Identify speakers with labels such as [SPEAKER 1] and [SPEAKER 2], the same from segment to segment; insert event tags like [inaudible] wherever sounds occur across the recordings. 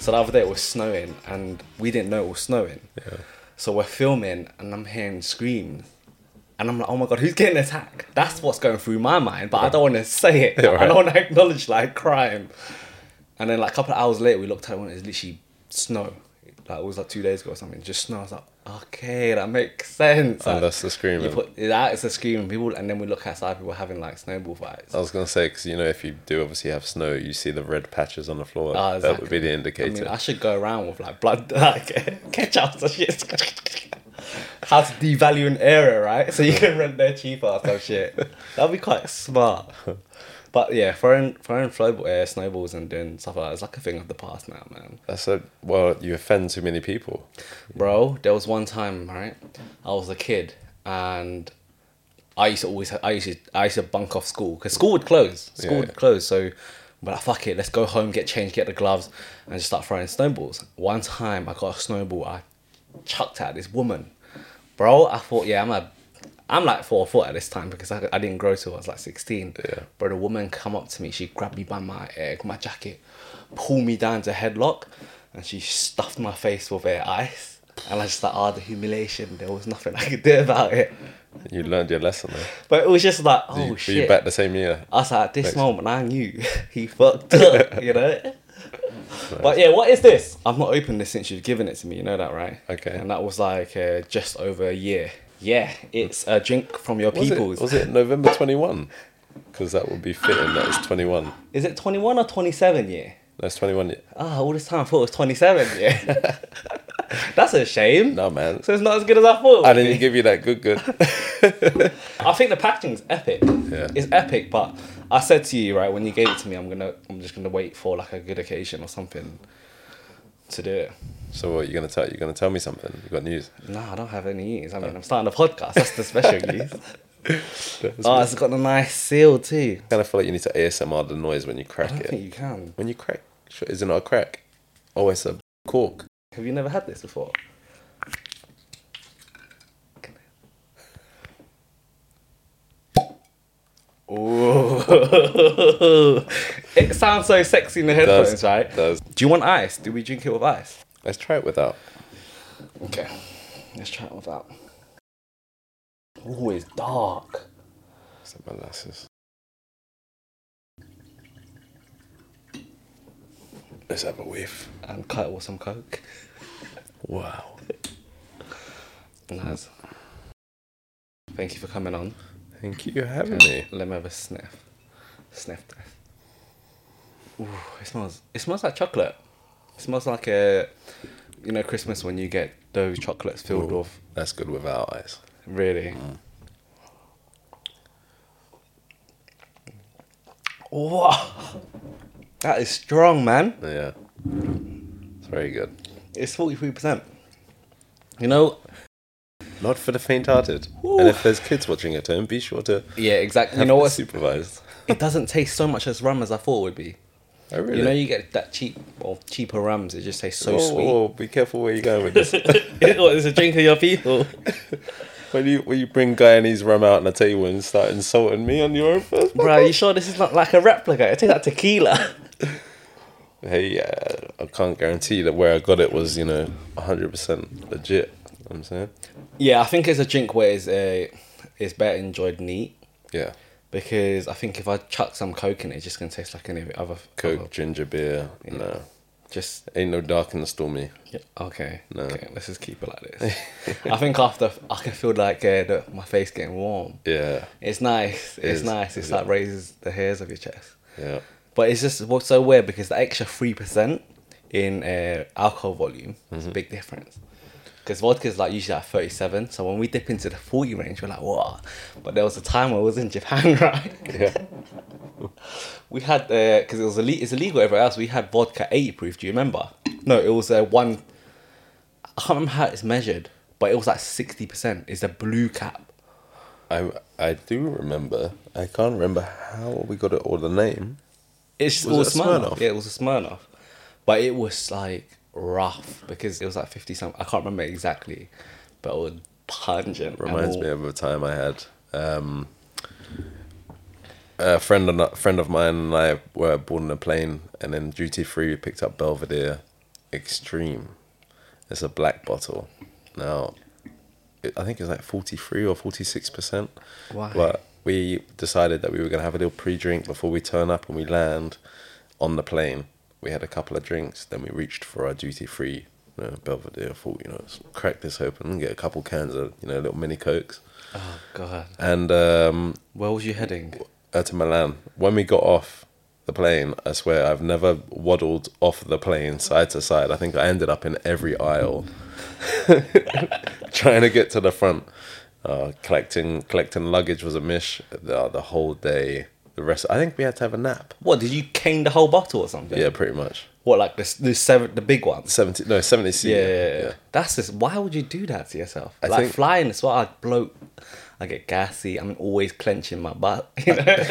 [SPEAKER 1] So the other day it was snowing, and we didn't know it was snowing. So we're filming, and I'm hearing screams. And I'm like, oh my god, who's getting attacked? That's what's going through my mind, but I don't want to say it.
[SPEAKER 2] Yeah,
[SPEAKER 1] I
[SPEAKER 2] right.
[SPEAKER 1] don't want to acknowledge like crime. And then like a couple of hours later, we looked at it and it was literally snow. Like it was like two days ago or something. Just snow. I was like, okay, that makes sense.
[SPEAKER 2] And
[SPEAKER 1] Like,
[SPEAKER 2] that's the screaming.
[SPEAKER 1] you put that is a screaming people, and then we look outside. People having like snowball fights.
[SPEAKER 2] I was gonna say because you know if you do obviously have snow, you see the red patches on the floor.
[SPEAKER 1] Ah,
[SPEAKER 2] That would be the
[SPEAKER 1] I
[SPEAKER 2] indicator.
[SPEAKER 1] mean, I should go around with like blood, [laughs] like ketchup or shit. How to devalue an area, right? So you can rent their cheaper or some shit. That'd be quite smart. But yeah, throwing throwing flowball, uh, snowballs and doing stuff like that is like a thing of the past now, man.
[SPEAKER 2] That's a well, you offend too many people.
[SPEAKER 1] Bro, there was one time, right? I was a kid and I used to always, I used to, I used to bunk off school because school would close. School
[SPEAKER 2] Yeah.
[SPEAKER 1] would close. So, but like, "Ah, fuck it, let's go home, get changed, get the gloves, and just start throwing snowballs. One time I got a snowball, I chucked at this woman. Bro, I thought, yeah, I'm a, I'm like four foot at this time because I, I didn't grow till I was like 16.
[SPEAKER 2] Yeah.
[SPEAKER 1] Bro, the woman come up to me, she grabbed me by my uh, my jacket, pulled me down to headlock, and she stuffed my face with uh, ice. And I just thought, ah, the humiliation, there was nothing I could do about it.
[SPEAKER 2] You learned your lesson. Though.
[SPEAKER 1] But it was just like, oh
[SPEAKER 2] You- were
[SPEAKER 1] shit.
[SPEAKER 2] you back the same year?
[SPEAKER 1] I was like, at this
[SPEAKER 2] Nice.
[SPEAKER 1] moment, I knew [laughs] he fucked
[SPEAKER 2] [laughs]
[SPEAKER 1] up, you know? But yeah, what is this? I've not opened this since you've given it to me, you know that, right?
[SPEAKER 2] Okay.
[SPEAKER 1] And that was like uh, just over a year. Yeah, it's a drink from your
[SPEAKER 2] Was it,
[SPEAKER 1] people's.
[SPEAKER 2] was it November twenty one? Because that would be fitting. That was twenty one.
[SPEAKER 1] Is it 21 or 27 year?
[SPEAKER 2] That's twenty one.
[SPEAKER 1] Ah, all this time I thought it was 27
[SPEAKER 2] [laughs]
[SPEAKER 1] year. [laughs] That's a shame.
[SPEAKER 2] No man,
[SPEAKER 1] So it's not as good as I thought.
[SPEAKER 2] I didn't give you that good good.
[SPEAKER 1] I think the packaging's epic.
[SPEAKER 2] Yeah.
[SPEAKER 1] It's epic, but I said to you, right, when you gave it to me, I'm gonna I'm just gonna wait for like a good occasion or something to do it.
[SPEAKER 2] So what you gonna tell? You gonna tell me something? You got news?
[SPEAKER 1] No, I don't have any years. I mean I'm starting a podcast, that's the special
[SPEAKER 2] [laughs]
[SPEAKER 1] years. Oh, it's got a nice seal too.
[SPEAKER 2] kind of feel like you need to ASMR the noise when you
[SPEAKER 1] I
[SPEAKER 2] crack
[SPEAKER 1] don't
[SPEAKER 2] it.
[SPEAKER 1] think you can.
[SPEAKER 2] When you crack, sure, is it not a crack? Oh, it's a cork.
[SPEAKER 1] Have you never had this before? Ooh. [laughs] it sounds so sexy in the headphones,
[SPEAKER 2] Does-
[SPEAKER 1] right?
[SPEAKER 2] does.
[SPEAKER 1] Do you want ice? Do we drink it with ice?
[SPEAKER 2] Let's try it without.
[SPEAKER 1] Okay, let's try it without. Ooh, it's dark.
[SPEAKER 2] It's like molasses. Let's have a whiff.
[SPEAKER 1] And cut with some coke.
[SPEAKER 2] Wow.
[SPEAKER 1] Nice. Thank you for coming on.
[SPEAKER 2] Thank you for having me.
[SPEAKER 1] Let me have a sniff. Sniff test. Ooh, it smells. It smells like chocolate. It smells like a, you know, Christmas when you get those chocolates filled
[SPEAKER 2] Ooh,
[SPEAKER 1] with.
[SPEAKER 2] That's good without ice.
[SPEAKER 1] Really. Wow. That is strong, man.
[SPEAKER 2] Yeah. It's very good.
[SPEAKER 1] It's forty three percent. You know.
[SPEAKER 2] Not for the faint hearted.
[SPEAKER 1] Ooh.
[SPEAKER 2] And if there's kids watching at home, be sure to
[SPEAKER 1] Yeah, exactly. You
[SPEAKER 2] have
[SPEAKER 1] know
[SPEAKER 2] it
[SPEAKER 1] [laughs] what?
[SPEAKER 2] supervised.
[SPEAKER 1] It doesn't taste so much as rum as I thought it would be.
[SPEAKER 2] Oh really?
[SPEAKER 1] You know, you get that cheap or cheaper rums. It just tastes so
[SPEAKER 2] Whoa,
[SPEAKER 1] sweet. [laughs]
[SPEAKER 2] whoa, be careful where you're going with this.
[SPEAKER 1] What, it's a drink of your people.
[SPEAKER 2] when you when you bring Guyanese rum out on the table and start insulting me on your own first
[SPEAKER 1] Bro, you sure this is not like a replica? It tastes like tequila.
[SPEAKER 2] hey, uh, I can't guarantee that where I got it was, you know, 100% legit. You know what I'm saying?
[SPEAKER 1] [laughs] Yeah, I think it's a drink where it's, uh, it's better enjoyed neat
[SPEAKER 2] Yeah.
[SPEAKER 1] because I think if I chuck some Coke in it, it's just going to taste like any of the other
[SPEAKER 2] Coke,
[SPEAKER 1] other-
[SPEAKER 2] ginger beer. No.
[SPEAKER 1] Just,
[SPEAKER 2] Ain't no dark in the stormy.
[SPEAKER 1] okay.
[SPEAKER 2] No.
[SPEAKER 1] Okay, let's just keep it like [laughs] this. I think after, I can feel like uh, the, my face getting warm.
[SPEAKER 2] Yeah.
[SPEAKER 1] It's nice. It's
[SPEAKER 2] is.
[SPEAKER 1] nice. It's
[SPEAKER 2] Is
[SPEAKER 1] like
[SPEAKER 2] it?
[SPEAKER 1] raises the hairs of your chest.
[SPEAKER 2] Yeah.
[SPEAKER 1] But it's just what's so weird because the extra three percent in uh, alcohol volume is a
[SPEAKER 2] Mm-hmm.
[SPEAKER 1] big difference. Because vodka's like usually at thirty seven, so when we dip into the forty range, we're like, "Wow!" But there was a time when I was in Japan, [laughs] right?
[SPEAKER 2] Yeah.
[SPEAKER 1] We had because it was ille- it's illegal everywhere else. We had vodka eighty proof. Do you remember? No, it was uh, one. I can't remember how it's measured, but it was like sixty percent. It's a blue cap.
[SPEAKER 2] I, I do remember. I can't remember how we got it or the name.
[SPEAKER 1] It's just
[SPEAKER 2] Was
[SPEAKER 1] it was
[SPEAKER 2] it a
[SPEAKER 1] Smirnoff.
[SPEAKER 2] Smirnoff?
[SPEAKER 1] Yeah, it was a Smirnoff, but it was like rough because it was like fifty something. I can't remember exactly, but it was pungent. and
[SPEAKER 2] Reminds
[SPEAKER 1] all-
[SPEAKER 2] me of a time I had. Um, a friend and a friend of mine and I were boarding a plane, and then duty free we picked up Belvedere Extreme. It's a black bottle. Now, it, I think it's like 43 or 46%.
[SPEAKER 1] Why?
[SPEAKER 2] But we decided that we were going to have a little pre drink before we turn up and we land on the plane. We had a couple of drinks, then we reached for our duty free. You know, Belvedere I thought, you know, let's crack this open and get a couple cans of, you know, little mini cokes.
[SPEAKER 1] Oh god.
[SPEAKER 2] And um,
[SPEAKER 1] Where was you heading?
[SPEAKER 2] uh, to Milan. When we got off the plane, I swear I've never waddled off the plane side to side. I think I ended up in every aisle, [laughs] trying to get to the front. Uh, collecting collecting luggage was a mish the, the whole day. The rest, I think we had to have a nap.
[SPEAKER 1] What did you cane the whole bottle or something?
[SPEAKER 2] Yeah, pretty much.
[SPEAKER 1] What like the the seven the big ones?
[SPEAKER 2] Seventy, no, seventy C.
[SPEAKER 1] Yeah, yeah, yeah. That's just why would you do that to yourself?
[SPEAKER 2] I
[SPEAKER 1] like
[SPEAKER 2] think-
[SPEAKER 1] flying is what I'd bloat. I get gassy. I'm always clenching my butt. [laughs] You
[SPEAKER 2] [laughs]
[SPEAKER 1] know?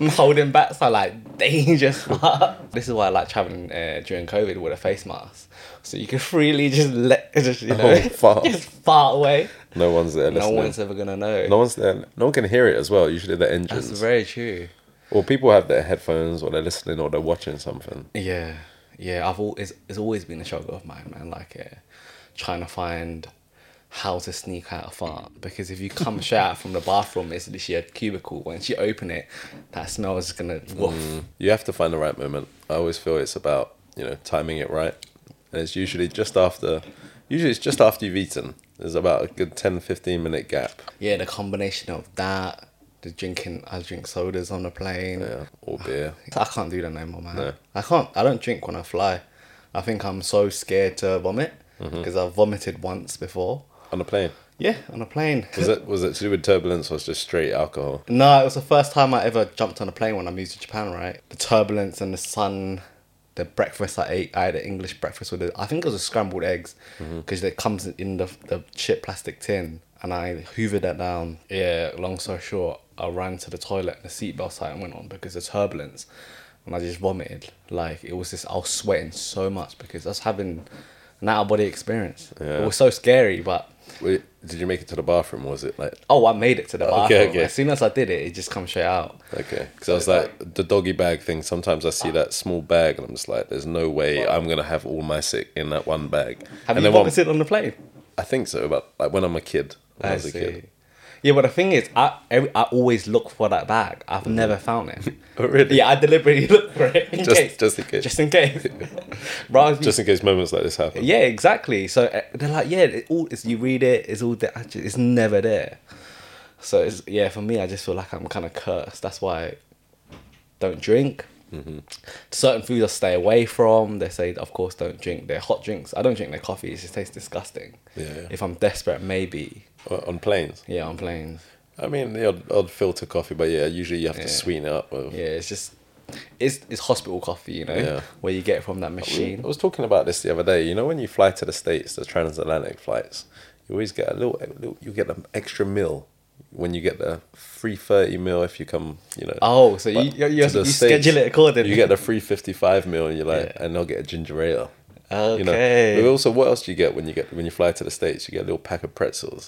[SPEAKER 1] I'm holding back. So like dangerous. [laughs] this is why I like traveling uh, during COVID with a face mask, so you can freely just let [laughs] just you know
[SPEAKER 2] Oh,
[SPEAKER 1] [laughs]
[SPEAKER 2] fart.
[SPEAKER 1] just fart away.
[SPEAKER 2] No one's there
[SPEAKER 1] No
[SPEAKER 2] listening.
[SPEAKER 1] one's ever gonna know.
[SPEAKER 2] there. No one can hear it as well. Usually the
[SPEAKER 1] That's
[SPEAKER 2] engines.
[SPEAKER 1] very true.
[SPEAKER 2] Or people have their headphones, or they're listening, or they're watching something.
[SPEAKER 1] Yeah, yeah. I've al- it's, it's always been a struggle of mine, man. Like uh, trying to find how to sneak out a fart because if you
[SPEAKER 2] [laughs]
[SPEAKER 1] come straight out from the bathroom, it's literally a cubicle. Once you open it, that smell is gonna woof.
[SPEAKER 2] You have to find the right moment. I always feel it's about you know timing it right, and it's usually just after. Usually, it's just after you've eaten. There's about a good 10, 15 minute gap.
[SPEAKER 1] Yeah, the combination of that, the drinking. I drink sodas on the plane.
[SPEAKER 2] Yeah, or beer.
[SPEAKER 1] I can't do that no more, man.
[SPEAKER 2] No.
[SPEAKER 1] I can't. I don't drink when I fly. I think I'm so scared to vomit
[SPEAKER 2] Mm-hmm.
[SPEAKER 1] because I've vomited once before.
[SPEAKER 2] On the plane.
[SPEAKER 1] Yeah, on a plane.
[SPEAKER 2] Was it was it to do with turbulence or was it just straight alcohol?
[SPEAKER 1] No, it was the first time I ever jumped on a plane when I moved to Japan, right? The turbulence and the sun, the breakfast I ate, I had an English breakfast with, it. I think it was a scrambled eggs,
[SPEAKER 2] Mm-hmm.
[SPEAKER 1] because it comes in the, the shit plastic tin, and I hoovered that down. Yeah, long story short, I ran to the toilet, the seatbelt sign went on because of turbulence, and I just vomited. Like, it was just, I was sweating so much because I was having an out of body experience.
[SPEAKER 2] Yeah.
[SPEAKER 1] It was so scary, but
[SPEAKER 2] Wait, Did you make it to the bathroom? or Was it like
[SPEAKER 1] oh, I made it to the
[SPEAKER 2] Okay,
[SPEAKER 1] bathroom.
[SPEAKER 2] okay.
[SPEAKER 1] As soon as I did it, it just comes straight out.
[SPEAKER 2] okay? Because I was like the doggy bag thing. Sometimes I see that small bag and I'm just like, there's no way I'm gonna have all my sick in that one bag.
[SPEAKER 1] Have
[SPEAKER 2] and
[SPEAKER 1] you
[SPEAKER 2] then one-
[SPEAKER 1] vomited on the plane?
[SPEAKER 2] I think so, but like when I'm a kid, when I, was a kid.
[SPEAKER 1] Yeah, but the thing is, I every, I always look for that bag. I've never found it.
[SPEAKER 2] Mm. [laughs] Oh, really?
[SPEAKER 1] Yeah, I deliberately [laughs] look for it in
[SPEAKER 2] Just-
[SPEAKER 1] case.
[SPEAKER 2] just in case.
[SPEAKER 1] Just in
[SPEAKER 2] [laughs]
[SPEAKER 1] case. Rather than-
[SPEAKER 2] Just in case moments like this happen.
[SPEAKER 1] yeah, exactly. So uh, they're like, yeah, it all it's, you read it, it's all there. Actually, it's never there. So it's yeah, for me, I just feel like I'm kind of cursed. That's why I don't drink.
[SPEAKER 2] Mm-hmm.
[SPEAKER 1] Certain foods I stay away from. They say, of course, don't drink their hot drinks. I don't drink their coffee. It just tastes disgusting.
[SPEAKER 2] Yeah.
[SPEAKER 1] If I'm desperate, maybe.
[SPEAKER 2] O- On planes.
[SPEAKER 1] Yeah, on planes.
[SPEAKER 2] I mean, the odd, odd filter coffee, but yeah, usually you have to
[SPEAKER 1] Yeah.
[SPEAKER 2] sweeten it up. With,
[SPEAKER 1] Yeah, it's just it's it's hospital coffee, you know,
[SPEAKER 2] Yeah.
[SPEAKER 1] where you get it from that
[SPEAKER 2] I
[SPEAKER 1] machine.
[SPEAKER 2] was talking about this the other day. You know, when you fly to the states, the transatlantic flights, you always get a little, a little you get an extra meal when you get the free thirty meal if you come. You know.
[SPEAKER 1] Oh, so you
[SPEAKER 2] But
[SPEAKER 1] you, you,
[SPEAKER 2] to the
[SPEAKER 1] you
[SPEAKER 2] States,
[SPEAKER 1] schedule it accordingly.
[SPEAKER 2] You get the free fifty five meal, and you're like,
[SPEAKER 1] Yeah.
[SPEAKER 2] and I'll get a ginger ale. You know.
[SPEAKER 1] Okay.
[SPEAKER 2] But also, what else do you get when you get when you fly to the states? You get a little pack of pretzels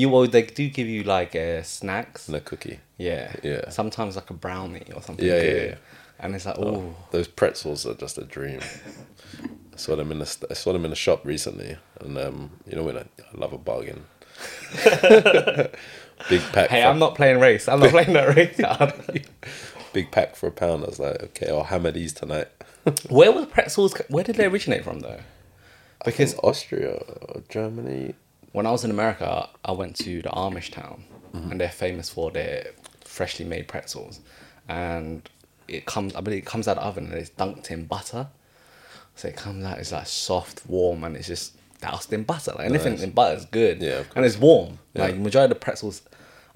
[SPEAKER 1] You well, they do give you like uh, snacks.
[SPEAKER 2] and a cookie.
[SPEAKER 1] Yeah.
[SPEAKER 2] Yeah.
[SPEAKER 1] Sometimes like a brownie or something.
[SPEAKER 2] Yeah, yeah,
[SPEAKER 1] good.
[SPEAKER 2] yeah.
[SPEAKER 1] And it's like, oh,
[SPEAKER 2] Those pretzels are just a dream. I saw them in the st- I saw them in the shop recently, and um, you know when I, I love a
[SPEAKER 1] [laughs]
[SPEAKER 2] bargain. big pack.
[SPEAKER 1] hey,
[SPEAKER 2] for,
[SPEAKER 1] I'm not playing race. I'm not playing that race. [laughs]
[SPEAKER 2] [laughs]
[SPEAKER 1] card.
[SPEAKER 2] big pack for a pound. I was like, okay, I'll hammer these tonight.
[SPEAKER 1] where were pretzels? Where did they originate from though?
[SPEAKER 2] Because Austria, or Germany,
[SPEAKER 1] When I was in America, I went to the Amish town, and they're famous for their freshly made pretzels, and it comes. I believe it comes out of the oven and it's dunked in butter, so it comes out. It's like soft, warm, and it's just doused in butter. Like anything
[SPEAKER 2] Nice.
[SPEAKER 1] in butter is good.
[SPEAKER 2] Yeah, of
[SPEAKER 1] and it's warm.
[SPEAKER 2] Yeah.
[SPEAKER 1] Like majority of the pretzels,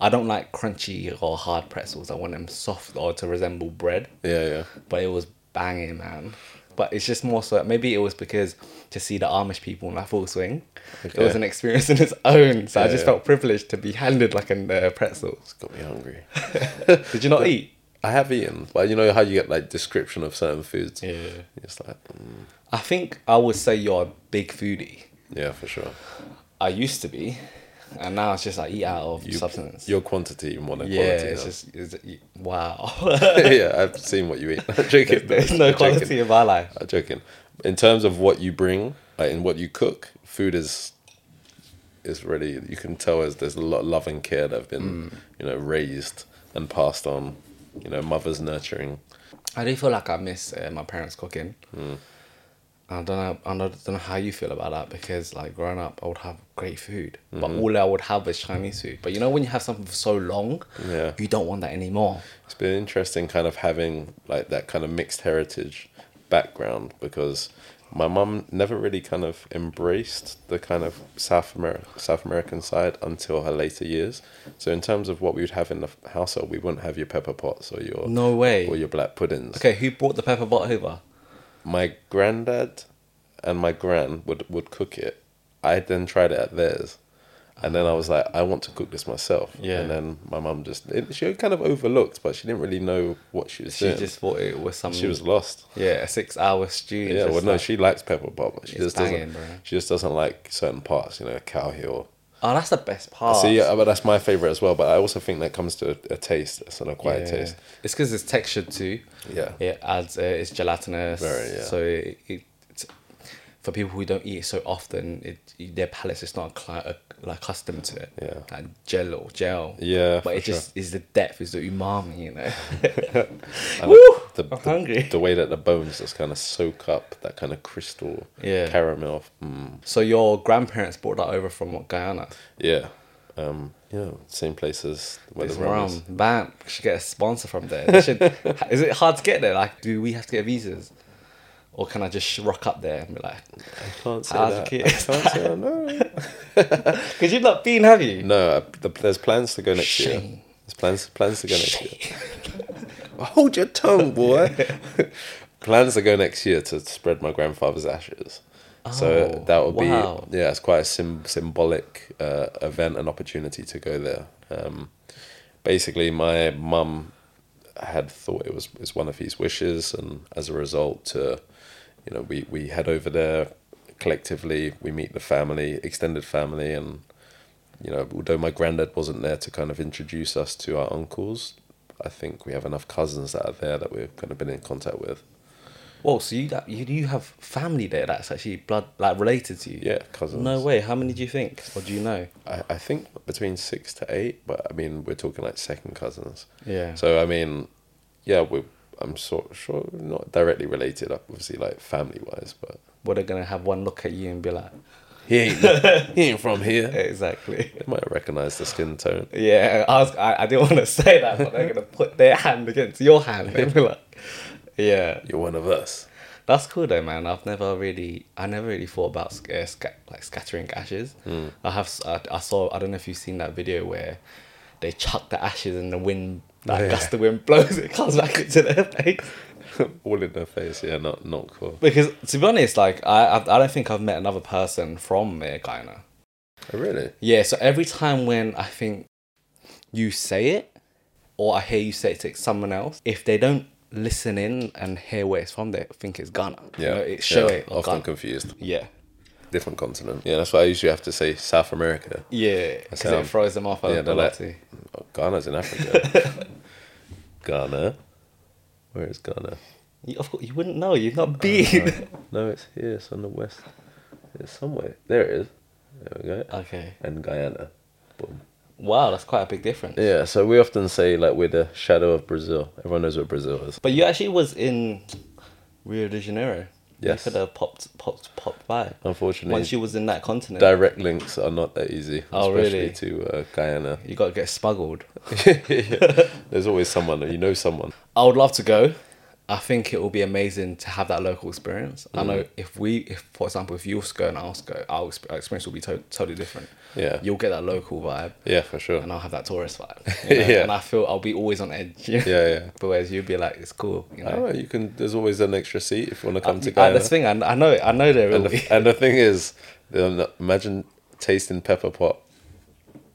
[SPEAKER 1] I don't like crunchy or hard pretzels. I want them soft or to resemble bread
[SPEAKER 2] yeah, yeah,
[SPEAKER 1] but it was banging, man. But it's just more so maybe it was because to see the Amish people in that full swing, it was
[SPEAKER 2] Okay.
[SPEAKER 1] an experience [laughs] in its own. So I
[SPEAKER 2] Yeah,
[SPEAKER 1] just
[SPEAKER 2] yeah.
[SPEAKER 1] felt privileged to be handed like an uh, pretzel.
[SPEAKER 2] it's got me hungry.
[SPEAKER 1] [laughs] Did you not eat?
[SPEAKER 2] I have eaten, but you know how you get like description of certain foods.
[SPEAKER 1] Yeah.
[SPEAKER 2] it's like, mm,
[SPEAKER 1] I think I would say you're a big foodie.
[SPEAKER 2] yeah, for sure.
[SPEAKER 1] I used to be, and now it's just I eat out of
[SPEAKER 2] You,
[SPEAKER 1] substance.
[SPEAKER 2] Your quantity more than
[SPEAKER 1] yeah,
[SPEAKER 2] quality.
[SPEAKER 1] it's
[SPEAKER 2] now.
[SPEAKER 1] just it's, wow. [laughs]
[SPEAKER 2] [laughs] yeah, I've seen what you eat. [laughs] I'm joking.
[SPEAKER 1] There's no
[SPEAKER 2] I'm joking.
[SPEAKER 1] quality in my life.
[SPEAKER 2] I'm joking. But in terms of what you bring, like in what you cook, food is is really you can tell there's there's a lot of love and care that have been
[SPEAKER 1] Mm.
[SPEAKER 2] you know raised and passed on. You know, mothers nurturing.
[SPEAKER 1] I do feel like I miss uh, my parents cooking.
[SPEAKER 2] Hmm.
[SPEAKER 1] I don't know. I don't know how you feel about that because, like, growing up, I would have great food, but
[SPEAKER 2] Hmm.
[SPEAKER 1] all I would have is Chinese food. But you know, when you have something for so long,
[SPEAKER 2] Yeah.
[SPEAKER 1] you don't want that anymore.
[SPEAKER 2] It's been interesting, kind of having like that kind of mixed heritage background because my mum never really kind of embraced the kind of South America South American side until her later years. So in terms of what we would have in the household, we wouldn't have your pepper pots or your
[SPEAKER 1] No way.
[SPEAKER 2] or your black puddings.
[SPEAKER 1] Okay, who brought the pepper pot over?
[SPEAKER 2] My granddad and my gran would would cook it. I then tried it at theirs. And then I was like, I want to cook this myself.
[SPEAKER 1] Yeah.
[SPEAKER 2] And then my mum just, it, she kind of overlooked, but she didn't really know what she was
[SPEAKER 1] She
[SPEAKER 2] doing.
[SPEAKER 1] just thought it was some.
[SPEAKER 2] She was lost.
[SPEAKER 1] yeah, a six-hour stew.
[SPEAKER 2] Yeah, well,
[SPEAKER 1] just
[SPEAKER 2] no,
[SPEAKER 1] like-
[SPEAKER 2] she likes pepper pot, but she
[SPEAKER 1] It's
[SPEAKER 2] just
[SPEAKER 1] banging,
[SPEAKER 2] doesn't.
[SPEAKER 1] bro.
[SPEAKER 2] She just doesn't like certain parts, you know, cow heel.
[SPEAKER 1] Oh, that's the best part.
[SPEAKER 2] See, yeah, but that's my favorite as well. But I also think that comes to a, a taste, a sort of quiet taste.
[SPEAKER 1] It's because it's textured too.
[SPEAKER 2] Yeah.
[SPEAKER 1] It adds. Uh, it's gelatinous.
[SPEAKER 2] Very, yeah.
[SPEAKER 1] So it, it, it's, for people who don't eat it so often, it their palates is not cli- uh, like accustomed to it.
[SPEAKER 2] Yeah.
[SPEAKER 1] Like gel or gel.
[SPEAKER 2] Yeah,
[SPEAKER 1] But
[SPEAKER 2] for
[SPEAKER 1] it just is the depth, is the umami, you
[SPEAKER 2] [laughs]
[SPEAKER 1] know.
[SPEAKER 2] And
[SPEAKER 1] Woo!
[SPEAKER 2] The,
[SPEAKER 1] I'm
[SPEAKER 2] the-
[SPEAKER 1] hungry.
[SPEAKER 2] The way that the bones just kind of soak up that kind of crystal
[SPEAKER 1] Yeah.
[SPEAKER 2] caramel. Mm,
[SPEAKER 1] so your grandparents brought that over from what, Guyana.
[SPEAKER 2] yeah. Um, yeah, same place as where
[SPEAKER 1] It's
[SPEAKER 2] the rum is.
[SPEAKER 1] rum. Bam. We should get a sponsor from there. They
[SPEAKER 2] [laughs]
[SPEAKER 1] should, is it hard to get there? Like, do we have to get visas? Or can I just sh- rock up there and be like,
[SPEAKER 2] I can't say
[SPEAKER 1] Ah,
[SPEAKER 2] that.
[SPEAKER 1] okay.
[SPEAKER 2] [laughs] I can't say that. No.
[SPEAKER 1] because you've not been, have you?
[SPEAKER 2] No, uh, the, there's plans to go next year.
[SPEAKER 1] Shame.
[SPEAKER 2] There's plans plans to go next year. [laughs] Hold your tongue, boy. [laughs] plans to go next year to spread my grandfather's ashes. so
[SPEAKER 1] Oh,
[SPEAKER 2] that would
[SPEAKER 1] wow.
[SPEAKER 2] be yeah, it's quite a sym- symbolic uh, event and opportunity to go there. Um, basically, my mum had thought it was was one of his wishes, and as a result, to you know, we we head over there collectively. We meet the family, extended family, and you know, although my granddad wasn't there to kind of introduce us to our uncles, I think we have enough cousins that are there that we've kind of been in contact with.
[SPEAKER 1] Whoa, so you that you you have family there that's actually blood like related to you?
[SPEAKER 2] Yeah, cousins.
[SPEAKER 1] No way. How many do you think, or do you know?
[SPEAKER 2] I, I think between six to eight, but I mean, we're talking like second cousins.
[SPEAKER 1] Yeah.
[SPEAKER 2] So, I mean, yeah, we I'm sort sure we're not directly related, obviously, like family wise, but.
[SPEAKER 1] Well, they're gonna have one look at you and be like, [laughs]
[SPEAKER 2] He ain't, he ain't from here.
[SPEAKER 1] exactly.
[SPEAKER 2] They might recognize the skin tone.
[SPEAKER 1] Yeah, I was. I, I didn't want to [laughs] say that, but they're gonna put their hand against your hand. They'll be like, yeah.
[SPEAKER 2] You're one of us.
[SPEAKER 1] That's cool though, man. I've never really, I never really thought about sc- uh, sca- like scattering ashes.
[SPEAKER 2] Hmm.
[SPEAKER 1] I have, s- I, I saw, I don't know if you've seen that video where they chuck the ashes and the wind, that
[SPEAKER 2] Yeah.
[SPEAKER 1] gust of wind blows, [laughs] it comes back into their
[SPEAKER 2] [laughs]
[SPEAKER 1] face.
[SPEAKER 2] All in their face. Yeah, not not cool.
[SPEAKER 1] Because to be honest, like I, I, I don't think I've met another person from uh, Guyana.
[SPEAKER 2] Oh, really?
[SPEAKER 1] Yeah. So every time when I think you say it, or I hear you say it to someone else, if they don't listen in and hear where it's from, they think it's Ghana. You know, it's show
[SPEAKER 2] yeah,
[SPEAKER 1] it or
[SPEAKER 2] Often
[SPEAKER 1] Ghana.
[SPEAKER 2] confused.
[SPEAKER 1] yeah.
[SPEAKER 2] Different continent. Yeah, that's why I usually have to say South America.
[SPEAKER 1] Yeah, because
[SPEAKER 2] how-
[SPEAKER 1] it throws them off a
[SPEAKER 2] yeah,
[SPEAKER 1] a
[SPEAKER 2] they're
[SPEAKER 1] lot.
[SPEAKER 2] like-
[SPEAKER 1] too.
[SPEAKER 2] Oh, Ghana's in Africa.
[SPEAKER 1] [laughs]
[SPEAKER 2] Ghana. Where is Ghana?
[SPEAKER 1] You, of course, you wouldn't know. You've not been.
[SPEAKER 2] No, it's here. It's on the west. It's somewhere. There it is. There we go.
[SPEAKER 1] [laughs] okay.
[SPEAKER 2] And Guyana. Boom.
[SPEAKER 1] Wow, that's quite a big difference.
[SPEAKER 2] Yeah, so we often say like we're the shadow of Brazil. Everyone knows what Brazil is.
[SPEAKER 1] But you actually was in Rio de Janeiro.
[SPEAKER 2] Yes.
[SPEAKER 1] You could have popped, popped, popped by.
[SPEAKER 2] Unfortunately,
[SPEAKER 1] Once you was in that continent,
[SPEAKER 2] direct links are not that easy,
[SPEAKER 1] Oh,
[SPEAKER 2] especially
[SPEAKER 1] really?
[SPEAKER 2] to uh,
[SPEAKER 1] [laughs]
[SPEAKER 2] Guyana. [laughs]
[SPEAKER 1] you got to get smuggled.
[SPEAKER 2] There's always someone, you know someone.
[SPEAKER 1] I would love to go. I think it will be amazing to have that local experience. I
[SPEAKER 2] Mm.
[SPEAKER 1] know if we, if for example, if you was to go and I was to go, our exp- our experience will be to- totally different.
[SPEAKER 2] Yeah.
[SPEAKER 1] You'll get that local vibe.
[SPEAKER 2] Yeah, for sure.
[SPEAKER 1] and I'll have that tourist
[SPEAKER 2] [laughs]
[SPEAKER 1] vibe. you know,
[SPEAKER 2] Yeah.
[SPEAKER 1] And I feel I'll be always on edge. [laughs] Yeah,
[SPEAKER 2] yeah.
[SPEAKER 1] But whereas you'd be like, it's cool. You
[SPEAKER 2] I don't
[SPEAKER 1] know.
[SPEAKER 2] know, Oh, you can. There's always an extra seat if you want
[SPEAKER 1] Oh,
[SPEAKER 2] to
[SPEAKER 1] I,
[SPEAKER 2] come to
[SPEAKER 1] I,
[SPEAKER 2] Ghana.
[SPEAKER 1] that's the thing. I, I know. I know there
[SPEAKER 2] and,
[SPEAKER 1] will [laughs] be.
[SPEAKER 2] the, and the thing is, um, imagine tasting pepper pot,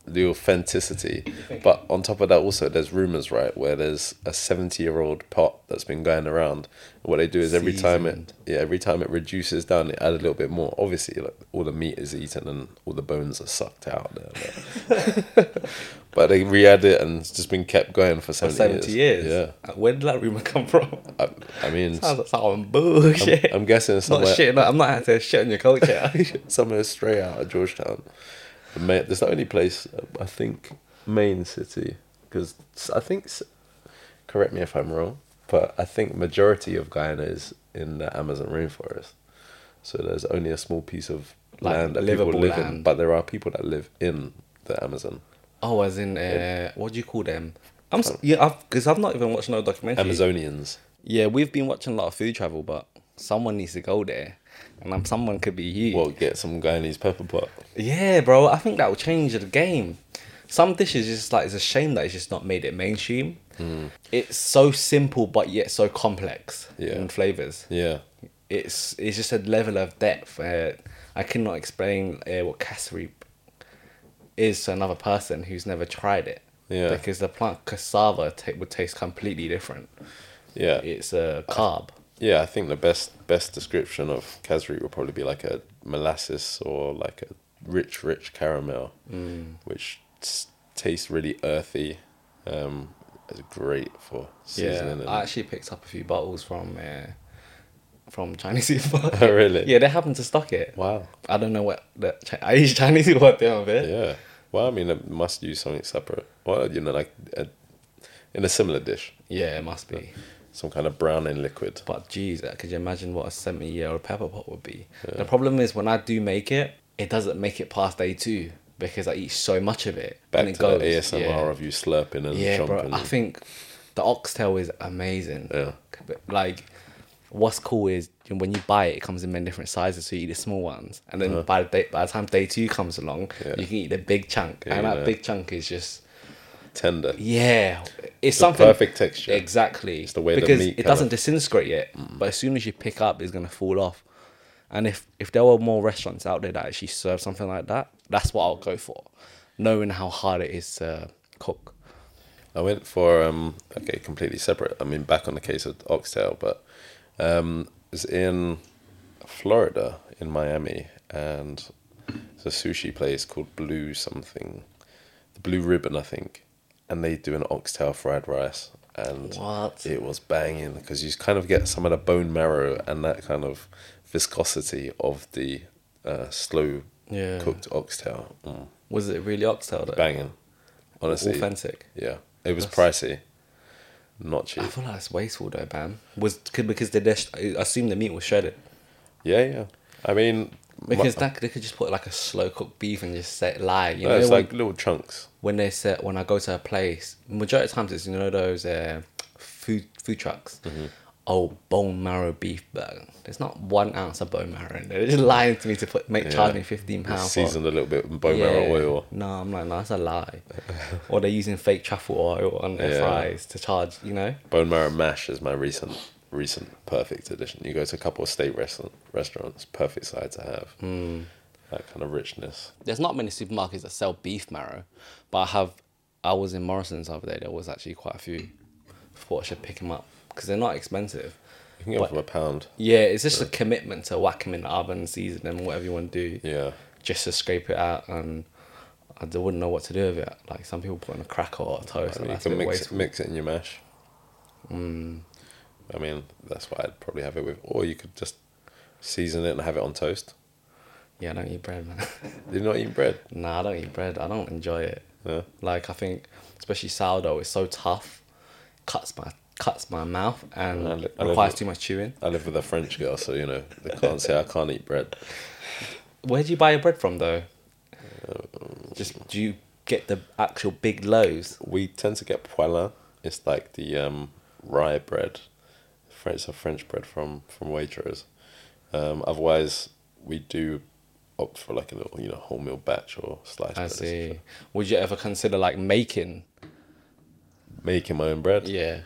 [SPEAKER 2] the authenticity. But on top of that, also there's rumors, right, where there's a 70 year old pot that's been going around. What they do is every time it,
[SPEAKER 1] Seasoned.
[SPEAKER 2] yeah, every time it reduces down, they add a little bit more.
[SPEAKER 1] [laughs]
[SPEAKER 2] Obviously, like all the meat is eaten and all the bones are sucked out. There, but- but, But they re-add it and it's just been kept going for
[SPEAKER 1] For
[SPEAKER 2] 70,
[SPEAKER 1] 70 years.
[SPEAKER 2] years.
[SPEAKER 1] Where did that rumor come from? [laughs]
[SPEAKER 2] Yeah. I, I mean,
[SPEAKER 1] Sounds like some bullshit.
[SPEAKER 2] I'm
[SPEAKER 1] [laughs]
[SPEAKER 2] guessing
[SPEAKER 1] not
[SPEAKER 2] somewhere,
[SPEAKER 1] shit. No, I'm not out to shit on your culture. [laughs]
[SPEAKER 2] somewhere straight out of Georgetown. The main, that's the only place, I think, main city. Because I think, s- correct me if I'm wrong, but I think majority of Guyana is in the Amazon rainforest. So there's only a small piece of
[SPEAKER 1] Like
[SPEAKER 2] land that
[SPEAKER 1] livable
[SPEAKER 2] people live in.
[SPEAKER 1] land.
[SPEAKER 2] But there are people that live in the Amazon.
[SPEAKER 1] oh, as in, uh, what do you call them? I'm s- yeah, because I've not even watched no documentary.
[SPEAKER 2] Amazonians.
[SPEAKER 1] Yeah, we've been watching a lot of food travel, but someone needs to go there, and um, someone could be you.
[SPEAKER 2] Well, get some Guyanese pepper pot.
[SPEAKER 1] Yeah, bro. I think that will change the game. Some dishes just like it's a shame that it's just not made it mainstream.
[SPEAKER 2] Hmm.
[SPEAKER 1] It's so simple but yet so complex
[SPEAKER 2] Yeah.
[SPEAKER 1] in flavors.
[SPEAKER 2] Yeah.
[SPEAKER 1] It's it's just a level of depth. Uh, I cannot explain uh, what cassary is to another person who's never tried it.
[SPEAKER 2] Yeah.
[SPEAKER 1] Because the plant cassava ta would taste completely different.
[SPEAKER 2] Yeah.
[SPEAKER 1] It's a carb.
[SPEAKER 2] Yeah, I think the best best description of Kazri would probably be like a molasses or like a rich, rich caramel,
[SPEAKER 1] Mm.
[SPEAKER 2] which s- tastes really earthy. Um, it's great for seasoning.
[SPEAKER 1] Yeah,
[SPEAKER 2] and-
[SPEAKER 1] I actually picked up a few bottles from uh, from Chinese [laughs] supermarket.
[SPEAKER 2] Oh, really?
[SPEAKER 1] Yeah, they happen to stock it.
[SPEAKER 2] Wow.
[SPEAKER 1] I don't know what the Chi- I use [laughs] Chinese what they are there.
[SPEAKER 2] Yeah. Well, I mean, it must use something separate. Well, you know, like a, in a similar dish,
[SPEAKER 1] Yeah, it must be.
[SPEAKER 2] some kind of browning liquid.
[SPEAKER 1] But geez, uh, could you imagine what a seventy-year-old pepper pot would be? The problem is when I do make it, it doesn't make it past day two because I eat so much of it.
[SPEAKER 2] Back
[SPEAKER 1] and it
[SPEAKER 2] to the ASMR of you slurping and
[SPEAKER 1] Yeah,
[SPEAKER 2] chomping.
[SPEAKER 1] bro. I think the oxtail is amazing.
[SPEAKER 2] Yeah.
[SPEAKER 1] But, Like, what's cool is when you buy it, it comes in many different sizes. So you eat the small ones, and then by the day, by the time day two comes along,
[SPEAKER 2] Yeah.
[SPEAKER 1] you can eat the big chunk,
[SPEAKER 2] Yeah,
[SPEAKER 1] and
[SPEAKER 2] you
[SPEAKER 1] that
[SPEAKER 2] know.
[SPEAKER 1] big chunk is just
[SPEAKER 2] Tender.
[SPEAKER 1] yeah, it's something
[SPEAKER 2] perfect texture.
[SPEAKER 1] Exactly. It's
[SPEAKER 2] the way the
[SPEAKER 1] because
[SPEAKER 2] meat Mm.
[SPEAKER 1] it
[SPEAKER 2] kind of-
[SPEAKER 1] doesn't disintegrate yet, but as soon as you pick up, it's gonna fall off. And if if there were more restaurants out there that actually serve something like that, that's what I'll go for, knowing how hard it is to cook.
[SPEAKER 2] I went for um okay, completely separate. I mean, back on the case of oxtail, but um, it's in Florida, in Miami, and it's a sushi place called Blue something, the Blue Ribbon, I think, and they do an oxtail fried rice, and
[SPEAKER 1] What?
[SPEAKER 2] it was banging because you kind of get some of the bone marrow and that kind of viscosity of the uh, slow
[SPEAKER 1] Yeah.
[SPEAKER 2] cooked oxtail. Mm,
[SPEAKER 1] Was it really oxtail though?
[SPEAKER 2] banging, honestly.
[SPEAKER 1] Authentic.
[SPEAKER 2] Yeah, it was
[SPEAKER 1] That's- Ah.
[SPEAKER 2] pricey, not cheap.
[SPEAKER 1] I feel like it's wasteful though, man. Was could, because they dish, I assume the meat was shredded.
[SPEAKER 2] Yeah, yeah. I mean, my-
[SPEAKER 1] Because that, they could just put like a slow cooked beef and just set live. You
[SPEAKER 2] no,
[SPEAKER 1] know,
[SPEAKER 2] it's
[SPEAKER 1] when-
[SPEAKER 2] like little chunks.
[SPEAKER 1] when they set when I go to a place, majority of times it's you know those uh, food food trucks.
[SPEAKER 2] Mm-hmm.
[SPEAKER 1] Oh, bone marrow beef burger. There's not one ounce of bone marrow in there. They're just lying to me to put make charge me fifteen pounds. for-
[SPEAKER 2] Seasoned a little bit with bone marrow oil.
[SPEAKER 1] No, I'm like, no, that's a lie. or they're using fake truffle oil on their
[SPEAKER 2] Yeah.
[SPEAKER 1] fries to charge. You know.
[SPEAKER 2] Bone marrow mash is my recent, recent perfect addition. You go to a couple of state restaurant, restaurants, perfect side to have.
[SPEAKER 1] Hmm.
[SPEAKER 2] Mm. That kind of richness.
[SPEAKER 1] there's not many supermarkets that sell beef marrow, but I have. I was in Morrison's the other day. There was actually quite a few. Thought I should pick them up because they're not expensive.
[SPEAKER 2] You can get
[SPEAKER 1] But-
[SPEAKER 2] them for a pound.
[SPEAKER 1] Yeah, it's just a commitment to whack them in the oven, season them, whatever you want to do,
[SPEAKER 2] Yeah.
[SPEAKER 1] just to scrape it out. And I d- wouldn't know what to do with it. Like some people put on a cracker or a toast. and
[SPEAKER 2] you
[SPEAKER 1] that's a
[SPEAKER 2] can
[SPEAKER 1] bit
[SPEAKER 2] mix it,
[SPEAKER 1] wasteful. Hmm.
[SPEAKER 2] mix it in your mash. Mm. I mean, that's what I'd probably have it with. Or you could just season it and have it on toast.
[SPEAKER 1] Yeah, I don't eat bread, man. [laughs]
[SPEAKER 2] You're not eating bread.
[SPEAKER 1] nah, I don't eat bread. I don't enjoy it.
[SPEAKER 2] Yeah.
[SPEAKER 1] Like I think, especially sourdough, it's so tough. Cuts my cuts my mouth and
[SPEAKER 2] I li- I love
[SPEAKER 1] requires
[SPEAKER 2] it.
[SPEAKER 1] too much chewing.
[SPEAKER 2] I live with a French girl, so you know they can't say I can't eat bread.
[SPEAKER 1] Where do you buy your bread from, though?
[SPEAKER 2] Um,
[SPEAKER 1] Just do you get the actual big loaves?
[SPEAKER 2] We tend to get poilin. It's like the um, rye bread. Fr- It's a French bread from from Waitrose. Um, otherwise, we do opt for like a little, you know, wholemeal batch or sliced.
[SPEAKER 1] I
[SPEAKER 2] bread.
[SPEAKER 1] see. Would you ever consider like making?
[SPEAKER 2] Making my own bread.
[SPEAKER 1] Yeah,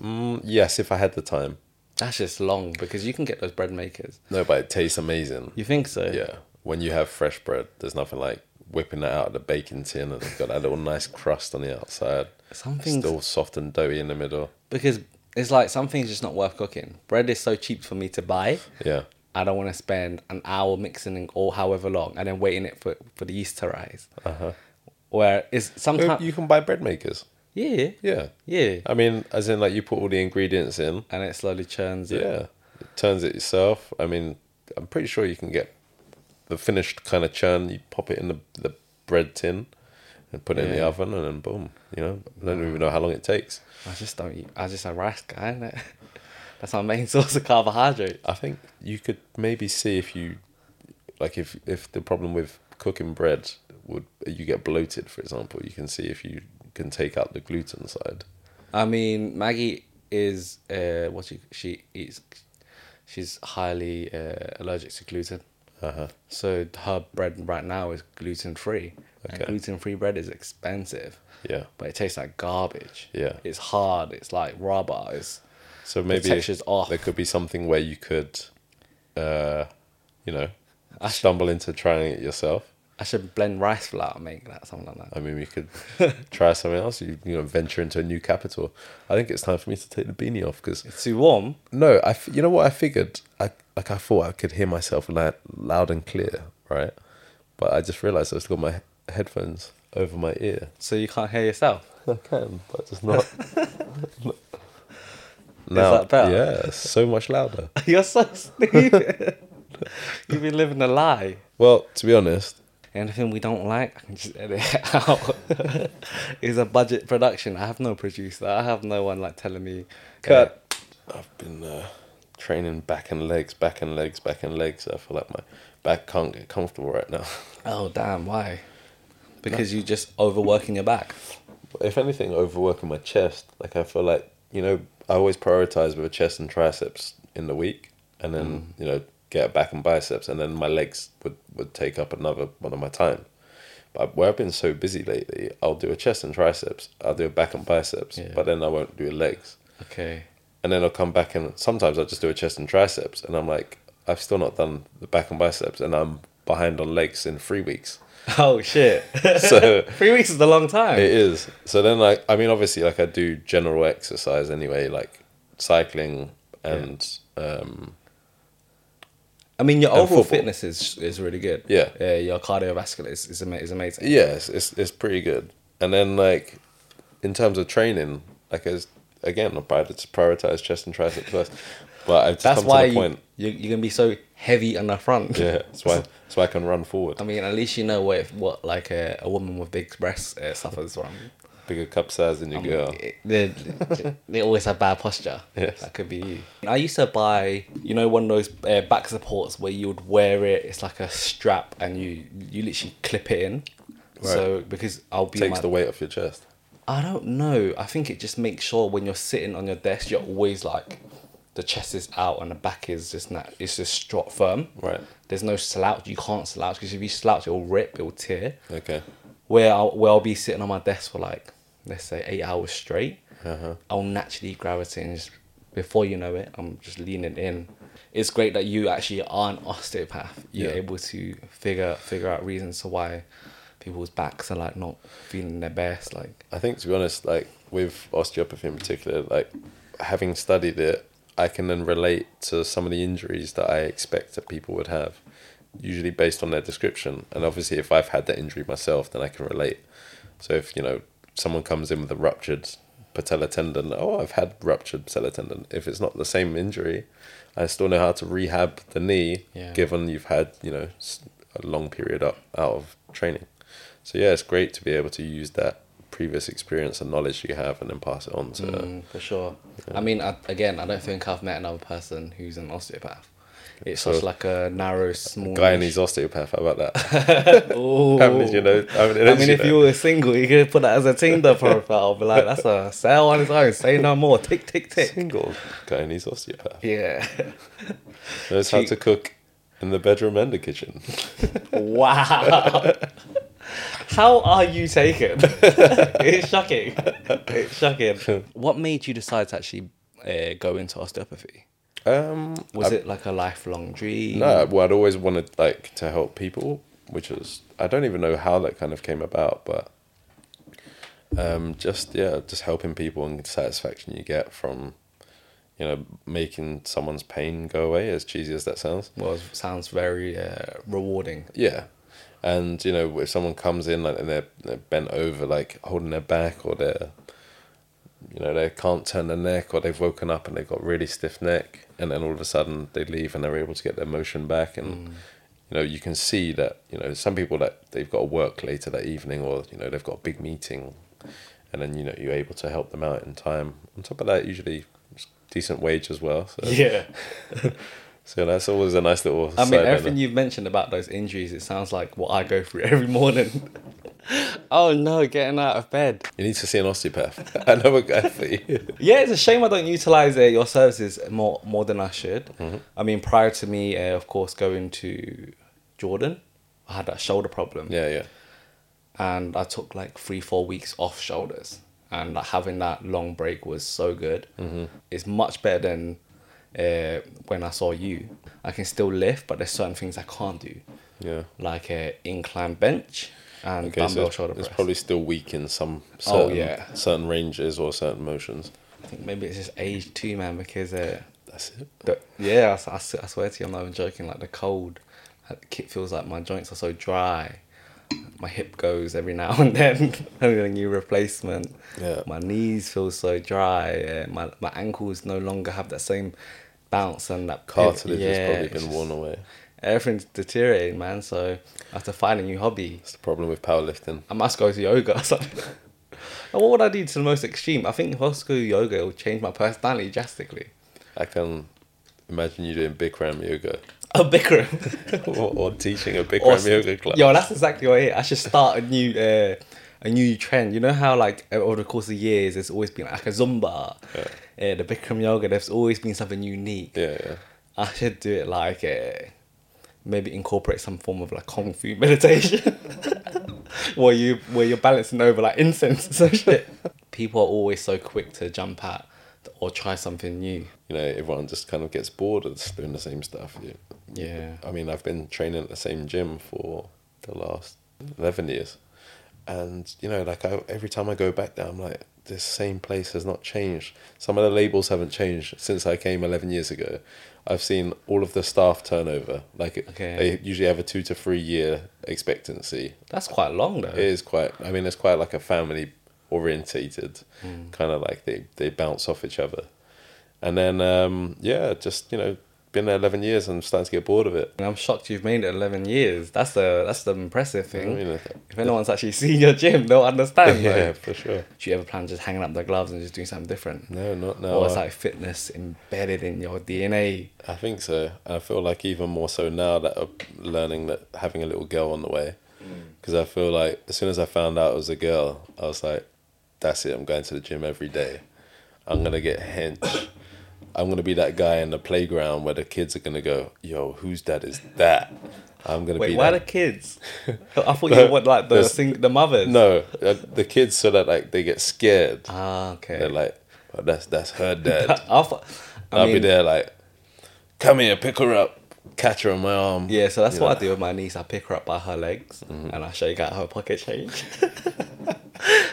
[SPEAKER 2] Mm, yes, if I had the time.
[SPEAKER 1] that's just long because you can get those bread makers.
[SPEAKER 2] No, but it tastes amazing.
[SPEAKER 1] You think so?
[SPEAKER 2] Yeah. When you have fresh bread, there's nothing like whipping that out of the baking tin and it's got that little nice crust on the outside.
[SPEAKER 1] Something's-
[SPEAKER 2] still soft and doughy in the middle.
[SPEAKER 1] Because it's like some things just not worth cooking. Bread is so cheap for me to buy.
[SPEAKER 2] Yeah.
[SPEAKER 1] I don't want to spend an hour mixing it or however long and then waiting it for for the yeast to rise. Uh huh. where it's
[SPEAKER 2] Oh,
[SPEAKER 1] sometimes
[SPEAKER 2] You can buy bread makers.
[SPEAKER 1] yeah,
[SPEAKER 2] Yeah.
[SPEAKER 1] yeah,
[SPEAKER 2] I mean, as in, like, you put all the ingredients in.
[SPEAKER 1] and it slowly churns it.
[SPEAKER 2] Yeah. It turns it yourself. I mean, I'm pretty sure you can get the finished kind of churn. You pop it in the, the bread tin and put it in the
[SPEAKER 1] Yeah.
[SPEAKER 2] oven, and then boom. You know, I don't even know how long it takes.
[SPEAKER 1] I just don't eat. I just a rice guy, is [laughs] That's my main [laughs] source of carbohydrate.
[SPEAKER 2] I think you could maybe see if you, like, if if the problem with cooking bread would you get bloated, for example, you can see if you can take out the gluten side.
[SPEAKER 1] I mean, Maggie is uh, what she she eats. She's highly uh, allergic to gluten,
[SPEAKER 2] Uh huh.
[SPEAKER 1] so her bread right now is gluten free. And
[SPEAKER 2] Okay.
[SPEAKER 1] gluten free bread is expensive,
[SPEAKER 2] Yeah.
[SPEAKER 1] but it tastes like garbage.
[SPEAKER 2] Yeah.
[SPEAKER 1] it's hard. It's like rubber. It's
[SPEAKER 2] So maybe
[SPEAKER 1] texture's off.
[SPEAKER 2] there could be something where you could, uh, you know, stumble into trying it yourself.
[SPEAKER 1] I should blend rice flour and make that something like that.
[SPEAKER 2] I mean, we could try something else. You, you know, venture into a new capital. I think it's time for me to take the beanie off because
[SPEAKER 1] It's too warm.
[SPEAKER 2] no, I f- you know what I figured. I like I thought I could hear myself loud, loud and clear, right? But I just realised I've still got my he- headphones over my ear.
[SPEAKER 1] So you can't hear yourself. [laughs]
[SPEAKER 2] I can, but just [laughs] not.
[SPEAKER 1] that better?
[SPEAKER 2] Yeah, so much louder.
[SPEAKER 1] You're so stupid. [laughs] You've been living a lie.
[SPEAKER 2] Well, to be honest,
[SPEAKER 1] Anything we don't like, I can just edit it [laughs] out. it's a budget production. I have no producer. I have no one like telling me
[SPEAKER 2] Cut. I've been uh, training back and legs, back and legs, back and legs. I feel like my back can't get comfortable right now. [laughs]
[SPEAKER 1] Oh damn! Why? Because you're just overworking your back.
[SPEAKER 2] if anything, overworking my chest. Like I feel like you know, I always prioritize with a chest and triceps in the week, and then you know get back and biceps, and then my legs would would take up another one of my time. But where I've been so busy lately, I'll do a chest and triceps, I'll do a back and biceps,
[SPEAKER 1] Yeah.
[SPEAKER 2] but then I won't do legs.
[SPEAKER 1] Okay.
[SPEAKER 2] and then I'll come back and sometimes I'll just do a chest and triceps and I'm like, I've still not done the back and biceps and I'm behind on legs in three weeks.
[SPEAKER 1] [laughs] Oh shit!
[SPEAKER 2] [laughs] So
[SPEAKER 1] [laughs] Three weeks is a long time.
[SPEAKER 2] it is. So then like I mean obviously like I do general exercise anyway, like cycling and um
[SPEAKER 1] I mean, your
[SPEAKER 2] And
[SPEAKER 1] overall
[SPEAKER 2] football.
[SPEAKER 1] fitness is is really good.
[SPEAKER 2] Yeah.
[SPEAKER 1] Yeah. Your cardiovascular is is, ama- is amazing.
[SPEAKER 2] yeah, it's, it's it's pretty good. And then like in terms of training, like as again I prioritize chest and
[SPEAKER 1] [laughs]
[SPEAKER 2] triceps first. But I've just
[SPEAKER 1] That's
[SPEAKER 2] come
[SPEAKER 1] why
[SPEAKER 2] to the
[SPEAKER 1] you,
[SPEAKER 2] point.
[SPEAKER 1] you you're gonna be so heavy on the front.
[SPEAKER 2] Yeah, that's why that's why I can run forward.
[SPEAKER 1] [laughs] I mean, at least you know what what like a, a woman with big breasts uh, suffers from.
[SPEAKER 2] Bigger cup size than your girl.
[SPEAKER 1] um, It- They, they always have bad posture.
[SPEAKER 2] Yes.
[SPEAKER 1] That could be you. I used to buy, you know, one of those uh, back supports where you would wear it. It's like a strap, and you you literally clip it in. So because I'll be
[SPEAKER 2] Takes
[SPEAKER 1] my-
[SPEAKER 2] the weight off your chest.
[SPEAKER 1] I don't know. I think it just makes sure when you're sitting on your desk, you're always like, the chest is out and the back is just not. It's just straight firm.
[SPEAKER 2] Right.
[SPEAKER 1] There's no slouch. You can't slouch because if you slouch, it'll rip. It'll tear.
[SPEAKER 2] Okay.
[SPEAKER 1] Where I'll, where I'll be sitting on my desk for like, let's say eight hours straight,
[SPEAKER 2] Uh-huh.
[SPEAKER 1] I'll naturally gravitate and just before you know it, I'm just leaning in. It's great that you actually are an osteopath. You're
[SPEAKER 2] Yeah.
[SPEAKER 1] able to figure figure out reasons to why people's backs are like not feeling their best. Like
[SPEAKER 2] I think to be honest, like with osteopathy in particular, like having studied it, I can then relate to some of the injuries that I expect that people would have, usually based on their description. And obviously, if I've had that injury myself, then I can relate. So if you know someone comes in with a ruptured patella tendon, oh, I've had ruptured patella tendon. If it's not the same injury, I still know how to rehab the knee,
[SPEAKER 1] Yeah.
[SPEAKER 2] given you've had you know s- a long period up out of training. So yeah, it's great to be able to use that previous experience and knowledge you have and then pass it on to.
[SPEAKER 1] Mm, for sure. I mean, I, again, I don't think I've met another person who's an osteopath. It's
[SPEAKER 2] So-
[SPEAKER 1] such like a narrow, small.
[SPEAKER 2] Guy and his osteopath. How about that?
[SPEAKER 1] [laughs]
[SPEAKER 2] [laughs]
[SPEAKER 1] Oh.
[SPEAKER 2] How many do you know? How many
[SPEAKER 1] I
[SPEAKER 2] do
[SPEAKER 1] mean,
[SPEAKER 2] you
[SPEAKER 1] if
[SPEAKER 2] know?
[SPEAKER 1] you were single, you could put that as a Tinder profile. Be like, that's a sale on its own. Say no more. Tick, tick, tick.
[SPEAKER 2] single, guy and his osteopath
[SPEAKER 1] Yeah.
[SPEAKER 2] knows how
[SPEAKER 1] She-
[SPEAKER 2] to cook in the bedroom and
[SPEAKER 1] [laughs]
[SPEAKER 2] the kitchen.
[SPEAKER 1] [laughs] Wow. How are you taken? [laughs] it's shocking. It's shocking. What made you decide to actually uh, go into osteopathy?
[SPEAKER 2] Um,
[SPEAKER 1] Was it like a lifelong dream?
[SPEAKER 2] No, well, I'd always wanted like to help people, which was I don't even know how that kind of came about, but um, just yeah, just helping people and the satisfaction you get from, you know, making someone's pain go away, as cheesy as that sounds.
[SPEAKER 1] Well, it sounds very uh, rewarding.
[SPEAKER 2] Yeah, And you know, if someone comes in like and they're, they're bent over, like holding their back, or they're, you know, they can't turn their neck, or they've woken up and they've got really stiff neck, and then all of a sudden they leave and they're able to get their motion back,
[SPEAKER 1] Mm.
[SPEAKER 2] and you know, you can see that you know some people that they've got to work later that evening, or you know, they've got a big meeting, and then you know you're able to help them out in time. On top of that, usually it's decent wage as well. So
[SPEAKER 1] Yeah.
[SPEAKER 2] so that's always a nice little.
[SPEAKER 1] I mean,
[SPEAKER 2] side
[SPEAKER 1] everything
[SPEAKER 2] benefit.
[SPEAKER 1] you've mentioned about those injuries, it sounds like what I go through [laughs] every morning. oh no, getting out of bed.
[SPEAKER 2] you need to see an osteopath. [laughs] I know a guy for you.
[SPEAKER 1] Yeah, it's a shame I don't utilize uh, your services more more than I should. I mean, prior to me, uh, of course, going to Jordan, I had that shoulder problem,
[SPEAKER 2] Yeah, yeah.
[SPEAKER 1] and I took like three, four weeks off shoulders, and like, having that long break was so good. It's much better than uh, when I saw you. I can still lift, but there's certain things I can't do,
[SPEAKER 2] Yeah.
[SPEAKER 1] like uh, incline bench and
[SPEAKER 2] Okay, so
[SPEAKER 1] dumbbell
[SPEAKER 2] it's,
[SPEAKER 1] shoulder
[SPEAKER 2] it's
[SPEAKER 1] press.
[SPEAKER 2] probably still weak in some
[SPEAKER 1] Oh,
[SPEAKER 2] certain,
[SPEAKER 1] yeah.
[SPEAKER 2] certain ranges or certain motions.
[SPEAKER 1] I think maybe it's just age too, man, because. Uh,
[SPEAKER 2] That's it.
[SPEAKER 1] The, yeah, I s- I, s- I swear to you, I'm not even joking. Like the cold, it feels like my joints are so dry. My hip goes every now and [laughs] then. I need a new replacement.
[SPEAKER 2] Yeah.
[SPEAKER 1] My knees feel so dry. Yeah. My my ankles no longer have that same bounce and that pivot.
[SPEAKER 2] Cartilage has probably
[SPEAKER 1] it's
[SPEAKER 2] been
[SPEAKER 1] just-
[SPEAKER 2] worn away.
[SPEAKER 1] Everything's deteriorating, man. So I have to find a new hobby.
[SPEAKER 2] That's the problem with powerlifting.
[SPEAKER 1] I must go to yoga or something. [laughs] And what would I do to the most extreme? I think if I was to go yoga, it would change my personality drastically.
[SPEAKER 2] I can imagine you doing Bikram yoga
[SPEAKER 1] A bickering.
[SPEAKER 2] [laughs] or, or teaching a
[SPEAKER 1] Or
[SPEAKER 2] Bikram
[SPEAKER 1] s-
[SPEAKER 2] yoga class.
[SPEAKER 1] Yo, that's exactly what I hear. I should start a new uh, a new trend. You know how like uh, over the course of years, there's always been like a Zumba, uh, the Bikram yoga. There's always been something unique.
[SPEAKER 2] Yeah, yeah.
[SPEAKER 1] I should do it like uh, maybe incorporate some form of like kung fu [laughs] meditation, where you where you're balancing over like incense and some shit. [laughs] People are always so quick to jump at or try something new.
[SPEAKER 2] You know, everyone just kind of gets bored of just doing the same stuff. You-
[SPEAKER 1] Yeah.
[SPEAKER 2] I mean, I've been training at the same gym for the last 11 years. And, you know, like I, every time I go back there, I'm like, this same place has not changed. Some of the labels haven't changed since I came 11 years ago. I've seen all of the staff turnover. Like, it-
[SPEAKER 1] Okay.
[SPEAKER 2] they usually have a two to three year expectancy.
[SPEAKER 1] That's quite long though.
[SPEAKER 2] It is quite, I mean, it's quite like a family orientated kind of like they, they bounce off each other. And then, um, yeah, just, you know, been there 11 years and I'm starting to get bored of it.
[SPEAKER 1] And I'm shocked you've made it 11 years. That's the that's the impressive
[SPEAKER 2] I
[SPEAKER 1] thing.
[SPEAKER 2] mean, I-
[SPEAKER 1] if anyone's actually [laughs] seen your gym, they'll understand.
[SPEAKER 2] yeah,
[SPEAKER 1] Like,
[SPEAKER 2] [laughs] for sure.
[SPEAKER 1] do you ever plan just hanging up the gloves and just doing something different?
[SPEAKER 2] No, not now.
[SPEAKER 1] Or it's like fitness embedded in your DNA.
[SPEAKER 2] I think so. I feel like even more so now that I'm learning that having a little girl on the way,
[SPEAKER 1] Mm.
[SPEAKER 2] because I feel like as soon as I found out it was a girl, I was like, "That's it. I'm going to the gym every day. I'm gonna get hench. I'm gonna be that guy in the playground where the kids are gonna go, yo, whose dad is that? I'm gonna
[SPEAKER 1] Wait,
[SPEAKER 2] be
[SPEAKER 1] why
[SPEAKER 2] that
[SPEAKER 1] the kids? [laughs] I thought you were like the
[SPEAKER 2] There's-
[SPEAKER 1] sing- the mothers.
[SPEAKER 2] [laughs] no uh, the kids so that like they get scared.
[SPEAKER 1] Ah, okay. [laughs]
[SPEAKER 2] They're like, oh, that's that's her dad.
[SPEAKER 1] I thought, I
[SPEAKER 2] I'll
[SPEAKER 1] mean,
[SPEAKER 2] be there like, come here, pick her up, catch her on my arm.
[SPEAKER 1] Yeah, so that's
[SPEAKER 2] You
[SPEAKER 1] what
[SPEAKER 2] know.
[SPEAKER 1] I do with my niece. I pick her up by her legs
[SPEAKER 2] Mm-hmm.
[SPEAKER 1] and I shake out her pocket change. [laughs]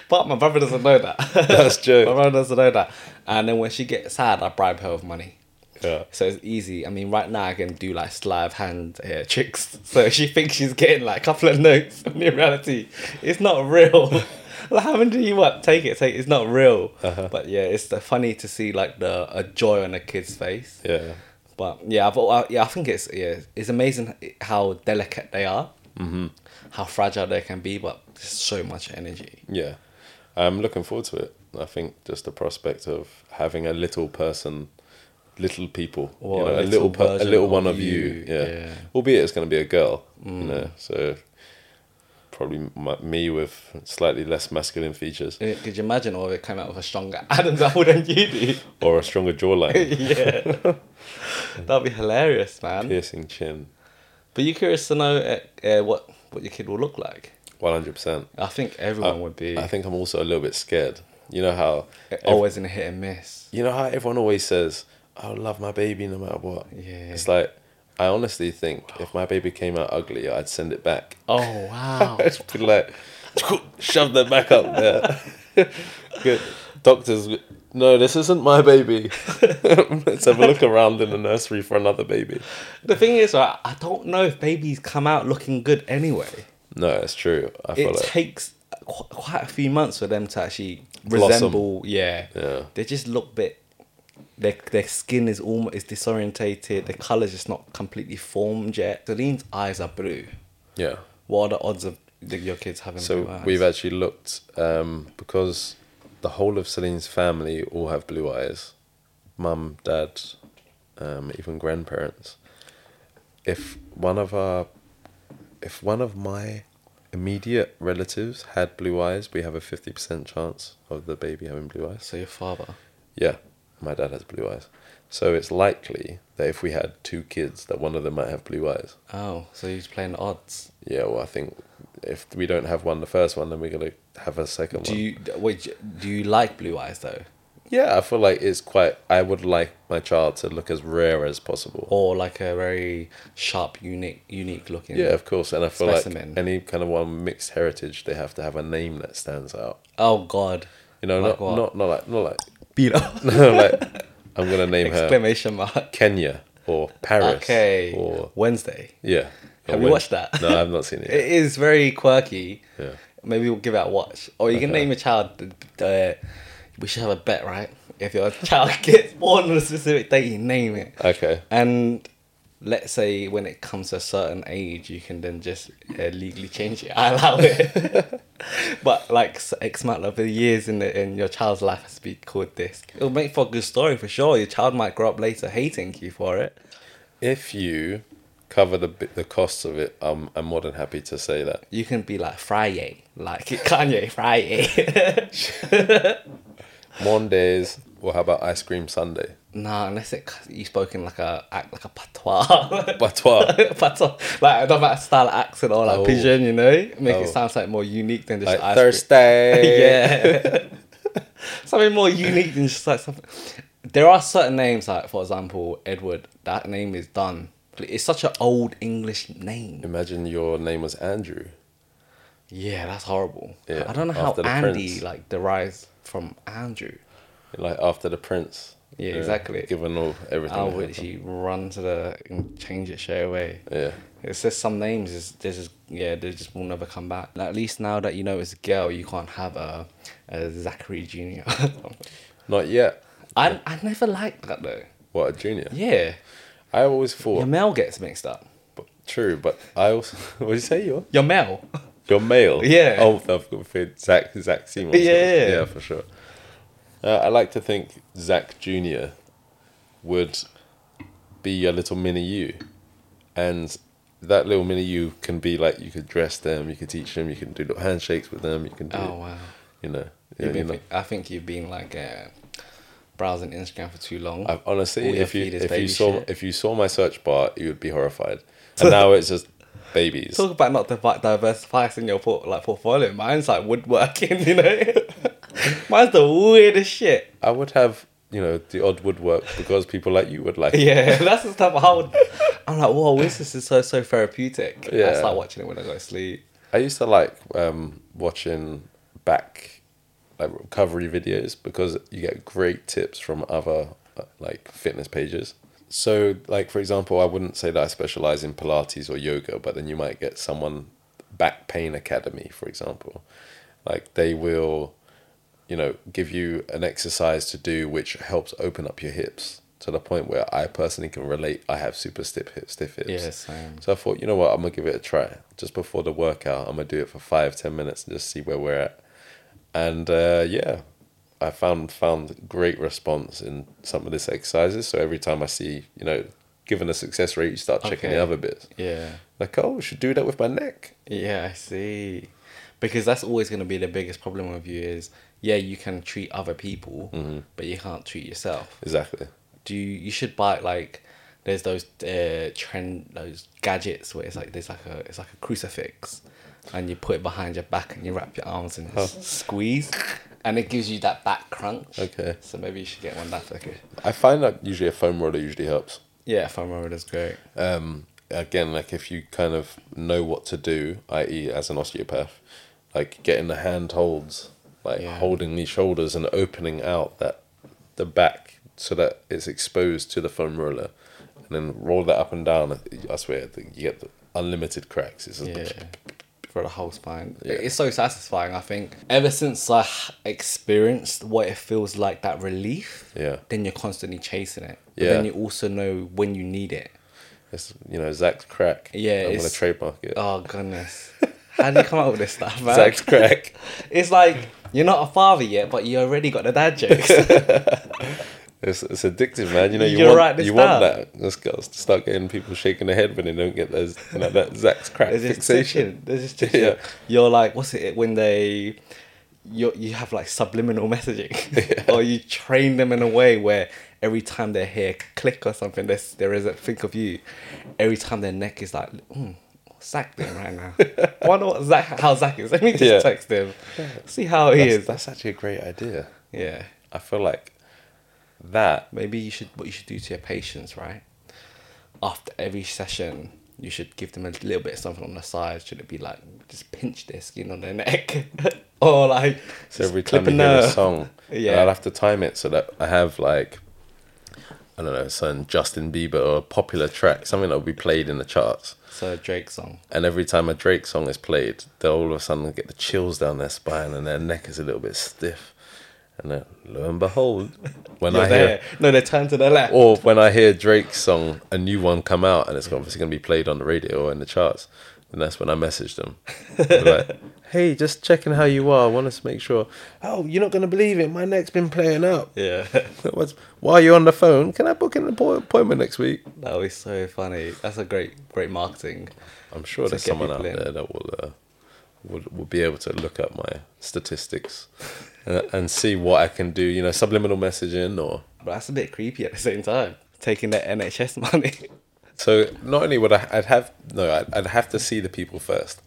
[SPEAKER 1] but my brother doesn't know that.
[SPEAKER 2] [laughs]
[SPEAKER 1] [laughs]
[SPEAKER 2] That's
[SPEAKER 1] my
[SPEAKER 2] true.
[SPEAKER 1] brother doesn't know that. And then when she gets sad, I bribe her with money.
[SPEAKER 2] Yeah.
[SPEAKER 1] So it's easy. I mean, right now I can do like sleight of hand uh, tricks. [laughs] So she thinks she's getting like a couple of notes. [laughs] When in reality, it's not real. [laughs] like, how many do you want? Take it, take it. It's not real. But yeah, it's uh, funny to see like the a joy on a kid's face.
[SPEAKER 2] Yeah.
[SPEAKER 1] But yeah, I've, I, yeah, I think it's yeah, it's amazing how delicate they are, mm-hmm. how fragile they can be, but there's so much energy.
[SPEAKER 2] Yeah. I'm looking forward to it. I think just the prospect of having a little person, little people,
[SPEAKER 1] Or
[SPEAKER 2] you
[SPEAKER 1] a
[SPEAKER 2] know, a
[SPEAKER 1] little
[SPEAKER 2] little, per- a
[SPEAKER 1] version
[SPEAKER 2] little one
[SPEAKER 1] of
[SPEAKER 2] of you.
[SPEAKER 1] you,
[SPEAKER 2] Yeah.
[SPEAKER 1] yeah. Mm.
[SPEAKER 2] Albeit it's going to be a girl, you know, so probably m- me with slightly less masculine features
[SPEAKER 1] Uh, Could you imagine, or it came out with a stronger [laughs] Adam's apple than you do? [laughs]
[SPEAKER 2] or a stronger jawline,
[SPEAKER 1] yeah, that'd be hilarious, man.
[SPEAKER 2] piercing chin.
[SPEAKER 1] But you curious to know uh, uh, what what your kid will look like?
[SPEAKER 2] 100%.
[SPEAKER 1] I think everyone would be
[SPEAKER 2] Uh, I think I'm also a little bit scared. You know how
[SPEAKER 1] always in a hit and miss.
[SPEAKER 2] you know how everyone always says, "I will love my baby no matter what."
[SPEAKER 1] Yeah.
[SPEAKER 2] It's like I honestly think if my baby came out ugly, I'd send it back.
[SPEAKER 1] Oh
[SPEAKER 2] [laughs]
[SPEAKER 1] [laughs] wow!
[SPEAKER 2] I'd just be like, shove that back up there. [laughs] Good. Doctors, no, this isn't my baby. [laughs] Let's have a look around in the nursery for another baby.
[SPEAKER 1] the thing is, right, I don't know if babies come out looking good anyway.
[SPEAKER 2] No, it's true. I feel
[SPEAKER 1] it
[SPEAKER 2] like
[SPEAKER 1] takes qu- quite a few months for them to actually
[SPEAKER 2] Blossom.
[SPEAKER 1] resemble. Yeah.
[SPEAKER 2] Yeah.
[SPEAKER 1] They just look bit. Their, their skin is almost is disorientated. The color's just not completely formed yet. Celine's eyes are blue.
[SPEAKER 2] yeah.
[SPEAKER 1] What are the odds of the, your kids having blue
[SPEAKER 2] So
[SPEAKER 1] eyes?
[SPEAKER 2] we've actually looked um, because the whole of Celine's family all have blue eyes, mum, dad, um, even grandparents. If one of our, if one of my immediate relatives had blue eyes, we have a fifty percent chance of the baby having blue eyes.
[SPEAKER 1] so your father.
[SPEAKER 2] Yeah, my dad has blue eyes, so it's likely that if we had two kids, that one of them might have blue eyes.
[SPEAKER 1] Oh, so he's playing the odds.
[SPEAKER 2] Yeah, well, I think if we don't have one, the first one, then we're gonna have a second
[SPEAKER 1] Do
[SPEAKER 2] one.
[SPEAKER 1] you wait? Do you like blue eyes though,
[SPEAKER 2] Yeah, I feel like it's quite. I would like my child to look as rare as possible.
[SPEAKER 1] or like a very sharp, unique, unique looking?
[SPEAKER 2] Yeah, of course, and I feel
[SPEAKER 1] Specimen.
[SPEAKER 2] like any kind of one mixed heritage, they have to have a name that stands out.
[SPEAKER 1] Oh God.
[SPEAKER 2] You know,
[SPEAKER 1] Like
[SPEAKER 2] not,
[SPEAKER 1] what?
[SPEAKER 2] not not like not like [laughs]
[SPEAKER 1] [laughs] Beat
[SPEAKER 2] no like. I'm gonna name her
[SPEAKER 1] Exclamation mark.
[SPEAKER 2] Kenya or Paris.
[SPEAKER 1] Okay.
[SPEAKER 2] Or
[SPEAKER 1] Wednesday.
[SPEAKER 2] yeah.
[SPEAKER 1] Have you
[SPEAKER 2] Or-
[SPEAKER 1] watched that?
[SPEAKER 2] No, I've not seen it. Yet.
[SPEAKER 1] It is very quirky. [laughs]
[SPEAKER 2] Yeah.
[SPEAKER 1] Maybe we'll give it a watch. Or you can
[SPEAKER 2] Okay.
[SPEAKER 1] name a child. Uh, we should have a bet, right? If your child [laughs] gets born on a specific date, you name it.
[SPEAKER 2] Okay.
[SPEAKER 1] And let's say when it comes to a certain age, you can then just uh, legally change it. [laughs] I allow it. [laughs] but like s- X amount of years in the, in your child's life has to be called this. It'll make for a good story for sure. Your child might grow up later hating you for it.
[SPEAKER 2] If you cover the bi- the costs of it, um, I'm more than happy to say that.
[SPEAKER 1] You can be like Friday, like [laughs] Kanye Friday. [laughs]
[SPEAKER 2] Mondays, or how about ice cream Sunday?
[SPEAKER 1] nah, unless it you spoke in like a act like a patois. [laughs]
[SPEAKER 2] Patois.
[SPEAKER 1] patois, like another style of accent or like
[SPEAKER 2] Oh.
[SPEAKER 1] pigeon, you know, make
[SPEAKER 2] Oh.
[SPEAKER 1] it sound like more unique than just
[SPEAKER 2] like
[SPEAKER 1] ice cream.
[SPEAKER 2] Thursday.
[SPEAKER 1] [laughs] yeah. [laughs] something more unique than just like something. There are certain names, like for example, Edward. That name is done. It's such an old English name.
[SPEAKER 2] Imagine your name was Andrew.
[SPEAKER 1] Yeah, that's horrible.
[SPEAKER 2] Yeah,
[SPEAKER 1] I don't know how
[SPEAKER 2] after the
[SPEAKER 1] Andy
[SPEAKER 2] prince.
[SPEAKER 1] like derives from Andrew.
[SPEAKER 2] Like after the prince.
[SPEAKER 1] Yeah,
[SPEAKER 2] you know,
[SPEAKER 1] exactly.
[SPEAKER 2] Given all everything.
[SPEAKER 1] How
[SPEAKER 2] that
[SPEAKER 1] would
[SPEAKER 2] happened.
[SPEAKER 1] he run to the and change it straight away?
[SPEAKER 2] Yeah.
[SPEAKER 1] It's just some names is there's just yeah they just will never come back. At least now that you know it's a girl, you can't have a, a Zachary Junior. [laughs]
[SPEAKER 2] Not yet.
[SPEAKER 1] I I never liked that though.
[SPEAKER 2] What a junior.
[SPEAKER 1] Yeah.
[SPEAKER 2] I always thought
[SPEAKER 1] Your mail gets mixed up.
[SPEAKER 2] but, true, but I also [laughs] what did you say you're
[SPEAKER 1] Your mail. [laughs]
[SPEAKER 2] your male.
[SPEAKER 1] Yeah.
[SPEAKER 2] Oh I've got fit Zach Zach Seymour.
[SPEAKER 1] Yeah.
[SPEAKER 2] Yeah, for sure. Uh, I like to think Zach Junior would be a little mini you. And that little mini you can be like you could dress them, you could teach them, you can do little handshakes with them, you can do
[SPEAKER 1] Oh wow.
[SPEAKER 2] you know, you
[SPEAKER 1] You've
[SPEAKER 2] know, you
[SPEAKER 1] been,
[SPEAKER 2] know.
[SPEAKER 1] thi- I think you've been like uh, browsing Instagram for too long.
[SPEAKER 2] I've honestly,
[SPEAKER 1] All your
[SPEAKER 2] if you
[SPEAKER 1] feed is
[SPEAKER 2] if you
[SPEAKER 1] baby
[SPEAKER 2] saw
[SPEAKER 1] shit.
[SPEAKER 2] if you saw my search bar, you would be
[SPEAKER 1] [laughs]
[SPEAKER 2] horrified. And now it's just
[SPEAKER 1] [laughs]
[SPEAKER 2] babies.
[SPEAKER 1] Talk about not divi- diversifying in your port, like portfolio. Mine's like woodworking, [laughs] you know. Mine's the weirdest shit. [laughs]
[SPEAKER 2] I would have you know the odd woodwork because people like you
[SPEAKER 1] [laughs]
[SPEAKER 2] would like. it.
[SPEAKER 1] Yeah, that's the stuff I would. I'm like, whoa, this is so so therapeutic. I
[SPEAKER 2] Yeah.
[SPEAKER 1] start watching it when I go to sleep.
[SPEAKER 2] I used to like um, watching back like recovery videos because you get great tips from other uh, like fitness pages. So like for example, I wouldn't say that I specialize in Pilates or yoga, but then you might get someone back pain academy, for example. Like they will, you know, give you an exercise to do which helps open up your hips to the point where I personally can relate. I have super stiff hips, stiff hips.
[SPEAKER 1] Yeah, same.
[SPEAKER 2] So I thought, you know what, I'm gonna give it a try. Just before the workout, I'm gonna do it for five, ten minutes and just see where we're at. And uh, yeah, I found found great response in some of these exercises. So every time I see, you know, given the success rate, you start checking
[SPEAKER 1] Okay.
[SPEAKER 2] the other bits.
[SPEAKER 1] Yeah.
[SPEAKER 2] Like, oh, I should do that with my neck.
[SPEAKER 1] Yeah, I see. Because that's always going to be the biggest problem with you is, yeah, you can treat other people, but you can't treat yourself.
[SPEAKER 2] Exactly.
[SPEAKER 1] Do you, you should buy like there's those uh, trend those gadgets where it's like there's like a it's like a crucifix, and you put it behind your back and you wrap your arms and
[SPEAKER 2] Oh.
[SPEAKER 1] just squeeze, and it gives you that back crunch.
[SPEAKER 2] Okay.
[SPEAKER 1] So maybe you should get one that's okay.
[SPEAKER 2] I find that usually a foam roller usually helps.
[SPEAKER 1] Yeah, foam roller is great.
[SPEAKER 2] um, again, like if you kind of know what to do, i.e., as an osteopath, like getting the handholds, like
[SPEAKER 1] Yeah.
[SPEAKER 2] holding these shoulders and opening out that the back so that it's exposed to the foam roller, and then roll that up and down. I swear, you get the unlimited cracks. It's just
[SPEAKER 1] Yeah. for the whole spine.
[SPEAKER 2] Yeah.
[SPEAKER 1] It's so satisfying. I think ever since I h- experienced what it feels like that relief,
[SPEAKER 2] Yeah.
[SPEAKER 1] then you're constantly chasing it. But
[SPEAKER 2] Yeah.
[SPEAKER 1] then you also know when you need it.
[SPEAKER 2] It's you know Zach's crack.
[SPEAKER 1] Yeah,
[SPEAKER 2] I'm gonna
[SPEAKER 1] it's-
[SPEAKER 2] trademark it.
[SPEAKER 1] Oh goodness, how do you come up with this stuff, man?
[SPEAKER 2] Zach's [laughs] crack.
[SPEAKER 1] It's like you're not a father yet, but you already got the
[SPEAKER 2] [laughs]
[SPEAKER 1] dad jokes.
[SPEAKER 2] It's, it's addictive, man. You know you
[SPEAKER 1] You're
[SPEAKER 2] want
[SPEAKER 1] right, it's
[SPEAKER 2] you want
[SPEAKER 1] that.
[SPEAKER 2] that. Let's go let's start getting people shaking their head when they don't get those you know, that Zach's crack
[SPEAKER 1] There's this
[SPEAKER 2] fixation.
[SPEAKER 1] tension. There's this tension.
[SPEAKER 2] [laughs] Yeah.
[SPEAKER 1] You're like, what's it when they, you you have like subliminal
[SPEAKER 2] [laughs]
[SPEAKER 1] messaging, or you train them in a way where every time they hear click or something, there's, there is a think of you. Every time their neck is like, mm, what's Zach doing right
[SPEAKER 2] [laughs]
[SPEAKER 1] now? I wonder what Zach, how Zach is. Let me just
[SPEAKER 2] Yeah.
[SPEAKER 1] text him, see how he
[SPEAKER 2] That's,
[SPEAKER 1] is.
[SPEAKER 2] that's actually a great idea.
[SPEAKER 1] Yeah,
[SPEAKER 2] I feel like that
[SPEAKER 1] maybe you should what you should do to your patients, right? After every session. You should give them a little bit of something on the side. Should it be like just pinch their skin on their neck, [laughs] or like
[SPEAKER 2] So
[SPEAKER 1] just
[SPEAKER 2] every
[SPEAKER 1] clip
[SPEAKER 2] time you
[SPEAKER 1] a
[SPEAKER 2] hear a
[SPEAKER 1] nerve.
[SPEAKER 2] song,
[SPEAKER 1] [laughs] Yeah.
[SPEAKER 2] yeah, I'll have to time it so that I have like, I don't know, some Justin Bieber or a popular track, something that will be played in the charts.
[SPEAKER 1] So a Drake song.
[SPEAKER 2] And every time a Drake song is played, they'll all of a sudden get the chills down their spine and their neck is a little bit stiff. And then, lo and behold, when
[SPEAKER 1] You're
[SPEAKER 2] I
[SPEAKER 1] there.
[SPEAKER 2] hear
[SPEAKER 1] No, they turn to the left.
[SPEAKER 2] or when I hear Drake's song, a new one come out, and it's obviously going to be played on the radio or in the charts, then that's when I message them. I'll
[SPEAKER 1] [laughs]
[SPEAKER 2] be like, hey, just checking how you are. I want us to make sure. Oh, you're not going to believe it. My neck's been playing up. [laughs]
[SPEAKER 1] Yeah, [laughs]
[SPEAKER 2] What's, while you're on the phone, can I book an appo- appointment next week?
[SPEAKER 1] that was so funny. That's a great, great marketing.
[SPEAKER 2] I'm sure
[SPEAKER 1] To
[SPEAKER 2] there's
[SPEAKER 1] get
[SPEAKER 2] someone out
[SPEAKER 1] people in.
[SPEAKER 2] there that will, uh, will will be able to look up my statistics uh, and see what I can do. You know, subliminal messaging or
[SPEAKER 1] But that's a bit creepy at the same time. Taking their NHS money. [laughs]
[SPEAKER 2] So not only would I, I'd have no, I'd, I'd have to see the people first.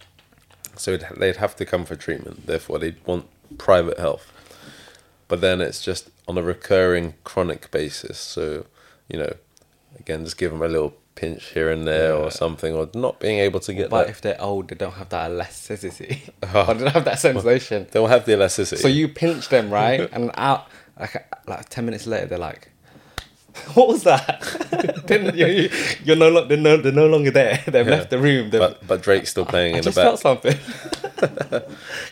[SPEAKER 2] So it, they'd have to come for treatment. Therefore, they'd want private health. But then it's just on a recurring chronic basis. So you know, again, just give them a little pinch here and there
[SPEAKER 1] Yeah.
[SPEAKER 2] or something, or not being able to get.
[SPEAKER 1] but
[SPEAKER 2] That,
[SPEAKER 1] if they're old, they don't have that [laughs]
[SPEAKER 2] [laughs]
[SPEAKER 1] elasticity. I don't have that sensation.
[SPEAKER 2] they'll have the elasticity.
[SPEAKER 1] So you pinch them
[SPEAKER 2] [laughs]
[SPEAKER 1] right, and out like like ten minutes later, they're like. [laughs] What was that? [laughs] then you're, you- you're no, lo- they're no, they're no longer there. [laughs] They've
[SPEAKER 2] Yeah.
[SPEAKER 1] left the room. They've,
[SPEAKER 2] but but Drake's still playing
[SPEAKER 1] I
[SPEAKER 2] in the
[SPEAKER 1] just
[SPEAKER 2] back.
[SPEAKER 1] felt something [laughs]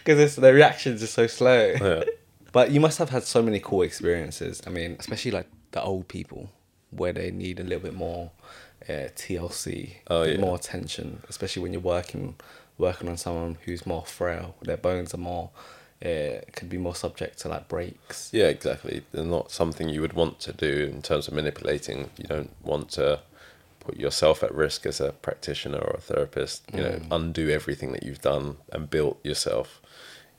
[SPEAKER 1] because the reactions are so slow.
[SPEAKER 2] Yeah.
[SPEAKER 1] But you must have had so many cool experiences. I mean, especially like the old people where they need a little bit more uh, TLC,
[SPEAKER 2] Oh,
[SPEAKER 1] a bit
[SPEAKER 2] yeah.
[SPEAKER 1] more attention, especially when you're working working on someone who's more frail. Their bones are more uh, could be more subject to like breaks.
[SPEAKER 2] Yeah, exactly. They're not something you would want to do in terms of manipulating. You don't want to put yourself at risk as a practitioner or a therapist. You know, undo everything that you've done and built yourself.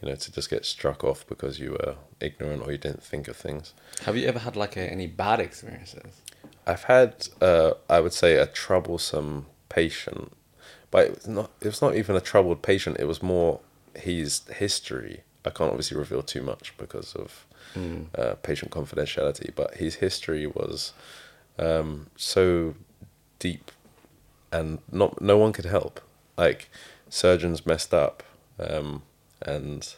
[SPEAKER 2] You know, to just get struck off because you were ignorant or you didn't think of things.
[SPEAKER 1] Have you ever had like a, any bad experiences?
[SPEAKER 2] I've had, uh, I would say, a troublesome patient, but it was not. It was not even a troubled patient. It was more his history. I can't obviously reveal too much because of uh, patient confidentiality. But his history was um, so deep, and not no one could help. Like surgeons messed up, um, and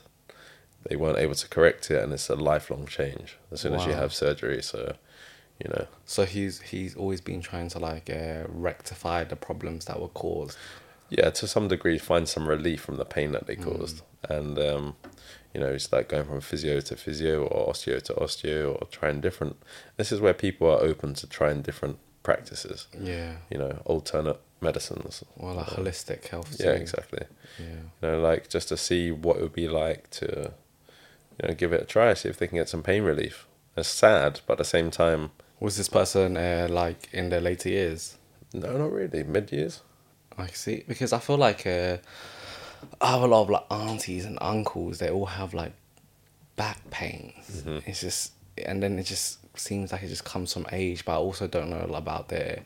[SPEAKER 2] they weren't able to correct it, and it's a lifelong change as soon as you
[SPEAKER 1] Wow.
[SPEAKER 2] have surgery. So, you know.
[SPEAKER 1] So he's he's always been trying to like uh, rectify the problems that were caused.
[SPEAKER 2] yeah, to some degree, find some relief from the pain that they caused. And, um, you know, it's like going from physio to physio or osteo to osteo or trying different. This is where people are open to trying different practices,
[SPEAKER 1] Yeah.
[SPEAKER 2] you know, alternate medicines.
[SPEAKER 1] Well, like holistic health.
[SPEAKER 2] Yeah,
[SPEAKER 1] too.
[SPEAKER 2] exactly.
[SPEAKER 1] Yeah.
[SPEAKER 2] You know, like just to see what it would be like to, you know, give it a try, see if they can get some pain relief. It's sad, but at the same time,
[SPEAKER 1] Was this person uh, like in their later years?
[SPEAKER 2] no, not really. Mid years?
[SPEAKER 1] I see because I feel like uh, I have a lot of like aunties and uncles. They all have like back pains. It's just and then it just seems like it just comes from age. But I also don't know about their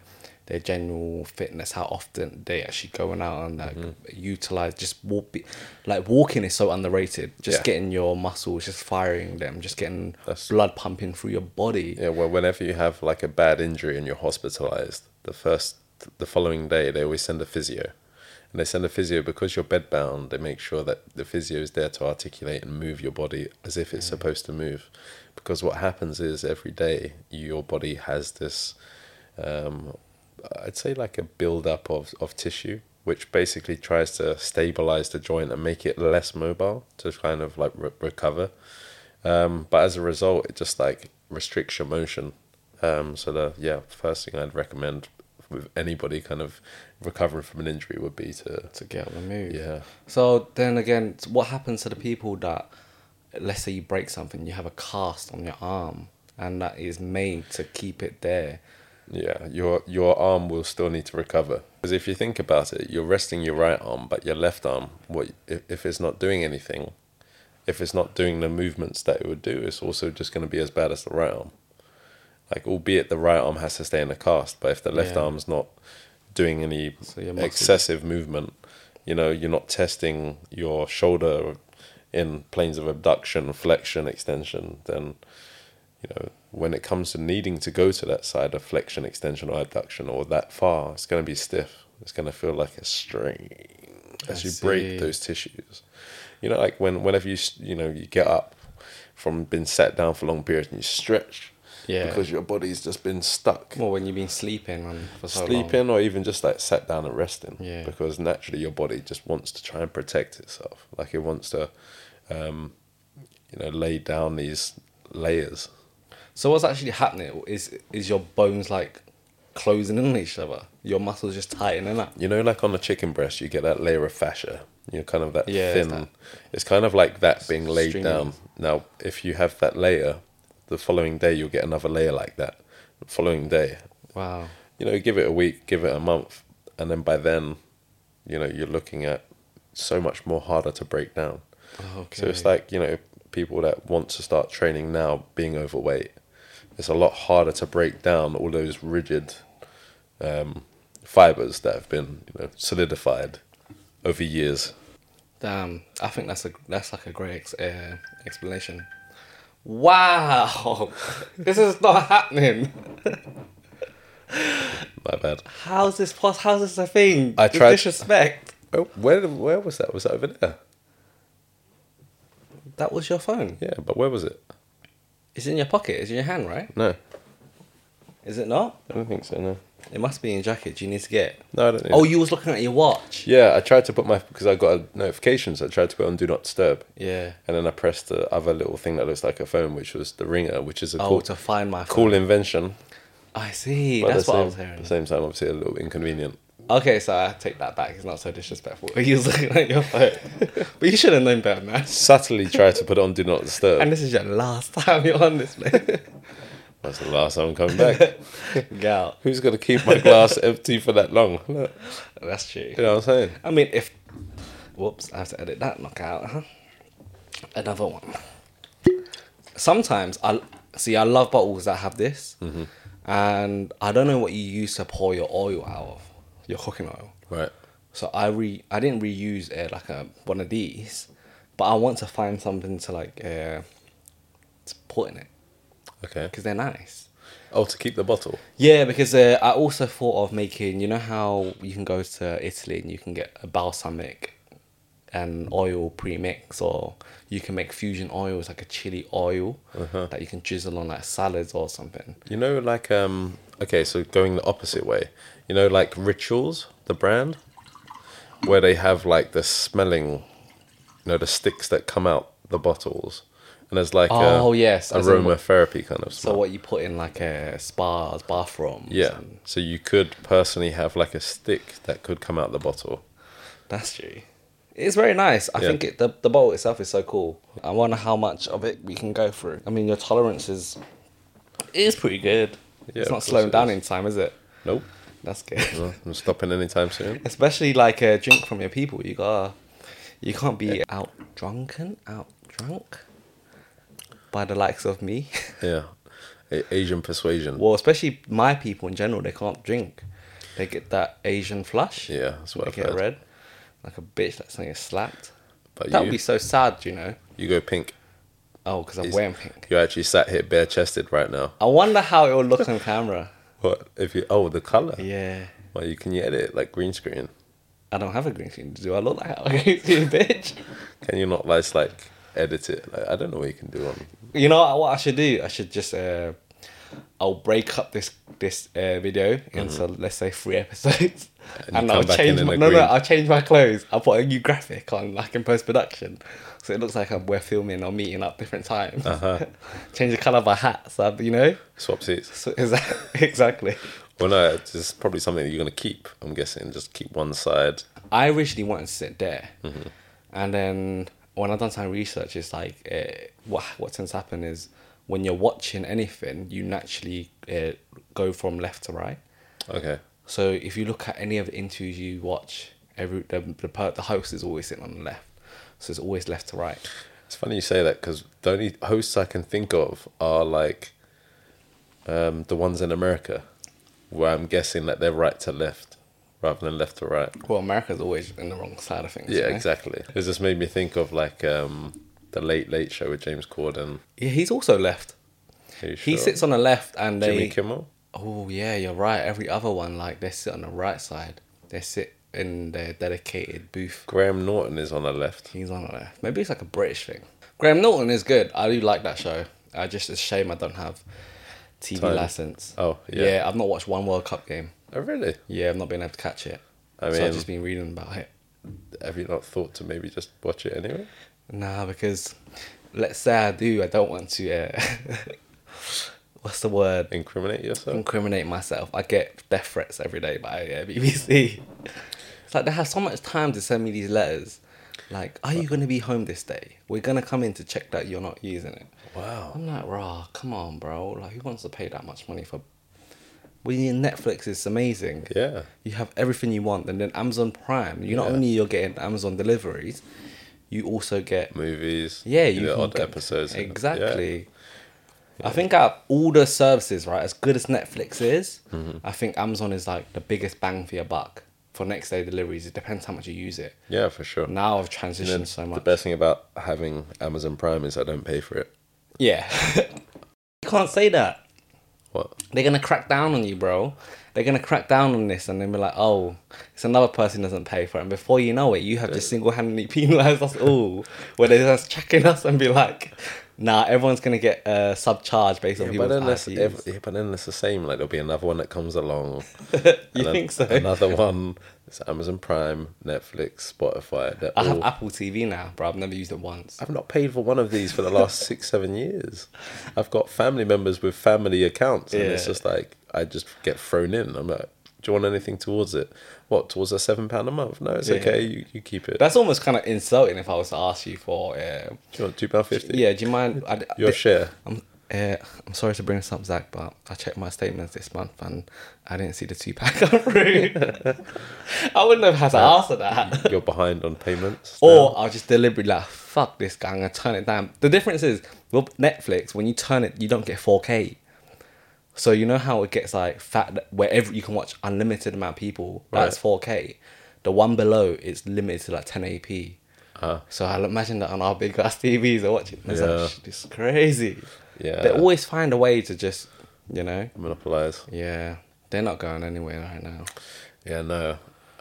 [SPEAKER 1] their general fitness. How often they actually going out and like utilize just walk. Be, like walking is so underrated. Just
[SPEAKER 2] Yeah.
[SPEAKER 1] getting your muscles, just firing them, just getting
[SPEAKER 2] That's-
[SPEAKER 1] blood pumping through your body.
[SPEAKER 2] Yeah, well, whenever you have like a bad injury and you're hospitalized, the first, the following day, they always send a physio. And they send a physio because you're bedbound, they make sure that the physio is there to articulate and move your body as if it's supposed to move. Because what happens is every day, your body has this, um, I'd say like a buildup of, of tissue which basically tries to stabilize the joint and make it less mobile to kind of like re- recover. Um, but as a result, it just like restricts your motion. Um, so the yeah, first thing I'd recommend with anybody kind of recovering from an injury would be to
[SPEAKER 1] to get on the move.
[SPEAKER 2] yeah
[SPEAKER 1] So then again, what happens to the people that, let's say you break something, you have a cast on your arm, and that is made to keep it there.
[SPEAKER 2] Yeah, your your arm will still need to recover because if you think about it, you're resting your right arm, but your left arm, what if, if it's not doing anything, if it's not doing the movements that it would do, it's also just going to be as bad as the right arm. Like, albeit the right arm has to stay in the cast, but if the left
[SPEAKER 1] Yeah.
[SPEAKER 2] arm's not doing any
[SPEAKER 1] So your muscles-
[SPEAKER 2] excessive movement, you know, you're not testing your shoulder in planes of abduction, flexion, extension, then you know, when it comes to needing to go to that side of flexion, extension, or adduction, or that far, it's going to be stiff. It's going to feel like a strain as
[SPEAKER 1] I
[SPEAKER 2] you break
[SPEAKER 1] see.
[SPEAKER 2] those tissues. You know, like when whenever you s- you know you get up from being sat down for long periods and you stretch,
[SPEAKER 1] Yeah.
[SPEAKER 2] because your body's just been stuck
[SPEAKER 1] Well, when you've been sleeping on for so long.
[SPEAKER 2] sleeping or even just like sat down and resting
[SPEAKER 1] Yeah.
[SPEAKER 2] because naturally your body just wants to try and protect itself like it wants to um you know lay down these layers
[SPEAKER 1] So what's actually happening is is your bones like closing in on each other. Your muscles just tightening up.
[SPEAKER 2] you know like on a chicken breast you get that layer of fascia you know kind of that
[SPEAKER 1] Yeah, it's
[SPEAKER 2] thin
[SPEAKER 1] that-
[SPEAKER 2] it's kind of like that being laid
[SPEAKER 1] Stringy.
[SPEAKER 2] down now if you have that layer the following day you'll get another layer like that the following day
[SPEAKER 1] Wow.
[SPEAKER 2] you know, give it a week, give it a month, and then by then, you know, you're looking at so much more harder to break down.
[SPEAKER 1] Okay.
[SPEAKER 2] So it's like, you know, people that want to start training now being overweight, it's a lot harder to break down all those rigid um, fibers that have been, you know, solidified over years.
[SPEAKER 1] Damn, I think that's a that's like a great ex- uh, explanation. Wow, [laughs] this is not happening.
[SPEAKER 2] My bad.
[SPEAKER 1] How's this pos? How's this a thing?
[SPEAKER 2] I
[SPEAKER 1] With
[SPEAKER 2] tried-
[SPEAKER 1] disrespect.
[SPEAKER 2] Oh, where where was that? Was that over there?
[SPEAKER 1] That was your phone.
[SPEAKER 2] Yeah, but where was it?
[SPEAKER 1] It's in your pocket. It's in your hand, right?
[SPEAKER 2] No,
[SPEAKER 1] Is it not?
[SPEAKER 2] I don't think so. No,
[SPEAKER 1] It must be in your jacket. You need to get. it.
[SPEAKER 2] no, I don't. Think
[SPEAKER 1] Oh, you was looking at your watch.
[SPEAKER 2] Yeah, I tried to put my because I got a notification, so I tried to put on do not disturb,
[SPEAKER 1] Yeah.
[SPEAKER 2] and then I pressed the other little thing that looks like a phone, which was the ringer, which is a
[SPEAKER 1] Oh,
[SPEAKER 2] cool,
[SPEAKER 1] to find my phone.
[SPEAKER 2] cool invention.
[SPEAKER 1] I see.
[SPEAKER 2] but at
[SPEAKER 1] That's
[SPEAKER 2] the
[SPEAKER 1] what
[SPEAKER 2] same,
[SPEAKER 1] I was hearing.
[SPEAKER 2] At the same time, obviously a little inconvenient.
[SPEAKER 1] Okay, so I take that back. It's not so disrespectful. [laughs] He was looking at your phone, [laughs] but you should have known better, man.
[SPEAKER 2] Subtly tried to put on do not disturb.
[SPEAKER 1] And this is your last [laughs] time you're on this, man.
[SPEAKER 2] That's the last time I'm coming back.
[SPEAKER 1] [laughs] Gal,
[SPEAKER 2] Who's gonna keep my glass empty for that long? [laughs] Look,
[SPEAKER 1] that's [laughs] true.
[SPEAKER 2] you know what I'm saying?
[SPEAKER 1] I mean, if whoops, I have to edit that knockout. Huh? Another one. Sometimes I see. I love bottles that have this, and I don't know what you use to pour your oil out of your cooking oil.
[SPEAKER 2] Right.
[SPEAKER 1] So I re I didn't reuse uh, like a one of these, but I want to find something to like uh, to put in it
[SPEAKER 2] Okay.
[SPEAKER 1] because they're nice.
[SPEAKER 2] Oh, to keep the bottle.
[SPEAKER 1] Yeah, because uh, I also thought of making. You know how you can go to Italy and you can get a balsamic and oil premix, or you can make fusion oils like a chili oil
[SPEAKER 2] Uh-huh.
[SPEAKER 1] that you can drizzle on like salads or something.
[SPEAKER 2] You know, like um. Okay, so going the opposite way. You know, like rituals, the brand, where they have like the smelling, you know, the sticks that come out the bottles, and there's like
[SPEAKER 1] Oh,
[SPEAKER 2] a,
[SPEAKER 1] yes, as in
[SPEAKER 2] aromatherapy kind of smell.
[SPEAKER 1] So what you put in like a spas, bathrooms.
[SPEAKER 2] yeah.
[SPEAKER 1] and-
[SPEAKER 2] So you could personally have like a stick that could come out the bottle.
[SPEAKER 1] That's true. It's very nice. I
[SPEAKER 2] Yeah.
[SPEAKER 1] think it, the the bowl itself is so cool. I wonder how much of it we can go through. I mean, your tolerance is it is pretty good.
[SPEAKER 2] Yeah,
[SPEAKER 1] it's not
[SPEAKER 2] of course
[SPEAKER 1] slowing
[SPEAKER 2] it
[SPEAKER 1] down
[SPEAKER 2] is.
[SPEAKER 1] in time, is it?
[SPEAKER 2] Nope,
[SPEAKER 1] That's good.
[SPEAKER 2] no, I'm stopping anytime
[SPEAKER 1] [laughs]
[SPEAKER 2] soon.
[SPEAKER 1] Especially like a drink from your people. You gotta, you can't be out drunken, out drunk by the likes of me. [laughs]
[SPEAKER 2] Yeah, A- Asian persuasion.
[SPEAKER 1] well, especially my people in general. They can't drink. They get that Asian flush.
[SPEAKER 2] Yeah, that's what
[SPEAKER 1] they
[SPEAKER 2] I've
[SPEAKER 1] get
[SPEAKER 2] heard.
[SPEAKER 1] red, like a bitch. That's getting slapped.
[SPEAKER 2] But
[SPEAKER 1] That
[SPEAKER 2] you,
[SPEAKER 1] would be so sad, you know.
[SPEAKER 2] you go pink.
[SPEAKER 1] Oh, because I'm
[SPEAKER 2] Is-
[SPEAKER 1] wearing pink.
[SPEAKER 2] You're actually sat here bare chested right now.
[SPEAKER 1] I wonder how it will look on camera.
[SPEAKER 2] [laughs] What if you? Oh, the color.
[SPEAKER 1] Yeah.
[SPEAKER 2] Well, you can you edit it like green screen?
[SPEAKER 1] I don't have a green screen. Do I look like a [laughs] green screen, bitch?
[SPEAKER 2] Can you not just like edit it? Like, I don't know what you can do on.
[SPEAKER 1] You know what I should do? I should just uh, I'll break up this this uh, video into let's say three episodes,
[SPEAKER 2] Mm-hmm. And you
[SPEAKER 1] and,
[SPEAKER 2] come
[SPEAKER 1] I'll
[SPEAKER 2] back in
[SPEAKER 1] change
[SPEAKER 2] and
[SPEAKER 1] my, no no
[SPEAKER 2] agree.
[SPEAKER 1] I'll change my clothes. I'll put a new graphic on like in post production, so it looks like I'm, we're filming or meeting up different times.
[SPEAKER 2] Uh-huh.
[SPEAKER 1] [laughs] change the color of my hat, so you know
[SPEAKER 2] Swap seats.
[SPEAKER 1] so, is that, [laughs] exactly.
[SPEAKER 2] Well, no, it's probably something that you're gonna keep. I'm guessing. Just keep one side.
[SPEAKER 1] I originally wanted to sit there,
[SPEAKER 2] Mm-hmm.
[SPEAKER 1] and then when I've done some research, it's like uh, what what tends to happen is when you're watching anything, you naturally uh, go from left to right.
[SPEAKER 2] Okay.
[SPEAKER 1] So if you look at any of the interviews you watch, every the the, per- the host is always sitting on the left, so it's always left to right.
[SPEAKER 2] It's funny you say that because the only hosts I can think of are like um, the ones in America, where I'm guessing that they're right to left rather than left to right.
[SPEAKER 1] Well, America's always in the wrong side of things.
[SPEAKER 2] Yeah,
[SPEAKER 1] you know?
[SPEAKER 2] exactly. It just made me think of like um, the Late Late Show with James Corden.
[SPEAKER 1] Yeah, he's also left.
[SPEAKER 2] Are you
[SPEAKER 1] He
[SPEAKER 2] sure?
[SPEAKER 1] sits on the left, and they.
[SPEAKER 2] Jimmy Kimmel.
[SPEAKER 1] Oh yeah, you're right. Every other one, like they sit on the right side. They sit in their dedicated booth.
[SPEAKER 2] Graham Norton is on the left.
[SPEAKER 1] He's on there. Maybe it's like a British thing. Graham Norton is good. I do like that show. I just it's a shame I don't have TV
[SPEAKER 2] Time.
[SPEAKER 1] license.
[SPEAKER 2] Oh, yeah.
[SPEAKER 1] Yeah, I've not watched one World Cup game.
[SPEAKER 2] Oh really?
[SPEAKER 1] Yeah, I've not been able to catch it.
[SPEAKER 2] I
[SPEAKER 1] so
[SPEAKER 2] mean-
[SPEAKER 1] I've just been reading about it.
[SPEAKER 2] Have you not thought to maybe just watch it anyway?
[SPEAKER 1] Nah, because let's say I do, I don't want to. Uh, [laughs] what's the word?
[SPEAKER 2] Incriminate yourself.
[SPEAKER 1] incriminate myself. I get death threats every day by uh, BBC. It's like they have so much time to send me these letters. Like, are you going to be home this day? We're going to come in to check that you're not using it.
[SPEAKER 2] Wow.
[SPEAKER 1] I'm like, rah, come on, bro. Like, who wants to pay that much money for. Well, your Netflix is amazing.
[SPEAKER 2] Yeah.
[SPEAKER 1] You have everything you want. And then Amazon Prime, you not
[SPEAKER 2] Yeah.
[SPEAKER 1] only you're getting Amazon deliveries, you also get
[SPEAKER 2] Movies.
[SPEAKER 1] yeah,
[SPEAKER 2] you
[SPEAKER 1] you
[SPEAKER 2] know,
[SPEAKER 1] can
[SPEAKER 2] odd
[SPEAKER 1] get-
[SPEAKER 2] episodes. Yeah.
[SPEAKER 1] Exactly. I think out of all the services, right, as good as Netflix is,
[SPEAKER 2] Mm-hmm.
[SPEAKER 1] I think Amazon is like the biggest bang for your buck for next day deliveries. It depends how much you use it.
[SPEAKER 2] Yeah, for sure.
[SPEAKER 1] Now I've
[SPEAKER 2] And
[SPEAKER 1] transitioned
[SPEAKER 2] then
[SPEAKER 1] so
[SPEAKER 2] The
[SPEAKER 1] much.
[SPEAKER 2] best thing about having Amazon Prime is I don't pay for it.
[SPEAKER 1] Yeah. [laughs] you can't say that.
[SPEAKER 2] What?
[SPEAKER 1] They're gonna crack down on you, bro. They're gonna crack down on this and then be like, oh, it's another person doesn't pay for it. And before you know it, you have just single [laughs] handedly penalised us all. where they're just checking us and be like, nah, everyone's gonna get uh, subcharged based on
[SPEAKER 2] Yeah, but
[SPEAKER 1] people's
[SPEAKER 2] then that's
[SPEAKER 1] IPs.
[SPEAKER 2] ev- yeah, but then it's the same. Like there'll be another one that comes along.
[SPEAKER 1] [laughs] You
[SPEAKER 2] and then
[SPEAKER 1] think so?
[SPEAKER 2] Another one. It's Amazon Prime, Netflix, Spotify. They're
[SPEAKER 1] I have
[SPEAKER 2] all-
[SPEAKER 1] Apple TV now, bro. I've never used it once.
[SPEAKER 2] I've not paid for one of these for the last six, seven years. I've got family members with family accounts, and it's
[SPEAKER 1] Yeah.
[SPEAKER 2] just like I just get thrown in. I'm like, do you want anything towards it? What towards a seven pound a month? No, it's
[SPEAKER 1] Yeah.
[SPEAKER 2] okay. You, you keep it.
[SPEAKER 1] That's almost kind of insulting if I was to ask you for. Uh,
[SPEAKER 2] do you want two pound fifty?
[SPEAKER 1] yeah, do you mind? I,
[SPEAKER 2] your
[SPEAKER 1] [laughs]
[SPEAKER 2] share.
[SPEAKER 1] I'm, uh, I'm sorry to bring this up, Zach, but I checked my statements this month and I didn't see the two pack come through. [laughs] I wouldn't have had to answer that.
[SPEAKER 2] You're behind on payments.
[SPEAKER 1] Or I was just deliberately like, fuck this guy, I'm gonna turn it down. The difference is with Netflix, when you turn it, you don't get 4K. So you know how it gets like fat wherever you can watch unlimited amount of people, that's
[SPEAKER 2] Right.
[SPEAKER 1] 4K. The one below it's limited to like 1080p. So I imagine that on our big ass [laughs] TVs are watching. It's
[SPEAKER 2] Uh. Yeah.
[SPEAKER 1] like, "Shit, it's crazy.
[SPEAKER 2] Yeah.
[SPEAKER 1] They always find a way to just, you know,
[SPEAKER 2] monopolize.
[SPEAKER 1] yeah. They're not going anywhere right now.
[SPEAKER 2] Yeah, no,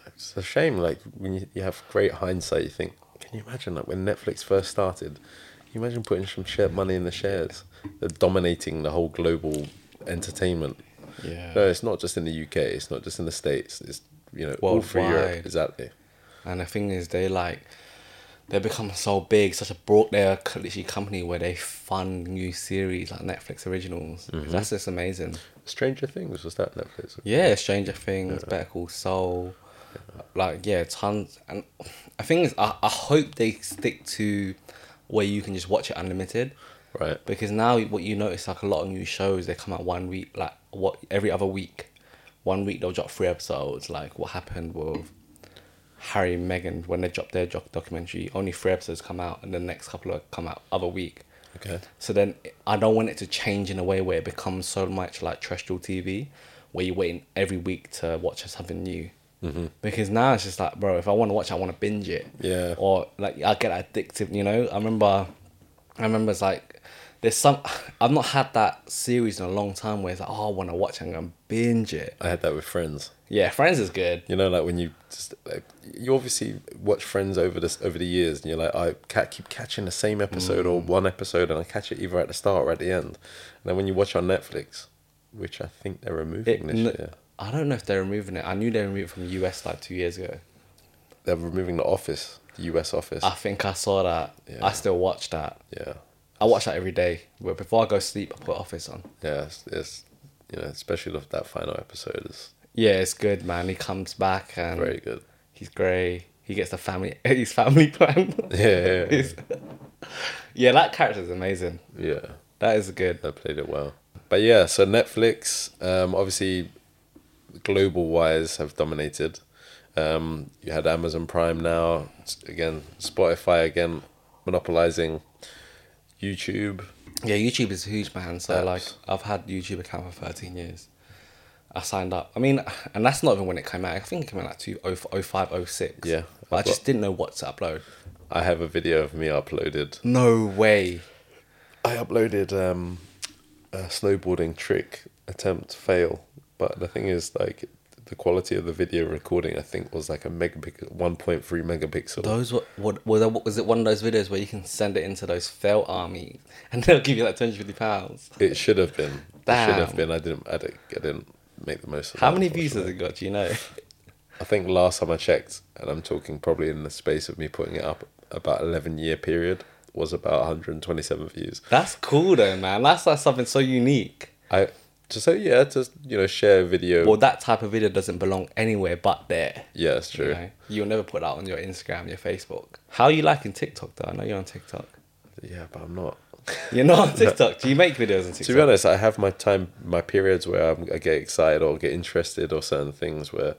[SPEAKER 2] it's a shame. Like when you, you have great hindsight, you think, can you imagine like when Netflix first started? Can you imagine putting some share money in the shares, They're dominating the whole global entertainment.
[SPEAKER 1] Yeah.
[SPEAKER 2] No, it's not just in the UK. It's not just in the states. It's you know all through Europe.
[SPEAKER 1] Worldwide.
[SPEAKER 2] Exactly.
[SPEAKER 1] And the thing is, they like they become so big, such a broad. They're a co- literally company where they fund new series like Netflix originals. That's just amazing.
[SPEAKER 2] Stranger Things was that Netflix.
[SPEAKER 1] Yeah, Stranger Things, Better Call Soul, like yeah, tons. And I think is, I I hope they stick to where you can just watch it unlimited.
[SPEAKER 2] Right.
[SPEAKER 1] Because now what you notice like a lot of new shows they come out one week like what every other week. One week they'll drop three episodes like what happened with Harry and Meghan when they dropped their doc- documentary. Only three episodes come out and the next couple of come out other week.
[SPEAKER 2] Okay.
[SPEAKER 1] So then I don't want it to change in a way where it becomes so much like terrestrial TV, where you're waiting every week to watch something new. Mm-hmm. Because now it's just like, bro, if I want to watch, I want to binge it.
[SPEAKER 2] Yeah.
[SPEAKER 1] Or like I get addictive, you know. I remember, I remember it's like there's some [laughs] I've not had that series in a long time where it's like, oh, I want to watch, I'm gonna binge it.
[SPEAKER 2] I had that with Friends.
[SPEAKER 1] Yeah, Friends is good.
[SPEAKER 2] You know, like when you just like, you obviously watch Friends over this over the years, and you're like, I ca- keep catching
[SPEAKER 1] Mm.
[SPEAKER 2] the same episode or one episode, and I catch it either at the start or at the end. And then when you watch on Netflix, which I think they're removing
[SPEAKER 1] It,
[SPEAKER 2] this
[SPEAKER 1] n-
[SPEAKER 2] year.
[SPEAKER 1] I don't know if they're removing it. I knew they removed it from the US like two years ago.
[SPEAKER 2] They're removing the office, the US office.
[SPEAKER 1] I think I saw that.
[SPEAKER 2] Yeah.
[SPEAKER 1] I still watch that.
[SPEAKER 2] yeah,
[SPEAKER 1] I watch that every day. But before I go to sleep, I put Office on.
[SPEAKER 2] yeah. It's, it's you know, especially the, that final episode is
[SPEAKER 1] Yeah, it's good, man. He comes back and
[SPEAKER 2] very good. [laughs]
[SPEAKER 1] he's grey. He gets the family [laughs] his family plan.
[SPEAKER 2] Yeah, yeah,
[SPEAKER 1] It's- [laughs] yeah, that character's amazing.
[SPEAKER 2] yeah. yeah.
[SPEAKER 1] That is good.
[SPEAKER 2] They played it well. But yeah, so Netflix, um, obviously, global wise, have dominated. Um, you had Amazon Prime now, s- again, Spotify again, monopolizing YouTube.
[SPEAKER 1] Yeah, YouTube is huge, man. So
[SPEAKER 2] Apps.
[SPEAKER 1] like, I've had YouTube account for thirteen years. I signed up. I mean, and that's not even when it came out. I think it came out like two oh oh five oh six.
[SPEAKER 2] Yeah,
[SPEAKER 1] but I
[SPEAKER 2] I've
[SPEAKER 1] just didn't know what to upload.
[SPEAKER 2] I have a video of me uploaded.
[SPEAKER 1] No way.
[SPEAKER 2] I uploaded um, a snowboarding trick attempt fail, but the thing is, like, the quality of the video recording, I think, was like a megapixel, 1.3 megapixel.
[SPEAKER 1] Those were what was that? Was it one of those videos where you can send it into those fail armies [laughs] and they'll give you like two hundred fifty pounds?
[SPEAKER 2] It should have been. It should
[SPEAKER 1] Damn.
[SPEAKER 2] have been. I didn't. I didn't. I didn't make the most of
[SPEAKER 1] How
[SPEAKER 2] that,
[SPEAKER 1] many views has
[SPEAKER 2] unfortunately.
[SPEAKER 1] it got? Do you know?
[SPEAKER 2] I think last time I checked, and I'm talking probably in the space of me putting it up about 11 year period was about 127 views.
[SPEAKER 1] That's cool though, man. That's like something so unique.
[SPEAKER 2] I just so yeah, just you know, share a video.
[SPEAKER 1] Well, that type of video doesn't belong anywhere but there.
[SPEAKER 2] yeah, it's
[SPEAKER 1] You
[SPEAKER 2] true.
[SPEAKER 1] know? You'll never put that on your Instagram, your Facebook. How are you liking TikTok though? I know you're on TikTok.
[SPEAKER 2] Yeah, but I'm not. [laughs]
[SPEAKER 1] You're not on TikTok. Do you make videos on TikTok?
[SPEAKER 2] To be honest, I have my time, my periods where I'm, I get excited or get interested or certain things where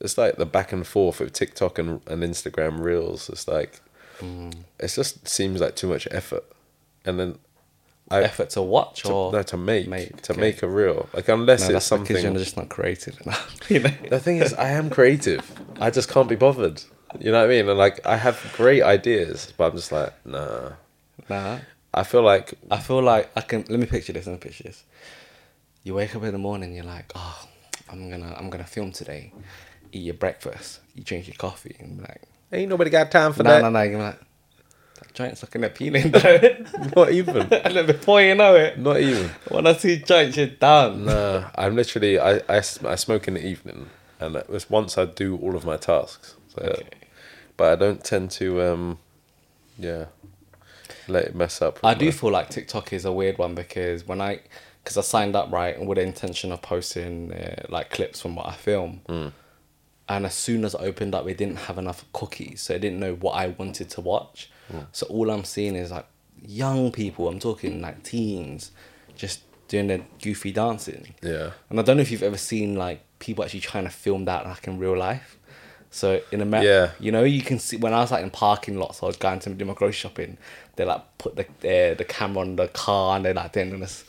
[SPEAKER 2] it's like the back and forth of TikTok and, and Instagram reels. It's like,
[SPEAKER 1] Hmm.
[SPEAKER 2] it just seems like too much effort. And then I,
[SPEAKER 1] Effort to watch
[SPEAKER 2] to,
[SPEAKER 1] or
[SPEAKER 2] no, to make,
[SPEAKER 1] make,
[SPEAKER 2] to
[SPEAKER 1] okay.
[SPEAKER 2] make a reel. Like, unless
[SPEAKER 1] no, that's
[SPEAKER 2] it's something.
[SPEAKER 1] because you're just not creative enough. [laughs] You know?
[SPEAKER 2] The thing is, I am creative. I just can't be bothered. You know what I mean? And like, I have great ideas, but I'm just like, nah.
[SPEAKER 1] Nah.
[SPEAKER 2] I feel like
[SPEAKER 1] I feel like I can. Let me picture this. Let me picture this. You wake up in the morning. You're like, oh, I'm gonna, I'm gonna film today. Eat your breakfast. You drink your coffee, and be like,
[SPEAKER 2] ain't nobody got time for
[SPEAKER 1] no,
[SPEAKER 2] that.
[SPEAKER 1] no, no. You're like, that joint's looking appealing though. [laughs]
[SPEAKER 2] [laughs] Not even.
[SPEAKER 1] and then before you know it,
[SPEAKER 2] Not even.
[SPEAKER 1] one or two joints, you're done.
[SPEAKER 2] Nah, I'm literally I, I, s- I smoke in the evening, and that was once I do all of my tasks. So,
[SPEAKER 1] Okay.
[SPEAKER 2] But I don't tend to, um, yeah, let it mess up. with
[SPEAKER 1] I do
[SPEAKER 2] my-
[SPEAKER 1] feel like TikTok is a weird one because when I, because I signed up right with the intention of posting uh, like clips from what I film,
[SPEAKER 2] Hmm.
[SPEAKER 1] and as soon as I opened up, it didn't have enough cookies, so it didn't know what I wanted to watch.
[SPEAKER 2] Hmm.
[SPEAKER 1] So all I'm seeing is like young people. I'm talking like teens, just doing their goofy dancing.
[SPEAKER 2] Yeah.
[SPEAKER 1] And I don't know if you've ever seen like people actually trying to film that like in real life. So in America,
[SPEAKER 2] Yeah.
[SPEAKER 1] you know, you can see when I was like in parking lots, I was going to do my grocery shopping. They like put the their, the camera on the car and they're like doing this.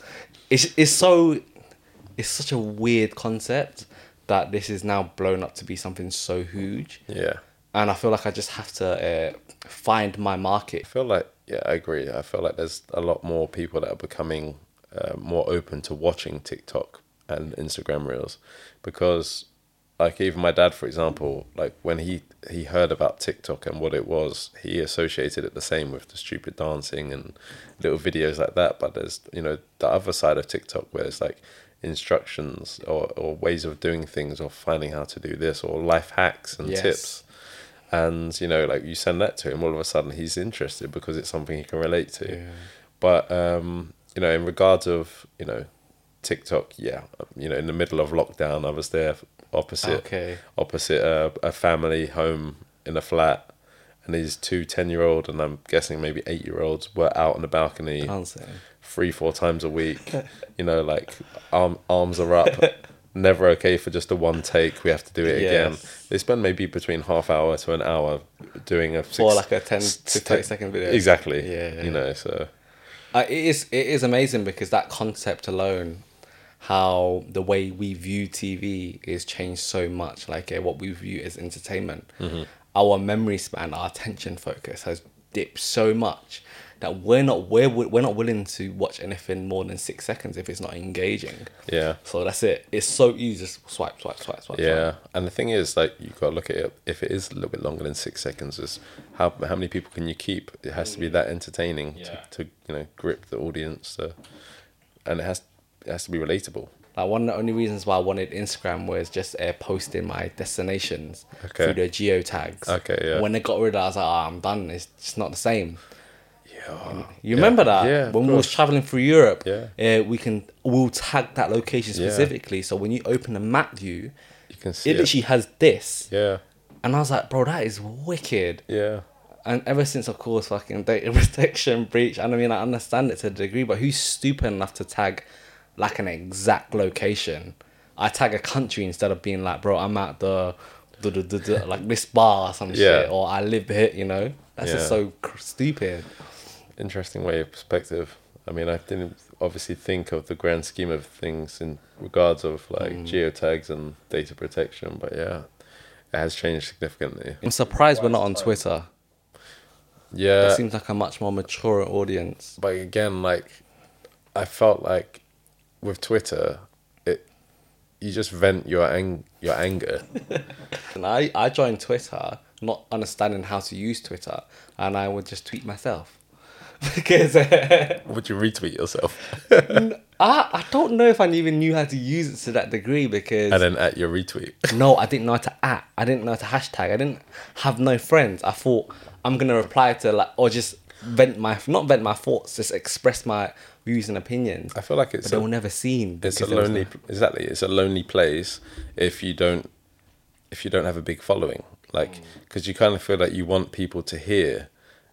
[SPEAKER 1] It's it's so it's such a weird concept that this is now blown up to be something so huge.
[SPEAKER 2] Yeah.
[SPEAKER 1] And I feel like I just have to uh, find my market.
[SPEAKER 2] I feel like yeah, I agree. I feel like there's a lot more people that are becoming uh, more open to watching TikTok and Instagram reels because like even my dad for example like when he he heard about TikTok and what it was he associated it the same with the stupid dancing and little videos like that but there's you know the other side of TikTok where it's like instructions or, or ways of doing things or finding how to do this or life hacks and
[SPEAKER 1] Yes.
[SPEAKER 2] tips and you know like you send that to him all of a sudden he's interested because it's something he can relate to
[SPEAKER 1] Yeah.
[SPEAKER 2] but um you know in regards of you know tiktok yeah you know in the middle of lockdown i was there opposite
[SPEAKER 1] Okay.
[SPEAKER 2] opposite a, a family home in a flat and these two 10 year old and i'm guessing maybe 8 year olds were out on the balcony
[SPEAKER 1] Answer.
[SPEAKER 2] three four times a
[SPEAKER 1] [laughs]
[SPEAKER 2] week you know like arm, arms are up never okay for just a one take we have to do it again
[SPEAKER 1] Yes.
[SPEAKER 2] they spend maybe between half hour to an hour doing a six,
[SPEAKER 1] Or like a 10
[SPEAKER 2] s-
[SPEAKER 1] to
[SPEAKER 2] s-
[SPEAKER 1] 30 second video.
[SPEAKER 2] exactly
[SPEAKER 1] Yeah, yeah,
[SPEAKER 2] you know so
[SPEAKER 1] Uh, it is it is amazing because that concept alone, how the way we view TV is changed so much. Like uh, what we view as entertainment,
[SPEAKER 2] Mm-hmm.
[SPEAKER 1] our memory span, our attention focus has dipped so much that we're not we're wi- we're not willing to watch anything more than six seconds if it's not engaging.
[SPEAKER 2] yeah
[SPEAKER 1] So that's it. It's so easy. Just swipe, swipe, swipe, swipe.
[SPEAKER 2] yeah and the thing is like you've got to look at it if it is a little bit longer than six seconds is how how many people can you keep it has to be that entertaining
[SPEAKER 1] Yeah.
[SPEAKER 2] to, to you know grip the audience uh, and it has it has to be relatable
[SPEAKER 1] swipe. Like one of the only reasons why I wanted Instagram was just uh, posting my destinations
[SPEAKER 2] Okay.
[SPEAKER 1] through the geotags.
[SPEAKER 2] Okay, yeah.
[SPEAKER 1] When they got rid of, it, I was like, oh, I'm done. It's just not the same.
[SPEAKER 2] Yeah.
[SPEAKER 1] You remember that?
[SPEAKER 2] Yeah. of
[SPEAKER 1] When we was
[SPEAKER 2] course.
[SPEAKER 1] traveling through Europe,
[SPEAKER 2] Yeah.
[SPEAKER 1] uh, we can we'll tag that location
[SPEAKER 2] Yeah.
[SPEAKER 1] specifically. So when you open the map view,
[SPEAKER 2] you can see
[SPEAKER 1] it
[SPEAKER 2] it.
[SPEAKER 1] literally has this,
[SPEAKER 2] Yeah.
[SPEAKER 1] and I was like, bro, that is wicked.
[SPEAKER 2] Yeah.
[SPEAKER 1] And ever since, of course, fucking data [laughs] protection breach. And I mean, I understand it to a degree, but who's stupid enough to tag like an exact location? I tag a country instead of being like, bro, I'm at the duh, duh, duh, duh, like this bar or some
[SPEAKER 2] Yeah.
[SPEAKER 1] shit, or I live here. You know, that's
[SPEAKER 2] Yeah.
[SPEAKER 1] just so cr- stupid.
[SPEAKER 2] Interesting way of perspective. I mean, I didn't obviously think of the grand scheme of things in regards of like geotags and data protection, but yeah, it has changed significantly.
[SPEAKER 1] I'm surprised we're not on Twitter.
[SPEAKER 2] Yeah.
[SPEAKER 1] It seems like a much more mature audience.
[SPEAKER 2] but again, like I felt like with Twitter, it you just vent your ang- your [laughs] anger.
[SPEAKER 1] And I, I joined Twitter not understanding how to use Twitter, and I would just tweet myself. [laughs] because [laughs] uh,
[SPEAKER 2] Would you retweet yourself
[SPEAKER 1] I, I don't know if I even knew how to use it to that degree because
[SPEAKER 2] and then at your retweet?
[SPEAKER 1] no, I didn't know how to at. I didn't know how to hashtag. I didn't have no friends. I thought I'm gonna reply to like or just vent my not vent my thoughts, just express my views and opinions.
[SPEAKER 2] I feel like
[SPEAKER 1] But
[SPEAKER 2] it's
[SPEAKER 1] they
[SPEAKER 2] a,
[SPEAKER 1] were never seen.
[SPEAKER 2] it's a
[SPEAKER 1] because there was
[SPEAKER 2] lonely exactly it's a lonely place if you don't if you don't have a big following
[SPEAKER 1] Mm.
[SPEAKER 2] like because you kind of feel like you want people to hear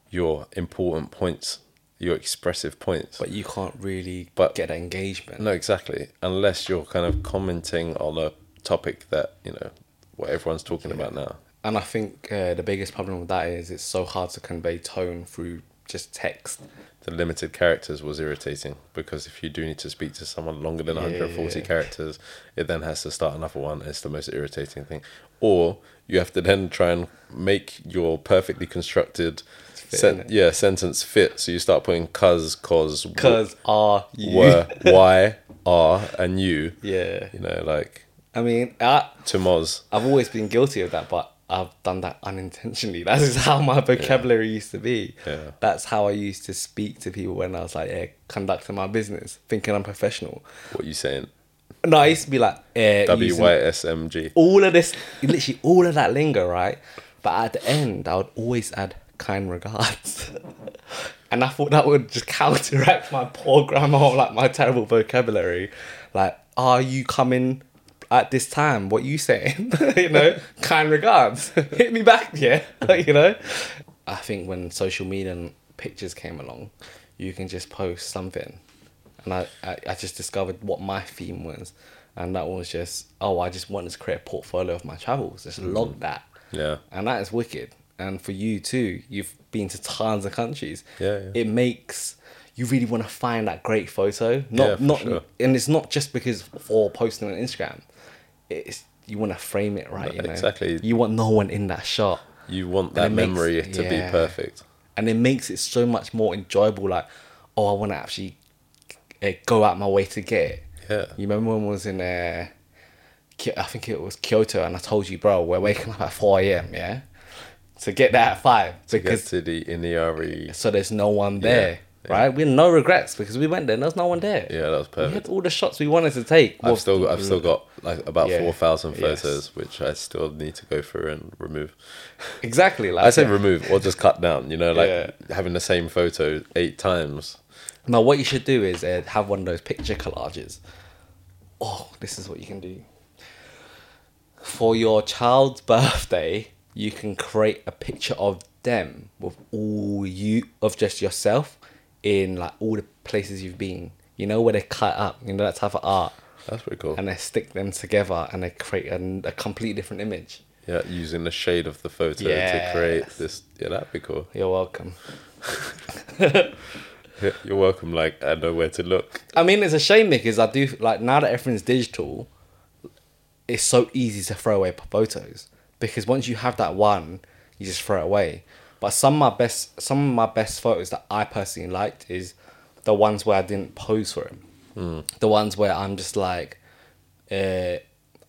[SPEAKER 2] your important points your expressive points
[SPEAKER 1] no- but you can't really
[SPEAKER 2] But-
[SPEAKER 1] get engagement.
[SPEAKER 2] no exactly unless you're kind of commenting on a topic that you know what everyone's talking about now
[SPEAKER 1] And I think uh, the biggest problem with that is it's so hard to convey tone through just text.
[SPEAKER 2] the limited characters was irritating because if you do need to speak to someone longer than
[SPEAKER 1] Yeah,
[SPEAKER 2] 140
[SPEAKER 1] yeah.
[SPEAKER 2] characters, it then has to start another one. It's the most irritating thing. Or you have to then try and make your perfectly constructed
[SPEAKER 1] Fit,
[SPEAKER 2] sen-
[SPEAKER 1] innit?
[SPEAKER 2] yeah sentence fit. So you start putting cuz, cause, w-
[SPEAKER 1] Cause are you? [laughs]
[SPEAKER 2] were, why, are, and you.
[SPEAKER 1] Yeah.
[SPEAKER 2] You know, like
[SPEAKER 1] I mean, I,
[SPEAKER 2] to Moz.
[SPEAKER 1] I've always been guilty of that, but I've done that unintentionally. [laughs] That's just how my vocabulary used to be.
[SPEAKER 2] Yeah.
[SPEAKER 1] That's how I used to speak to people when I was like, yeah, conducting my business, thinking I'm professional.
[SPEAKER 2] What you saying?
[SPEAKER 1] No, I used to be like, yeah,
[SPEAKER 2] W
[SPEAKER 1] using
[SPEAKER 2] Y S M G.
[SPEAKER 1] all of this, literally all of that lingo, right? But at the end, I would always add kind regards. [laughs] and I thought that would just counteract my poor grammar or like my terrible vocabulary. Like, are you coming at this time? What you saying? [laughs] you know, kind regards. [laughs] Hit me back, yeah. [laughs] you know? I think when social media and pictures came along, you can just post something and I, I, I just discovered what my theme was and that was just oh i just wanted to create a portfolio of my travels just log that
[SPEAKER 2] Yeah.
[SPEAKER 1] and that is wicked and for you too you've been to tons of countries
[SPEAKER 2] Yeah, yeah.
[SPEAKER 1] it makes you really want to find that great photo not
[SPEAKER 2] Yeah, for
[SPEAKER 1] not
[SPEAKER 2] sure.
[SPEAKER 1] and it's not just because for posting on instagram it's you want to frame it right you know?
[SPEAKER 2] exactly.
[SPEAKER 1] you want no one in that shot
[SPEAKER 2] You want that
[SPEAKER 1] it makes-
[SPEAKER 2] memory to
[SPEAKER 1] yeah.
[SPEAKER 2] be perfect.
[SPEAKER 1] and it makes it so much more enjoyable. Like, oh, I want to actually uh, go out my way to get it.
[SPEAKER 2] Yeah.
[SPEAKER 1] You remember when I was in, uh, Ky- I think it was Kyoto, and I told you, bro, we're waking up at four a.m. Yeah, to get there at five
[SPEAKER 2] Get
[SPEAKER 1] because
[SPEAKER 2] to the E. Inari.
[SPEAKER 1] so there's no one there,
[SPEAKER 2] yeah.
[SPEAKER 1] right? We had no regrets because we went there. and There's no one there.
[SPEAKER 2] Yeah, that was
[SPEAKER 1] We
[SPEAKER 2] perfect.
[SPEAKER 1] had all the shots we wanted to take. Well,
[SPEAKER 2] I've still got, I've still got like about
[SPEAKER 1] Yeah.
[SPEAKER 2] four thousand
[SPEAKER 1] Yes.
[SPEAKER 2] photos, which I still need to go through and remove.
[SPEAKER 1] exactly like
[SPEAKER 2] I say
[SPEAKER 1] yeah.
[SPEAKER 2] remove or just cut down. You know, like
[SPEAKER 1] Yeah.
[SPEAKER 2] having the same photo eight times.
[SPEAKER 1] Now, what you should do is uh, have one of those picture collages. Oh, this is what you can do. For your child's [laughs] birthday, you can create a picture of them with all you, of just yourself, in like all the places you've been. You know, where they cut up, you know, that type of art.
[SPEAKER 2] That's pretty cool.
[SPEAKER 1] And they stick them together and they create an, a completely different image.
[SPEAKER 2] yeah, using the shade of the photo
[SPEAKER 1] Yes.
[SPEAKER 2] to create this. Yeah, that'd be cool.
[SPEAKER 1] You're welcome.
[SPEAKER 2] Yeah, You're welcome. Like I know where to look.
[SPEAKER 1] I mean, it's a shame because I do like now that everything's digital, it's so easy to throw away p- photos because once you have that one, you just throw it away. But some of my best, some of my best photos that I personally liked is the ones where I didn't pose for it. The ones where I'm just like, uh,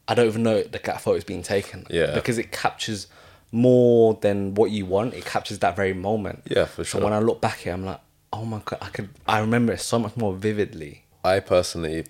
[SPEAKER 1] I don't even know that that photo's been taken.
[SPEAKER 2] Yeah.
[SPEAKER 1] because it captures more than what you want. It captures that very moment.
[SPEAKER 2] Yeah, for
[SPEAKER 1] So when
[SPEAKER 2] sure.
[SPEAKER 1] I look back at it, I'm like, oh my god, I could, I remember it so much more vividly.
[SPEAKER 2] I personally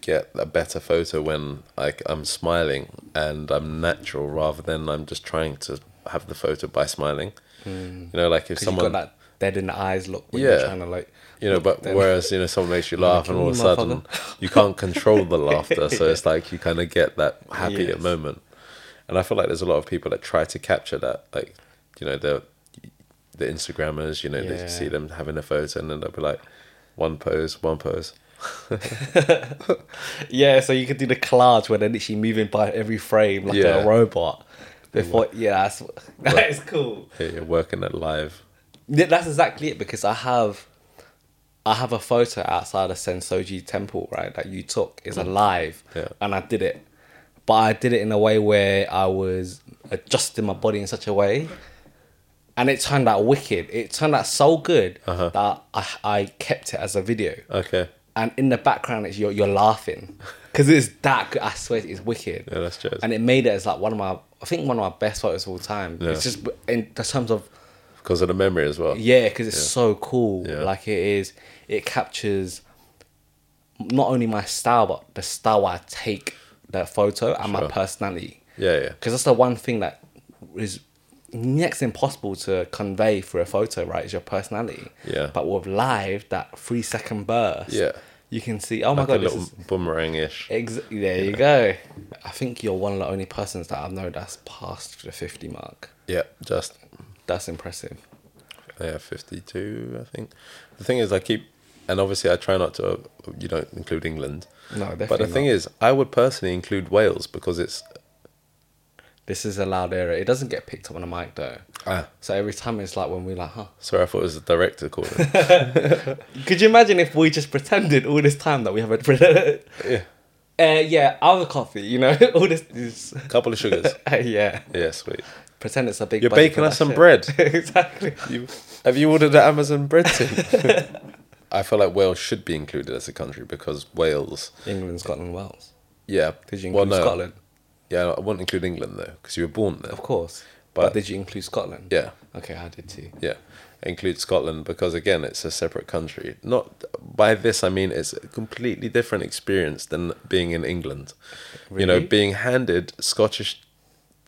[SPEAKER 2] get a better photo when I, am smiling and I'm natural rather than I'm just trying to have the photo by smiling. You know, like if
[SPEAKER 1] Someone, you Hmm.
[SPEAKER 2] someone
[SPEAKER 1] got that dead in the eyes look when you're
[SPEAKER 2] Yeah.
[SPEAKER 1] trying to like.
[SPEAKER 2] you know, but
[SPEAKER 1] them.
[SPEAKER 2] whereas you know someone makes you laugh, and all of a sudden you can't
[SPEAKER 1] [laughs]
[SPEAKER 2] control the laughter, so it's like you kind of get that happy
[SPEAKER 1] Yes.
[SPEAKER 2] moment. And I feel like there's a lot of people that try to capture that, like you know the the Instagrammers, you know,
[SPEAKER 1] Yeah.
[SPEAKER 2] they see them having a photo, and then they'll be like one pose, one pose.
[SPEAKER 1] [laughs] Yeah, so you could do the collage where they're literally moving by every frame like
[SPEAKER 2] Yeah.
[SPEAKER 1] a robot. Before, yeah, that's [laughs] that is cool.
[SPEAKER 2] Yeah, you're working at live.
[SPEAKER 1] Yeah, that's exactly it because I have, I have a photo outside of Sensoji Temple, right? That you took is alive,
[SPEAKER 2] Mm. Yeah.
[SPEAKER 1] and I did it, but I did it in a way where I was adjusting my body in such a way, and it turned out wicked. It turned out so good
[SPEAKER 2] Uh-huh. Uh.
[SPEAKER 1] that I I kept it as a video
[SPEAKER 2] Okay,
[SPEAKER 1] and in the background it's you're, you're
[SPEAKER 2] [laughs]
[SPEAKER 1] laughing because it's that good. I swear it's wicked.
[SPEAKER 2] Yeah, that's jazz.
[SPEAKER 1] And it made it as like one of my I think one of my best photos of all time.
[SPEAKER 2] Yeah.
[SPEAKER 1] It's just in the terms of
[SPEAKER 2] because of the memory as well.
[SPEAKER 1] yeah, because it's so cool.
[SPEAKER 2] Yeah.
[SPEAKER 1] Like it is, it captures not only my style but the style I take that photo and my
[SPEAKER 2] Sure.
[SPEAKER 1] personality.
[SPEAKER 2] Yeah, yeah.
[SPEAKER 1] Because that's the one thing that is next impossible to convey through a photo, right? Is your personality.
[SPEAKER 2] Yeah.
[SPEAKER 1] But with live, that three second burst.
[SPEAKER 2] Yeah.
[SPEAKER 1] You can see. Oh my
[SPEAKER 2] Like
[SPEAKER 1] god!
[SPEAKER 2] a
[SPEAKER 1] This
[SPEAKER 2] little
[SPEAKER 1] is
[SPEAKER 2] boomerang-ish.
[SPEAKER 1] exactly there. You go. I think you're one of the only persons that I've known that's passed the fifty mark.
[SPEAKER 2] Yeah, just
[SPEAKER 1] That's impressive.
[SPEAKER 2] Yeah, 52, I think. The thing is, I keep, and obviously I try not to, uh, you know, include England.
[SPEAKER 1] No, definitely.
[SPEAKER 2] but the thing
[SPEAKER 1] not.
[SPEAKER 2] is, I would personally include Wales because it's.
[SPEAKER 1] this is a loud area. It doesn't get picked up on the mic though.
[SPEAKER 2] Ah,
[SPEAKER 1] So every time it's like when we're like, huh?
[SPEAKER 2] sorry, I thought it was the
[SPEAKER 1] [laughs]
[SPEAKER 2] director calling.
[SPEAKER 1] Could you imagine if we just pretended all this time that we haven't? [laughs]
[SPEAKER 2] yeah.
[SPEAKER 1] uh, yeah, other coffee. You know, [laughs] all this is.
[SPEAKER 2] Couple of sugars.
[SPEAKER 1] yeah.
[SPEAKER 2] Yeah, sweet.
[SPEAKER 1] Pretend it's a big.
[SPEAKER 2] You're
[SPEAKER 1] budget
[SPEAKER 2] baking us some
[SPEAKER 1] production. [laughs] exactly.
[SPEAKER 2] You, have you ordered an Amazon bread tin? [laughs] I feel like Wales should be included as a country because Wales.
[SPEAKER 1] England, Scotland, Wales.
[SPEAKER 2] Yeah.
[SPEAKER 1] Did you
[SPEAKER 2] well,
[SPEAKER 1] include
[SPEAKER 2] no.
[SPEAKER 1] Scotland?
[SPEAKER 2] Yeah, I wouldn't include England though because you were born there.
[SPEAKER 1] Of course. But,
[SPEAKER 2] But-
[SPEAKER 1] did you include Scotland?
[SPEAKER 2] Yeah.
[SPEAKER 1] Okay, I did too.
[SPEAKER 2] Yeah, include Scotland because again, it's a separate country. Not by this I mean it's a completely different experience than being in England. You know,
[SPEAKER 1] Really?
[SPEAKER 2] being handed Scottish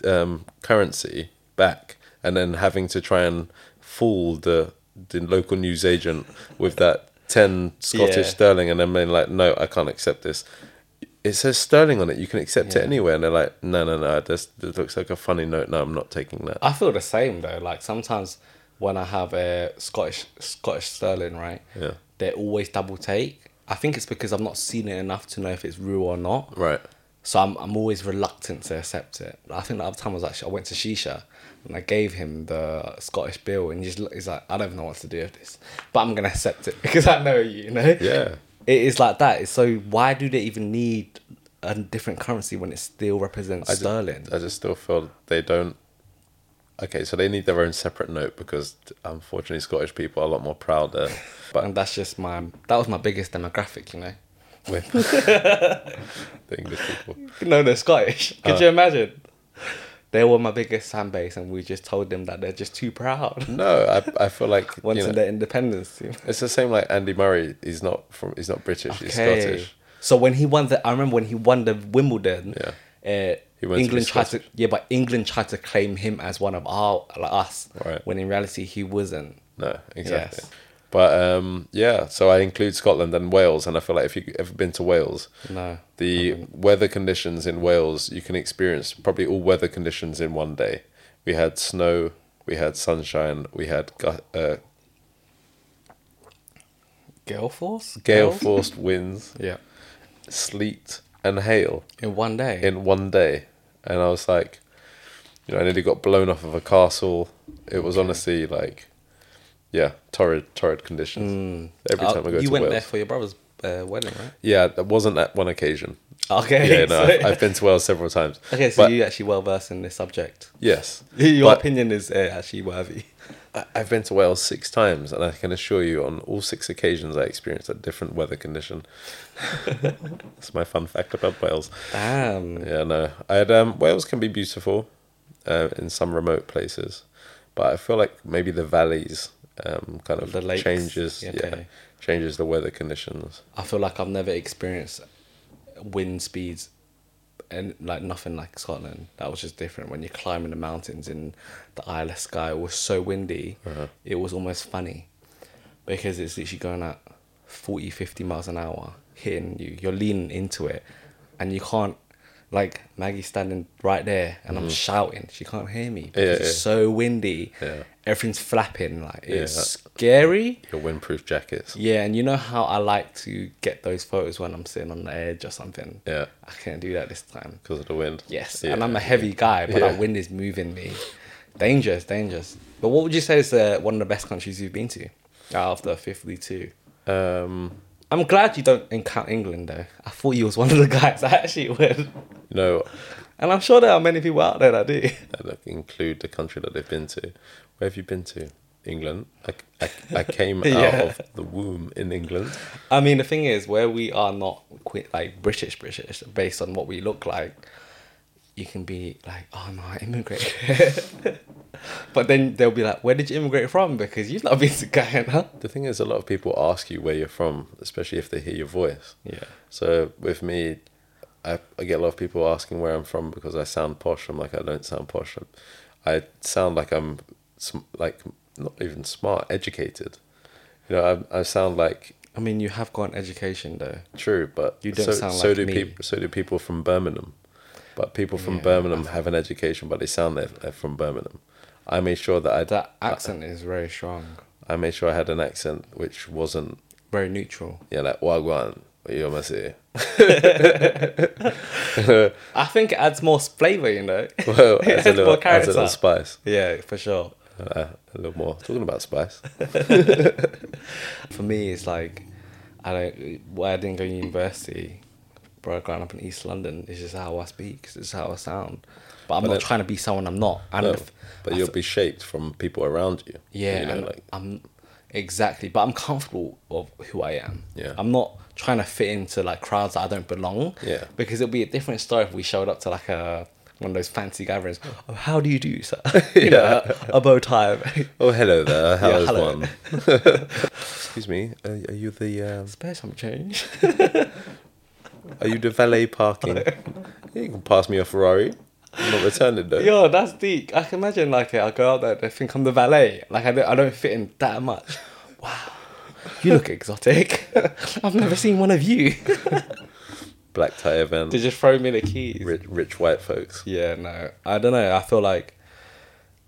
[SPEAKER 2] um, currency back and then having to try and fool the the local newsagent with that ten Scottish
[SPEAKER 1] Yeah.
[SPEAKER 2] sterling and then being like, no, I can't accept this. It says sterling on it. You can accept it
[SPEAKER 1] Yeah.
[SPEAKER 2] anywhere, and they're like, "No, no, no. This, this looks like a funny note. No, I'm not taking that."
[SPEAKER 1] I feel the same though. Like sometimes when I have a Scottish Scottish sterling, right?
[SPEAKER 2] Yeah.
[SPEAKER 1] They always double take. I think it's because I've not seen it enough to know if it's real or not.
[SPEAKER 2] Right.
[SPEAKER 1] So I'm I'm always reluctant to accept it. I think the other time I was actually I went to Shisha and I gave him the Scottish bill and he's, he's like I don't know what to do with this, but I'm gonna accept it [laughs] because I know you, you know.
[SPEAKER 2] Yeah.
[SPEAKER 1] It is like that. It's So why do they even need a different currency when it still represents
[SPEAKER 2] ju-
[SPEAKER 1] sterling?
[SPEAKER 2] I just still feel they don't. Okay, so they need their own separate note because unfortunately Scottish people are a lot more prouder.
[SPEAKER 1] [laughs]
[SPEAKER 2] But
[SPEAKER 1] and that's just my that was my biggest demographic, you know.
[SPEAKER 2] with the [laughs] English people,
[SPEAKER 1] No, they're Scottish. Could you imagine? Uh. They were my biggest fan base, and we just told them that they're just too
[SPEAKER 2] [laughs]
[SPEAKER 1] proud.
[SPEAKER 2] no, I I feel like you
[SPEAKER 1] Wanting
[SPEAKER 2] know,
[SPEAKER 1] their independence. you know.
[SPEAKER 2] it's the same like Andy Murray. He's not from. He's not British. He's Scottish.
[SPEAKER 1] So when he won the, I remember when he won the Wimbledon.
[SPEAKER 2] Yeah.
[SPEAKER 1] Uh,
[SPEAKER 2] He wants to
[SPEAKER 1] England
[SPEAKER 2] be
[SPEAKER 1] tried to,
[SPEAKER 2] Scottish.
[SPEAKER 1] yeah, but England tried to claim him as one of our, like us,
[SPEAKER 2] Right.
[SPEAKER 1] when in reality he wasn't.
[SPEAKER 2] No, exactly.
[SPEAKER 1] Yes.
[SPEAKER 2] But um, yeah, so I include Scotland and Wales, and I feel like if you've ever been to Wales,
[SPEAKER 1] No.
[SPEAKER 2] the
[SPEAKER 1] Mm-hmm.
[SPEAKER 2] weather conditions in Wales, you can experience probably all weather conditions in one day. We had snow, we had sunshine, we had gu- uh,
[SPEAKER 1] Gale force.
[SPEAKER 2] gale
[SPEAKER 1] [laughs]
[SPEAKER 2] forced winds,
[SPEAKER 1] Yeah.
[SPEAKER 2] sleet, and hail
[SPEAKER 1] In one day.
[SPEAKER 2] in one day. And I was like, you know, I nearly got blown off of a castle. It was honestly like, yeah, torrid, torrid conditions. Every
[SPEAKER 1] Uh,
[SPEAKER 2] time I go
[SPEAKER 1] you
[SPEAKER 2] to
[SPEAKER 1] went
[SPEAKER 2] Wales.
[SPEAKER 1] there for your brother's uh, wedding, right?
[SPEAKER 2] Yeah, that wasn't that one occasion.
[SPEAKER 1] Okay. [laughs]
[SPEAKER 2] Yeah, no, I've, I've been to Wales several times.
[SPEAKER 1] okay, so
[SPEAKER 2] But-
[SPEAKER 1] you actually well versed in this subject.
[SPEAKER 2] Yes.
[SPEAKER 1] [laughs] Your
[SPEAKER 2] but
[SPEAKER 1] opinion is uh, actually worthy.
[SPEAKER 2] I- I've been to Wales six times, and I can assure you, on all six occasions, I experienced a different weather condition. [laughs] That's my fun fact about Wales.
[SPEAKER 1] Damn.
[SPEAKER 2] Yeah, no, I had, um, Wales can be beautiful uh, in some remote places, but I feel like maybe the valleys um, kind of
[SPEAKER 1] The lakes,
[SPEAKER 2] changes, yeah,
[SPEAKER 1] okay.
[SPEAKER 2] changes the weather conditions.
[SPEAKER 1] I feel like I've never experienced wind speeds and like nothing like Scotland. That was just different. When you're climbing the mountains in the ILS sky, it was so windy,
[SPEAKER 2] Uh-huh.
[SPEAKER 1] it was almost funny because it's literally going at 40, 50 miles an hour, hitting you. You're leaning into it and you can't, like Maggie's standing right there and I'm shouting. She can't hear me because
[SPEAKER 2] Mm-hmm. Yeah,
[SPEAKER 1] it's
[SPEAKER 2] yeah.
[SPEAKER 1] so windy.
[SPEAKER 2] Yeah.
[SPEAKER 1] Everything's flapping. Like it's
[SPEAKER 2] that-
[SPEAKER 1] scary.
[SPEAKER 2] Your windproof jackets.
[SPEAKER 1] Yeah, and you know how I like to get those photos when I'm sitting on the edge or something.
[SPEAKER 2] Yeah.
[SPEAKER 1] I can't do that this time.
[SPEAKER 2] Because of the wind.
[SPEAKER 1] Yes,
[SPEAKER 2] Yeah.
[SPEAKER 1] and I'm a heavy guy, but
[SPEAKER 2] Yeah.
[SPEAKER 1] that wind is moving me. Dangerous, dangerous. But what would you say is uh, one of the best countries you've been to out of the 52?
[SPEAKER 2] Um,
[SPEAKER 1] I'm glad you don't count England though. I thought you was one of the guys. I actually would.
[SPEAKER 2] no,
[SPEAKER 1] And I'm sure there are many people out there that do.
[SPEAKER 2] I don't include the country that they've been to. Where have you been to? England. I, I, I
[SPEAKER 1] [laughs]
[SPEAKER 2] came
[SPEAKER 1] Yeah.
[SPEAKER 2] out of the womb in England.
[SPEAKER 1] I mean, the thing is, where we are not qu- like British, British, based on what we look like, you can be like, oh no, I immigrated. [laughs] but then they'll be like, where did you immigrate from? Because you've not [laughs] been to Guyana.
[SPEAKER 2] The thing is, a lot of people ask you where you're from, especially if they hear your voice.
[SPEAKER 1] Yeah.
[SPEAKER 2] So with me, I, I get a lot of people asking where I'm from because I sound posh. I'm like, I don't sound posh. I'm, I sound like I'm sm- like not even smart, educated. You know, I, I sound like
[SPEAKER 1] I mean, you have got an education though.
[SPEAKER 2] true, but
[SPEAKER 1] You don't
[SPEAKER 2] so,
[SPEAKER 1] sound
[SPEAKER 2] so
[SPEAKER 1] like
[SPEAKER 2] do
[SPEAKER 1] me.
[SPEAKER 2] people. So do people from Birmingham. But people from
[SPEAKER 1] Yeah,
[SPEAKER 2] Birmingham have an education, but they sound they're, they're from Birmingham. I made sure that I
[SPEAKER 1] That accent is very strong,
[SPEAKER 2] I made sure I had an accent which wasn't
[SPEAKER 1] very neutral.
[SPEAKER 2] yeah like Wagwan. You
[SPEAKER 1] [laughs]
[SPEAKER 2] must [laughs] say.
[SPEAKER 1] I think it adds more flavor, you know.
[SPEAKER 2] Well,
[SPEAKER 1] [laughs] It
[SPEAKER 2] adds a
[SPEAKER 1] adds
[SPEAKER 2] little,
[SPEAKER 1] more
[SPEAKER 2] adds a little
[SPEAKER 1] character.
[SPEAKER 2] spice.
[SPEAKER 1] yeah, for sure.
[SPEAKER 2] Uh, a little more. Talking about
[SPEAKER 1] [laughs]
[SPEAKER 2] spice.
[SPEAKER 1] For me, it's like I don't. Why I didn't go to university, bro. Growing up in East London, it's just how I speak. It's just how I sound. But I'm not
[SPEAKER 2] then-
[SPEAKER 1] trying to be someone I'm not. And
[SPEAKER 2] No,
[SPEAKER 1] if-
[SPEAKER 2] but
[SPEAKER 1] I
[SPEAKER 2] you'll
[SPEAKER 1] f-
[SPEAKER 2] be shaped from people around you.
[SPEAKER 1] yeah,
[SPEAKER 2] You know,
[SPEAKER 1] and
[SPEAKER 2] like
[SPEAKER 1] I'm exactly. But I'm comfortable of who I am.
[SPEAKER 2] Yeah.
[SPEAKER 1] I'm not trying to fit into like crowds that I don't belong.
[SPEAKER 2] Yeah.
[SPEAKER 1] because it'd be a different story if we showed up to like a. One of those fancy
[SPEAKER 2] [gasps]
[SPEAKER 1] gatherings. Oh, how do you do, sir? [laughs] You know, a bow tie. [laughs]
[SPEAKER 2] oh hello there, how is
[SPEAKER 1] hello. [laughs]
[SPEAKER 2] one? [laughs] Excuse me, are, are you the um,
[SPEAKER 1] Spare some change.
[SPEAKER 2] are you the valet
[SPEAKER 1] [laughs]
[SPEAKER 2] parking? you can pass me a Ferrari. I'm not returning though.
[SPEAKER 1] Yo, that's deep. I can imagine like I go out there, they think I'm the valet. Like I don't, I don't fit in that much. Wow, you look [laughs] exotic. I've never seen one of you. [laughs]
[SPEAKER 2] Black tie event.
[SPEAKER 1] They just throw me the keys.
[SPEAKER 2] Rich, rich white folks.
[SPEAKER 1] Yeah, no, I don't know. I feel like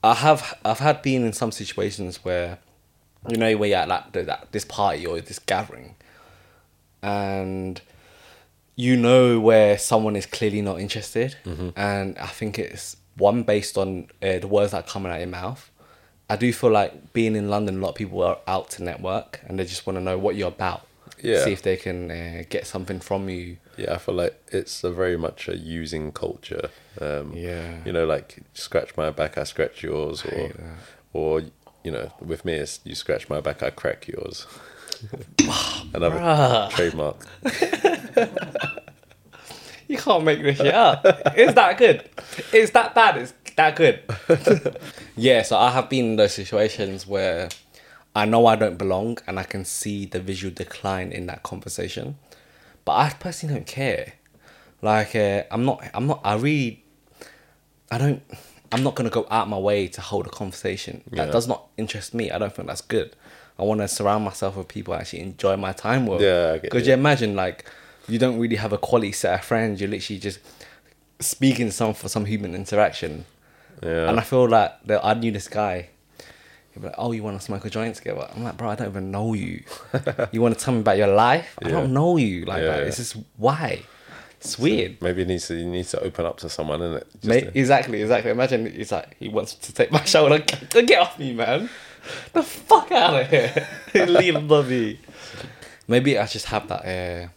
[SPEAKER 1] I have, I've had been in some situations where, you know, where you're at like the- that this party or this gathering, and you know where someone is clearly not interested, and I think it's one based on uh, the words that are coming out of your mouth. I do feel like being in London, a lot of people are out to network, and they just want to know what you're about.
[SPEAKER 2] Yeah.
[SPEAKER 1] See if they can uh, get something from you.
[SPEAKER 2] Yeah, I feel like it's a very much a using culture. Um,
[SPEAKER 1] Yeah.
[SPEAKER 2] You know, like scratch my back, I scratch yours, or
[SPEAKER 1] hate that.
[SPEAKER 2] or you know, with me, it's you scratch my back, I
[SPEAKER 1] [laughs]
[SPEAKER 2] crack yours. Another
[SPEAKER 1] Bruh.
[SPEAKER 2] trademark.
[SPEAKER 1] You can't make this shit up. [laughs] It's that good. It's that bad. It's that good. [laughs] yeah, so I have been in those situations where I know I don't belong and I can see the visual decline in that conversation. But I personally don't care. Like uh, I'm not I'm not I really I don't I'm not gonna go out my way to hold a conversation. That
[SPEAKER 2] Yeah.
[SPEAKER 1] does not interest me. I don't think that's good. I wanna surround myself with people I actually enjoy my time with.
[SPEAKER 2] Yeah, I get
[SPEAKER 1] Because
[SPEAKER 2] you.
[SPEAKER 1] you imagine like you don't really have a quality set of friends, you're literally just speaking to someone for some human interaction.
[SPEAKER 2] Yeah.
[SPEAKER 1] And I feel like that I knew this guy. He'd be like, "Oh, you want to smoke a joint together?" I'm like, "Bro, I don't even know
[SPEAKER 2] [laughs]
[SPEAKER 1] you. you want to tell me about your life? I
[SPEAKER 2] Yeah.
[SPEAKER 1] don't know you like
[SPEAKER 2] Yeah,
[SPEAKER 1] that.
[SPEAKER 2] yeah.
[SPEAKER 1] It's just why. It's weird.
[SPEAKER 2] Maybe it needs to you need to open up to someone, innit? Just
[SPEAKER 1] Mate,
[SPEAKER 2] to-
[SPEAKER 1] exactly, exactly. Imagine it's like he wants to take my shoulder. Get off me, man! The fuck out of here! Leave me. Maybe I just have that uh,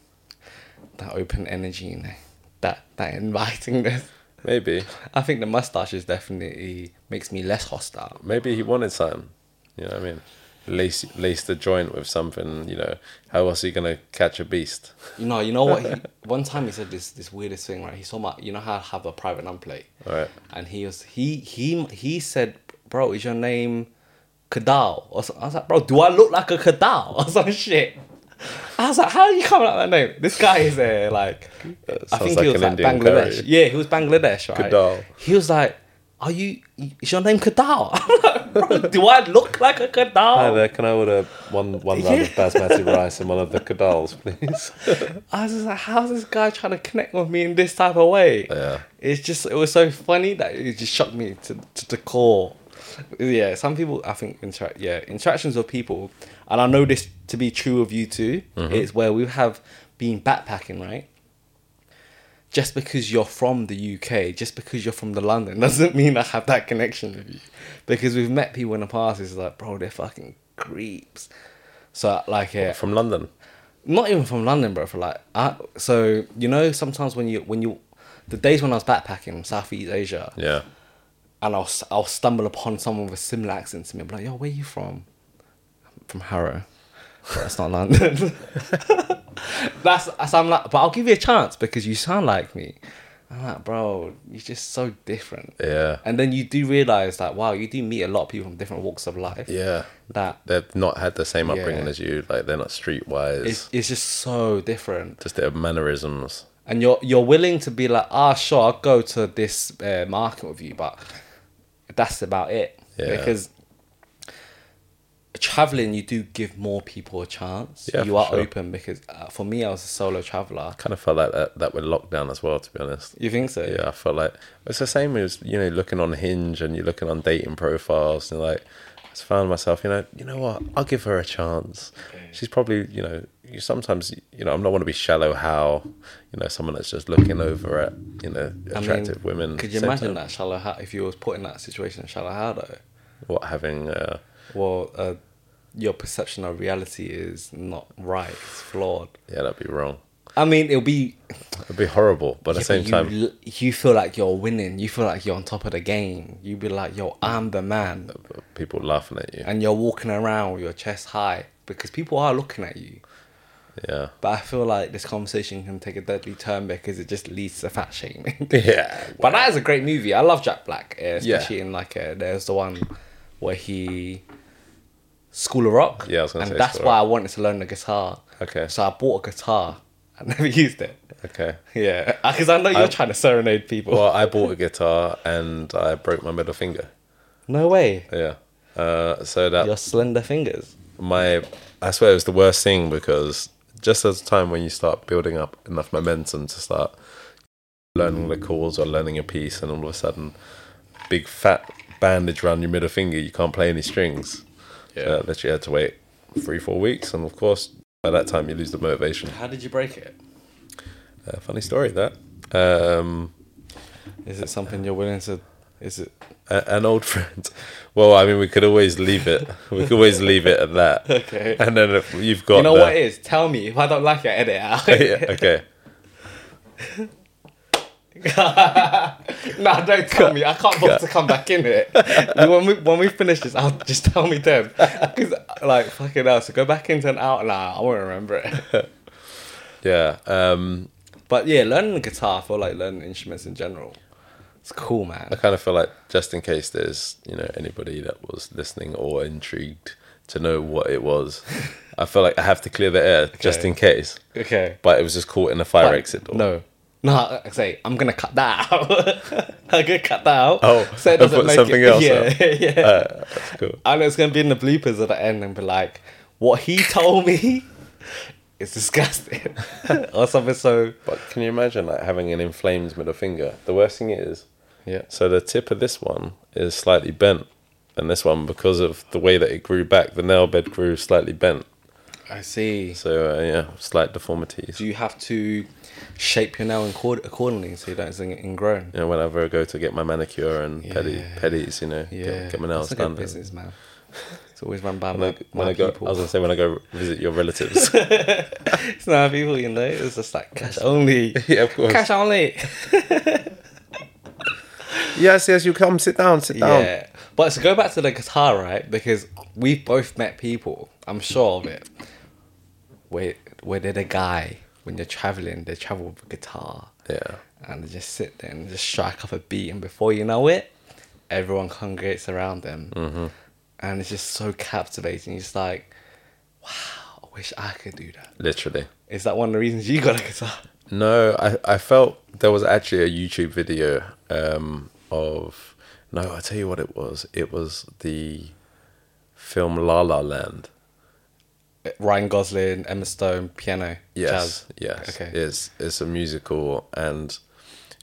[SPEAKER 1] that open energy, you know, that that invitingness.
[SPEAKER 2] Maybe.
[SPEAKER 1] I think the mustache is definitely makes me less hostile.
[SPEAKER 2] Maybe he wanted something. You know what I mean? Lace lace the joint with something, you know. How else are you gonna catch a beast?
[SPEAKER 1] You know, you know what? He,
[SPEAKER 2] [laughs]
[SPEAKER 1] one time he said this this weirdest thing, right? He saw my, you know how I have a private number plate,
[SPEAKER 2] Alright.
[SPEAKER 1] and he was he he he said, "Bro, is [laughs] your name Kadal?" Or so, I was like, "Bro, do I look like a Kadal or some shit?" I was like, how are you coming up with that name? This guy is a like, I
[SPEAKER 2] sounds
[SPEAKER 1] think
[SPEAKER 2] like
[SPEAKER 1] he was
[SPEAKER 2] an
[SPEAKER 1] like
[SPEAKER 2] Indian
[SPEAKER 1] Bangladesh.
[SPEAKER 2] curry.
[SPEAKER 1] Yeah, he was Bangladesh, right?
[SPEAKER 2] Kadal.
[SPEAKER 1] He was like, are you? Is your name Kadal? [laughs] I'm like, Bro, do I look like a Kadal?
[SPEAKER 2] Hi there, can I order one one round of [laughs] basmati rice and one of the kadals, please?
[SPEAKER 1] I was just like, how's this guy trying to connect with me in this type of way?
[SPEAKER 2] Yeah.
[SPEAKER 1] It's just, it was so funny that it just shocked me to, to the core. Yeah, some people, I think, interact, yeah, interactions with people, and I know this to be true of you too, is where we have been backpacking, right? Just because you're from the UK, just because you're from the London, [laughs] doesn't mean I have that connection with you. Because we've met people in the past, it's like, bro, they're fucking creeps. So, like, yeah,
[SPEAKER 2] From London.
[SPEAKER 1] not even from London, bro. For like, I, so you know, sometimes when you when you, the days when I was backpacking Southeast Asia,
[SPEAKER 2] Yeah.
[SPEAKER 1] and I'll s- I'll stumble upon someone with a similar accent to me, I'll be like, yo, where you from? "I'm From Harrow. "Well, That's not London. [laughs] that's, that's I'm like, but I'll give you a chance because you sound like me. I'm like, bro, you're just so different.
[SPEAKER 2] Yeah.
[SPEAKER 1] And then you do realize that wow, you do meet a lot of people from different walks of life.
[SPEAKER 2] Yeah.
[SPEAKER 1] That
[SPEAKER 2] They've not had the same upbringing
[SPEAKER 1] Yeah.
[SPEAKER 2] as you. Like they're not streetwise.
[SPEAKER 1] it's, it's just so different.
[SPEAKER 2] just their mannerisms.
[SPEAKER 1] and you're you're willing to be like, ah, sure, I'll go to this uh, market with you, but that's about it.
[SPEAKER 2] Yeah.
[SPEAKER 1] Because traveling, you do give more people a chance.
[SPEAKER 2] Yeah,
[SPEAKER 1] you
[SPEAKER 2] for
[SPEAKER 1] are
[SPEAKER 2] sure.
[SPEAKER 1] open because uh, for me, I was a solo traveler.
[SPEAKER 2] Kind of felt like that, that with lockdown as well, to be honest.
[SPEAKER 1] You think so?
[SPEAKER 2] Yeah, I felt like it's the same as you know looking on Hinge and you're looking on dating profiles and like I just found myself, you know, you know what? I'll give her a chance. She's probably, you know, you sometimes, you know, I'm not want to be shallow. How, you know, someone that's just looking over at, you know,
[SPEAKER 1] I mean,
[SPEAKER 2] attractive women.
[SPEAKER 1] Could you
[SPEAKER 2] Same
[SPEAKER 1] imagine
[SPEAKER 2] time,
[SPEAKER 1] that shallow how if you was put in that situation, shallow how though?
[SPEAKER 2] What having? Uh,
[SPEAKER 1] Well, uh, your perception of reality is not right. It's flawed.
[SPEAKER 2] yeah, that'd be wrong.
[SPEAKER 1] I mean, it'll be
[SPEAKER 2] It'd be horrible, but at the
[SPEAKER 1] Yeah,
[SPEAKER 2] same
[SPEAKER 1] but
[SPEAKER 2] time,
[SPEAKER 1] you, l- you feel like you're winning. You feel like you're on top of the game. You be like, "Yo, I'm the man,"
[SPEAKER 2] people laughing at you.
[SPEAKER 1] and you're walking around with your chest high because people are looking at you.
[SPEAKER 2] Yeah.
[SPEAKER 1] But I feel like this conversation can take a deadly turn because it just leads to fat shaming.
[SPEAKER 2] Yeah.
[SPEAKER 1] [laughs] but that is a great movie. I love Jack Black, uh,
[SPEAKER 2] Yeah.
[SPEAKER 1] especially in like uh, there's the one where he School of Rock.
[SPEAKER 2] Yeah, I was gonna
[SPEAKER 1] and
[SPEAKER 2] say
[SPEAKER 1] that's
[SPEAKER 2] School of
[SPEAKER 1] why I wanted to learn the guitar.
[SPEAKER 2] Okay.
[SPEAKER 1] so I bought a guitar. [laughs] I never used it.
[SPEAKER 2] [laughs] Okay.
[SPEAKER 1] Yeah, because I know you're trying to serenade people.
[SPEAKER 2] Well, I bought a guitar and I broke my middle finger.
[SPEAKER 1] No way.
[SPEAKER 2] Yeah. Uh, so that
[SPEAKER 1] Your slender fingers.
[SPEAKER 2] my I swear it was the worst thing because just at the time when you start building up enough momentum to start learning the chords or learning a piece, and all of a sudden, big fat bandage around your middle finger, you can't play any strings. Yeah, so I literally had to wait three four weeks, and of course by that time you lose the motivation.
[SPEAKER 1] How did you break it?
[SPEAKER 2] Uh, funny story that. Um,
[SPEAKER 1] Is it something you're willing to? Is it?
[SPEAKER 2] A- an old [laughs] friend. Well, I mean, we could always leave it. We could always leave it at
[SPEAKER 1] [laughs]
[SPEAKER 2] that.
[SPEAKER 1] Okay.
[SPEAKER 2] And then if you've got.
[SPEAKER 1] you know
[SPEAKER 2] the-
[SPEAKER 1] what it is? Tell me if I don't like it, edit it [laughs] out.
[SPEAKER 2] [laughs] yeah, okay.
[SPEAKER 1] no, don't tell me. I can't bother to come back in [laughs] it. when we when we finish this, I'll just tell me then. Because like fucking hell, so go back into an out. Nah, I won't remember it.
[SPEAKER 2] Yeah. Um,
[SPEAKER 1] [laughs] But yeah, learning the guitar, I feel like learning instruments in general. It's cool, man.
[SPEAKER 2] I kind of feel like just in case there's you know anybody that was listening or intrigued to know what it was, I feel like I have to clear the air just
[SPEAKER 1] Okay.
[SPEAKER 2] in case.
[SPEAKER 1] Okay.
[SPEAKER 2] But it was just caught in a fire exit door.
[SPEAKER 1] No. No, I say I'm gonna cut that out. [laughs] I'm gonna cut that out.
[SPEAKER 2] Oh,
[SPEAKER 1] it
[SPEAKER 2] I
[SPEAKER 1] doesn't
[SPEAKER 2] put
[SPEAKER 1] make
[SPEAKER 2] something
[SPEAKER 1] it-
[SPEAKER 2] else
[SPEAKER 1] [laughs] Yeah, yeah.
[SPEAKER 2] Uh, [laughs] that's cool.
[SPEAKER 1] and it's gonna be in the bloopers at the end and be like, what he told me is disgusting. [laughs] or something so
[SPEAKER 2] But can you imagine like having an inflamed middle finger? The worst thing is,
[SPEAKER 1] Yeah.
[SPEAKER 2] So the tip of this one is slightly bent, and this one because of the way that it grew back, the nail bed grew slightly bent.
[SPEAKER 1] I see.
[SPEAKER 2] So uh, yeah, slight deformities.
[SPEAKER 1] Do you have to shape your nail accord- accordingly so you don't get ingrown?
[SPEAKER 2] you know, whenever I go to get my manicure and pedi
[SPEAKER 1] Yeah.
[SPEAKER 2] pedis, you know,
[SPEAKER 1] Yeah.
[SPEAKER 2] get, get my nails
[SPEAKER 1] That's a
[SPEAKER 2] done.
[SPEAKER 1] good business, man. It's always run by
[SPEAKER 2] When
[SPEAKER 1] my,
[SPEAKER 2] I, when
[SPEAKER 1] my
[SPEAKER 2] I go,
[SPEAKER 1] people.
[SPEAKER 2] I
[SPEAKER 1] [laughs]
[SPEAKER 2] was gonna say when I go visit your relatives. [laughs]
[SPEAKER 1] it's not people, you know. It's just like cash only.
[SPEAKER 2] [laughs] yeah, of course.
[SPEAKER 1] Cash only.
[SPEAKER 2] Yes, yes, you come. Sit down, sit
[SPEAKER 1] Yeah. But to go back to the guitar, right? Because we've both met people, I'm sure of it, where, where they're the guy, when you're traveling, they travel with a guitar
[SPEAKER 2] Yeah,
[SPEAKER 1] and they just sit there and just strike up a beat. And before you know it, everyone Mm-hmm. congregates around them. And it's just so captivating. It's like, wow, wish I could do that.
[SPEAKER 2] Literally.
[SPEAKER 1] Is that one of the reasons you got a guitar?
[SPEAKER 2] No, I, I felt there was actually a YouTube video um, of. No, I'll tell you what it was. It was the film La La Land.
[SPEAKER 1] Ryan Gosling, Emma Stone, piano,
[SPEAKER 2] Yes.
[SPEAKER 1] jazz.
[SPEAKER 2] Yes.
[SPEAKER 1] Okay.
[SPEAKER 2] It's, it's a musical and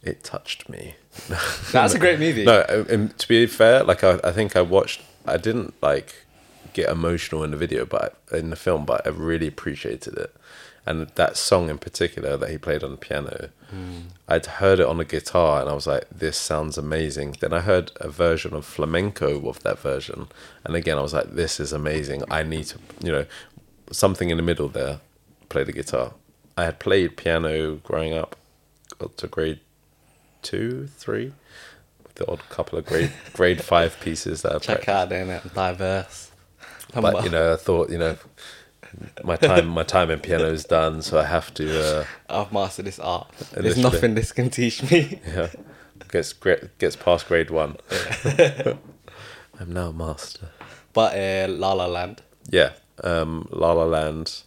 [SPEAKER 2] it touched me. [laughs]
[SPEAKER 1] That's a great movie.
[SPEAKER 2] No, and- and to be fair, like I, I think I watched, I didn't like get emotional in the video, but in the film, but I really appreciated it. And that song in particular that he played on the piano, I'd heard it on the guitar, and I was like, "This sounds amazing." Then I heard a version of flamenco of that version, and again, I was like, "This is amazing." I need to, you know, something in the middle there. Play the guitar. I had played piano growing up, up to grade two, three, with the odd couple of grade [laughs] grade five pieces that I
[SPEAKER 1] Check
[SPEAKER 2] practiced.
[SPEAKER 1] out in it, diverse.
[SPEAKER 2] But you know, I thought you know, my time my time in piano is done, so I have to. Uh,
[SPEAKER 1] I've mastered this art. There's
[SPEAKER 2] Literally.
[SPEAKER 1] nothing this can teach me.
[SPEAKER 2] yeah, gets gra- gets past grade one. [laughs] I'm now a master.
[SPEAKER 1] [laughs] But uh, La La Land.
[SPEAKER 2] Yeah, um, La La Land,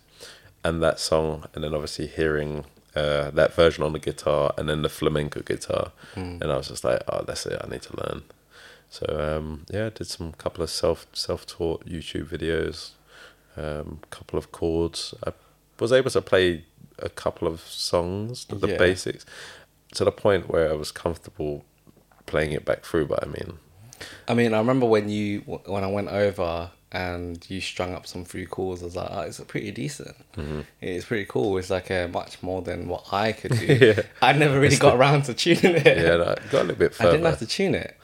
[SPEAKER 2] and that song, and then obviously hearing. Uh, that version on the guitar and then the flamenco guitar
[SPEAKER 1] Mm.
[SPEAKER 2] and I was just like oh that's it I need to learn so um, yeah I did some couple of self self-taught YouTube videos um, couple of chords I was able to play a couple of songs the
[SPEAKER 1] Yeah.
[SPEAKER 2] basics to the point where I was comfortable playing it back through but I
[SPEAKER 1] [laughs]
[SPEAKER 2] mean
[SPEAKER 1] I mean, I remember when you when I went over and you strung up some free calls. I was like, oh, it's pretty decent.
[SPEAKER 2] Mm-hmm.
[SPEAKER 1] It's pretty cool. It's like uh, much more than what I could do.
[SPEAKER 2] [laughs] Yeah.
[SPEAKER 1] I never really got around to tuning it.
[SPEAKER 2] yeah no, I got a little bit
[SPEAKER 1] [laughs] I didn't
[SPEAKER 2] further
[SPEAKER 1] have to tune it.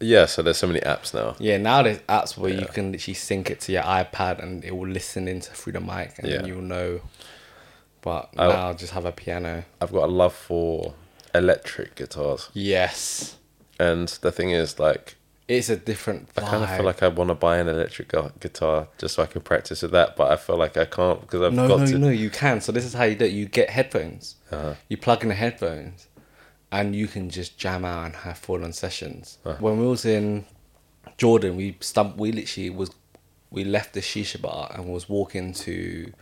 [SPEAKER 2] yeah so there's so many apps now
[SPEAKER 1] Yeah, now there's apps where you can literally sync it to your iPad and it will listen into through the mic and then
[SPEAKER 2] Yeah.
[SPEAKER 1] you'll know. But
[SPEAKER 2] I-
[SPEAKER 1] now I just have a piano.
[SPEAKER 2] I've got a love for electric guitars.
[SPEAKER 1] Yes,
[SPEAKER 2] And the thing is, like,
[SPEAKER 1] it's a different
[SPEAKER 2] I
[SPEAKER 1] vibe.
[SPEAKER 2] kind of feel like I want to buy an electric gu- guitar just so I can practice with that, but I feel like I can't because I've
[SPEAKER 1] no,
[SPEAKER 2] got
[SPEAKER 1] no,
[SPEAKER 2] to.
[SPEAKER 1] no. You can. So this is how you do it. You get headphones.
[SPEAKER 2] Uh-huh.
[SPEAKER 1] You plug in the headphones, and you can just jam out and have full-on sessions.
[SPEAKER 2] Uh-huh.
[SPEAKER 1] When we was in Jordan, we stump. We literally was. We left the shisha bar and was walking to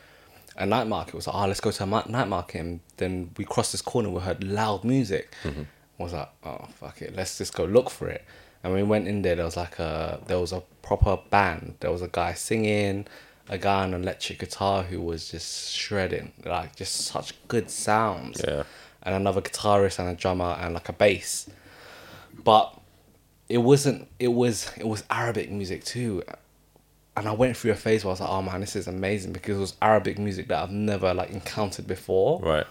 [SPEAKER 1] a night market. It was like, oh, let's go to a ma- night market. And then we crossed this corner. We heard loud music.
[SPEAKER 2] Mm-hmm.
[SPEAKER 1] I was like, oh fuck it, let's just go look for it. And we went in there. There was like a there was a proper band. There was a guy singing, a guy on electric guitar who was just shredding, like just such good sounds.
[SPEAKER 2] Yeah.
[SPEAKER 1] And another guitarist and a drummer and like a bass, but it wasn't. It was it was Arabic music too, and I went through a phase where I was like, oh man, this is amazing because it was Arabic music that I've never like encountered before.
[SPEAKER 2] Right.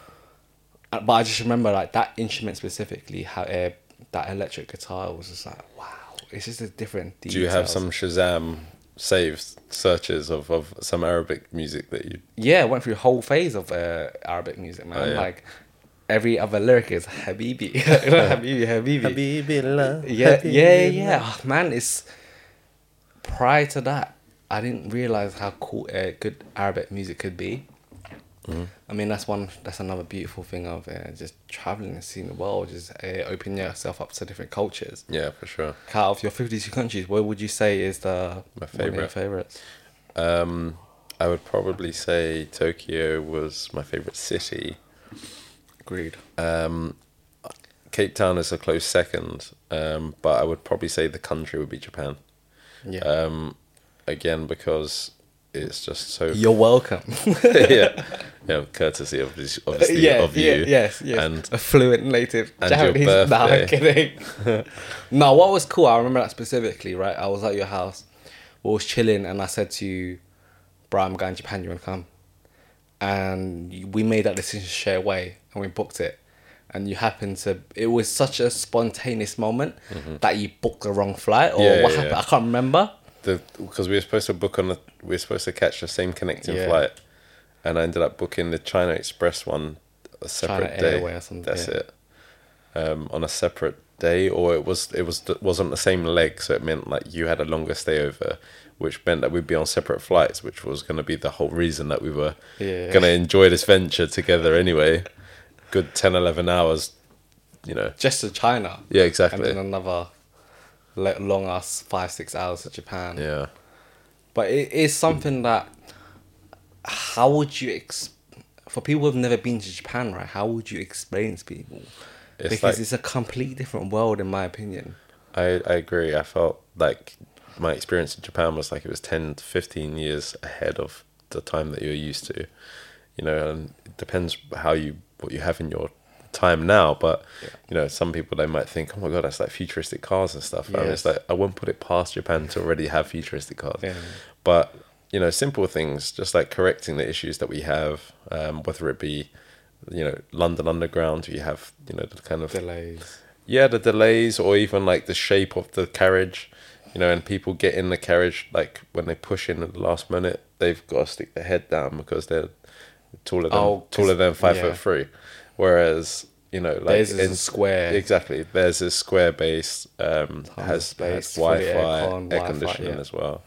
[SPEAKER 1] Uh, But I just remember like that instrument specifically, how uh, that electric guitar was just like, wow, it's just a different.
[SPEAKER 2] Do you have
[SPEAKER 1] details.
[SPEAKER 2] some Shazam saves, searches of, of some Arabic music that you.
[SPEAKER 1] Yeah, I went through a whole phase of uh, Arabic music, man.
[SPEAKER 2] Oh, yeah.
[SPEAKER 1] Like every other lyric is Habibi, [laughs]
[SPEAKER 2] [laughs]
[SPEAKER 1] Habibi, Habibi. yeah, yeah, yeah. Oh, man, it's prior to that, I didn't realize how cool uh, good Arabic music could be.
[SPEAKER 2] Mm.
[SPEAKER 1] I mean, that's one. That's another beautiful thing of uh, just traveling and seeing the world, just uh, opening yourself up to different cultures.
[SPEAKER 2] Yeah, for sure.
[SPEAKER 1] Out of your fifty-two countries, what would you say is the
[SPEAKER 2] My
[SPEAKER 1] one of your
[SPEAKER 2] favourite.
[SPEAKER 1] favorites?
[SPEAKER 2] Um, I would probably say Tokyo was my favorite city.
[SPEAKER 1] Agreed.
[SPEAKER 2] Cape Town is a close second, um, but I would probably say the country would be Japan.
[SPEAKER 1] Yeah.
[SPEAKER 2] um, again because it's just so
[SPEAKER 1] You're welcome.
[SPEAKER 2] [laughs] yeah, yeah, courtesy of this- obviously of you.
[SPEAKER 1] yes, yes.
[SPEAKER 2] And
[SPEAKER 1] a fluent native
[SPEAKER 2] and your
[SPEAKER 1] Japanese. [laughs] Nah, I'm
[SPEAKER 2] birthday.
[SPEAKER 1] kidding.
[SPEAKER 2] [laughs]
[SPEAKER 1] no, what was cool, I remember that specifically, right? I was at your house, we was chilling, and I said to you, bro, I'm going to Japan, you want to come? And you- we made that decision straight away, and we booked it. And you happened to, it was such a spontaneous moment that you booked the wrong flight, or
[SPEAKER 2] Mm-hmm. Yeah,
[SPEAKER 1] what
[SPEAKER 2] yeah,
[SPEAKER 1] happened?
[SPEAKER 2] yeah.
[SPEAKER 1] I can't remember.
[SPEAKER 2] the because we were supposed to book on the we were supposed to catch the same connecting
[SPEAKER 1] Yeah.
[SPEAKER 2] flight, and I ended up booking the China Express one a separate day.
[SPEAKER 1] Airway or something,
[SPEAKER 2] That's
[SPEAKER 1] yeah.
[SPEAKER 2] it. Um, on a separate day, or it was it was it wasn't the same leg, so it meant like you had a longer stay over, which meant that we'd be on separate flights, which was going to be the whole reason that we were
[SPEAKER 1] Yeah.
[SPEAKER 2] going to enjoy this venture together anyway. Good 10, 11 hours, you know.
[SPEAKER 1] Just to China.
[SPEAKER 2] Yeah,
[SPEAKER 1] And
[SPEAKER 2] exactly.
[SPEAKER 1] then another like, long ass five, six hours to Japan.
[SPEAKER 2] yeah,
[SPEAKER 1] But it is something that how would you ex- for people who've never been to Japan, right? How would you explain it to people?
[SPEAKER 2] It's
[SPEAKER 1] because
[SPEAKER 2] like-
[SPEAKER 1] it's a complete different world, in my opinion.
[SPEAKER 2] I, I agree. I felt like my experience in Japan was like it was 10 to 15 years ahead of the time that you're used to. You know, and it depends how you what you have in your time now, but you know, some people they might think, "Oh my god, that's like futuristic cars and stuff." And
[SPEAKER 1] Yes.
[SPEAKER 2] it's like I wouldn't put it past Japan to already have futuristic cars.
[SPEAKER 1] Yeah.
[SPEAKER 2] But you know, simple things just like correcting the issues that we have, um, whether it be you know London Underground, you have you know the kind of
[SPEAKER 1] Delays.
[SPEAKER 2] yeah, the delays or even like the shape of the carriage, you know, and people get in the carriage like when they push in at the last minute, they've got to stick their head down because they're taller than
[SPEAKER 1] Oh, 'cause-
[SPEAKER 2] taller than five
[SPEAKER 1] yeah.
[SPEAKER 2] foot three, whereas you know like
[SPEAKER 1] Theirs is a square.
[SPEAKER 2] exactly theirs is square based um
[SPEAKER 1] of
[SPEAKER 2] has,
[SPEAKER 1] space,
[SPEAKER 2] has
[SPEAKER 1] fully
[SPEAKER 2] Wi-Fi
[SPEAKER 1] aircon,
[SPEAKER 2] air
[SPEAKER 1] Wi-Fi,
[SPEAKER 2] conditioning
[SPEAKER 1] yeah.
[SPEAKER 2] as well.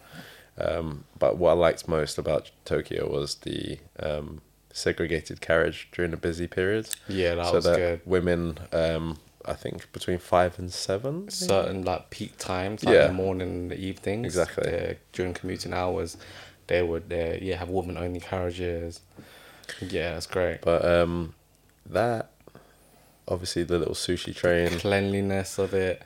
[SPEAKER 2] Um, but what I liked most about Tokyo was the um, segregated carriage during the busy periods
[SPEAKER 1] Yeah, that was good.
[SPEAKER 2] women um i think between five and seven
[SPEAKER 1] Certain like peak times, like
[SPEAKER 2] Yeah.
[SPEAKER 1] the morning and the evenings.
[SPEAKER 2] Exactly.
[SPEAKER 1] they're- During commuting hours, they would uh, yeah have women only carriages. Yeah, that's great.
[SPEAKER 2] but um that obviously the little sushi train
[SPEAKER 1] Cleanliness of it,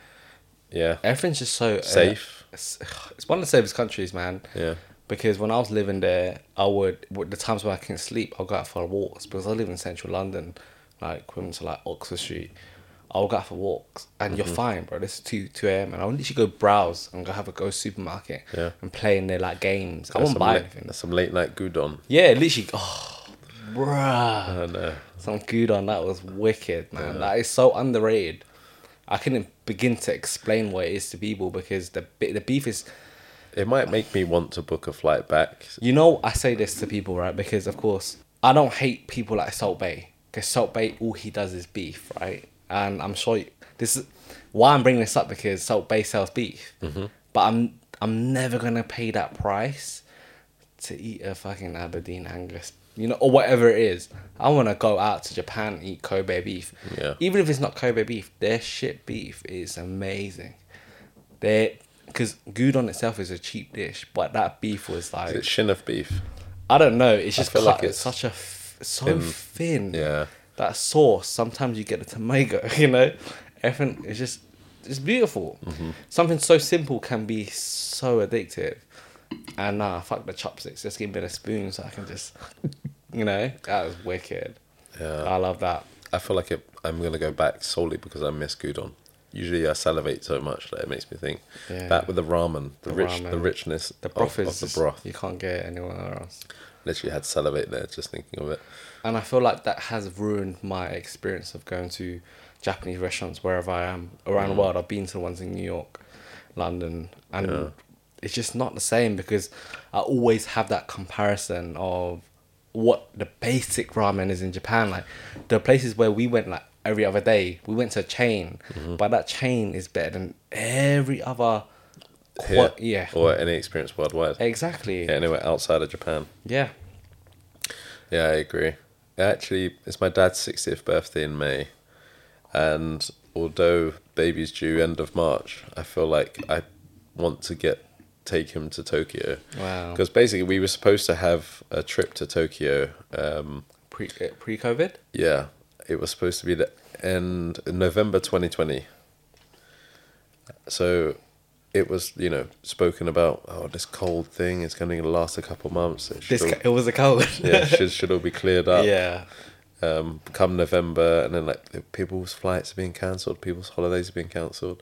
[SPEAKER 2] yeah
[SPEAKER 1] everything's just so uh,
[SPEAKER 2] Safe.
[SPEAKER 1] It's, [sighs] it's one of the safest countries, man.
[SPEAKER 2] yeah
[SPEAKER 1] because when I was living there, I would with the times when I couldn't sleep, I'll go out for walks because I live in central London, like when to like Oxford Street. I'll go out for walks, and
[SPEAKER 2] Mm-hmm.
[SPEAKER 1] you're fine, bro. This is two two a.m. and I'll literally go browse and go have a go supermarket
[SPEAKER 2] Yeah.
[SPEAKER 1] and play in their like games. I
[SPEAKER 2] There's
[SPEAKER 1] won't
[SPEAKER 2] some
[SPEAKER 1] buy
[SPEAKER 2] late,
[SPEAKER 1] anything.
[SPEAKER 2] there's some late night gudon
[SPEAKER 1] Yeah, literally. Oh, bruh,
[SPEAKER 2] and uh,
[SPEAKER 1] some good on that was wicked, man. That is so underrated. I couldn't begin to explain what it is to people because the bi- the beef is.
[SPEAKER 2] it might make me want to book a flight back
[SPEAKER 1] You know, I say this to people, right? Because of course, I don't hate people like Salt Bay. Because Salt Bay, all he does is beef, right? And I'm sure you, this is why I'm bringing this up because Salt Bay sells beef. But I'm I'm never gonna pay that price to eat a fucking Aberdeen Angus, you know, or whatever it is. I wanna go out to Japan and eat Kobe beef.
[SPEAKER 2] Yeah.
[SPEAKER 1] Even if it's not Kobe beef, their shit beef is amazing. They because udon itself is a cheap dish, but that beef was like
[SPEAKER 2] it's shin of beef
[SPEAKER 1] I don't know. It's just
[SPEAKER 2] feel
[SPEAKER 1] cut
[SPEAKER 2] like it's
[SPEAKER 1] such a f- so thin.
[SPEAKER 2] yeah
[SPEAKER 1] That sauce. Sometimes you get a tomato. [laughs] You know, everything is just it's beautiful.
[SPEAKER 2] Mm-hmm.
[SPEAKER 1] Something so simple can be so addictive. And nah, fuck the chopsticks. Just give me the spoon so I can just, [laughs] you know, that was wicked.
[SPEAKER 2] Yeah.
[SPEAKER 1] I love that.
[SPEAKER 2] i feel like it, i'm gonna go back solely because i miss gudon usually i salivate so much that it makes me think
[SPEAKER 1] Yeah.
[SPEAKER 2] that with the ramen the,
[SPEAKER 1] The
[SPEAKER 2] rich the
[SPEAKER 1] ramen.
[SPEAKER 2] richness
[SPEAKER 1] The
[SPEAKER 2] of-
[SPEAKER 1] broth
[SPEAKER 2] of,
[SPEAKER 1] is
[SPEAKER 2] the
[SPEAKER 1] just-
[SPEAKER 2] broth
[SPEAKER 1] You can't get it anywhere else.
[SPEAKER 2] literally had salivate there just thinking of it
[SPEAKER 1] And I feel like that has ruined my experience of going to Japanese restaurants wherever I am around the world. I've been to the ones in New York, London, and it's just not the same because I always have that comparison of what the basic ramen is in Japan. Like the places where we went, like every other day, we went to a chain, but that chain is better than every other.
[SPEAKER 2] here Oh.
[SPEAKER 1] Qua- yeah,
[SPEAKER 2] or any experience worldwide
[SPEAKER 1] exactly.
[SPEAKER 2] yeah, anywhere outside of Japan.
[SPEAKER 1] yeah.
[SPEAKER 2] Yeah, I agree. Actually, it's my dad's 60th birthday in May, and although baby's due end of March, I feel like I want to get take him to Tokyo.
[SPEAKER 1] Wow.
[SPEAKER 2] Because basically, we were supposed to have a trip to Tokyo. Um,
[SPEAKER 1] Pre uh, pre COVID.
[SPEAKER 2] yeah, it was supposed to be the end November 2020. So it was, you know, spoken about. Oh, this cold thing is going to last a couple months. It should
[SPEAKER 1] This
[SPEAKER 2] all-
[SPEAKER 1] it was a cold.
[SPEAKER 2] [laughs]
[SPEAKER 1] [laughs]
[SPEAKER 2] yeah, should should all be cleared up.
[SPEAKER 1] yeah.
[SPEAKER 2] Um, come November, and then like the- people's flights are being cancelled, people's holidays are being cancelled,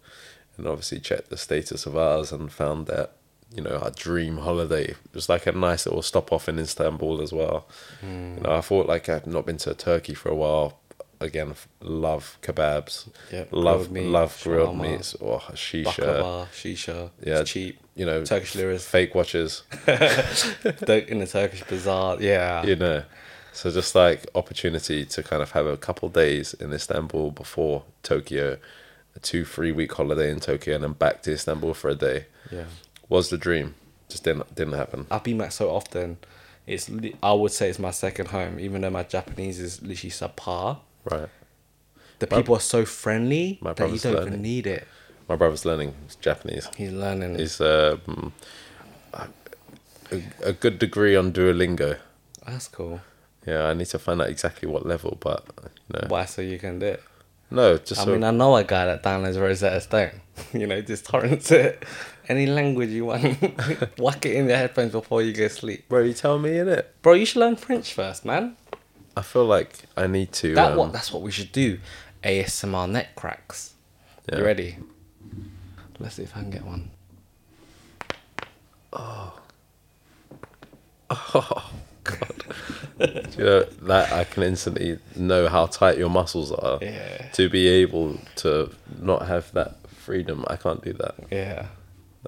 [SPEAKER 2] and obviously checked the status of ours and found that you know our dream holiday was like a nice little stop off in Istanbul as well.
[SPEAKER 1] Hmm.
[SPEAKER 2] You know, I thought like I've not been to Turkey for a while. Again, f- love kebabs.
[SPEAKER 1] Yep,
[SPEAKER 2] love
[SPEAKER 1] grilled meat,
[SPEAKER 2] love grilled
[SPEAKER 1] shawarma,
[SPEAKER 2] meats or shisha.
[SPEAKER 1] baklava, shisha.
[SPEAKER 2] Yeah,
[SPEAKER 1] it's cheap.
[SPEAKER 2] You know,
[SPEAKER 1] Turkish liras
[SPEAKER 2] fake watches.
[SPEAKER 1] don't- in the Turkish
[SPEAKER 2] [laughs]
[SPEAKER 1] bazaar. Yeah,
[SPEAKER 2] you know so just like opportunity to kind of have a couple days in istanbul before tokyo a two three week holiday in tokyo and then back to istanbul for a day
[SPEAKER 1] yeah.
[SPEAKER 2] was the dream just didn't didn't happen
[SPEAKER 1] I've been back so often. It's li- I would say it's my second home, even though my Japanese is literally subpar.
[SPEAKER 2] right
[SPEAKER 1] The people are so friendly
[SPEAKER 2] my
[SPEAKER 1] that you
[SPEAKER 2] brother's
[SPEAKER 1] don't even
[SPEAKER 2] learning.
[SPEAKER 1] need it.
[SPEAKER 2] my brother's learning japanese
[SPEAKER 1] He's learning.
[SPEAKER 2] he's um, a, a good degree on duolingo
[SPEAKER 1] That's cool.
[SPEAKER 2] Yeah, I need to find out exactly what level, but you know,
[SPEAKER 1] Why? So you can do it.
[SPEAKER 2] no, just
[SPEAKER 1] I
[SPEAKER 2] so,
[SPEAKER 1] mean, I know a guy that downloads Rosetta Stone. [laughs] you know, just torrents it. Any language you want, [laughs] whack it in your headphones before you go to sleep.
[SPEAKER 2] bro. You tell me in it.
[SPEAKER 1] Bro, you should learn French first, man.
[SPEAKER 2] I feel like I need to.
[SPEAKER 1] That
[SPEAKER 2] um,
[SPEAKER 1] what that's what we should do. ASMR net cracks.
[SPEAKER 2] Yeah.
[SPEAKER 1] You ready? Let's see if I can get one.
[SPEAKER 2] you know that I can instantly know how tight your muscles are.
[SPEAKER 1] Yeah.
[SPEAKER 2] To be able to not have that freedom, I can't do that.
[SPEAKER 1] Yeah.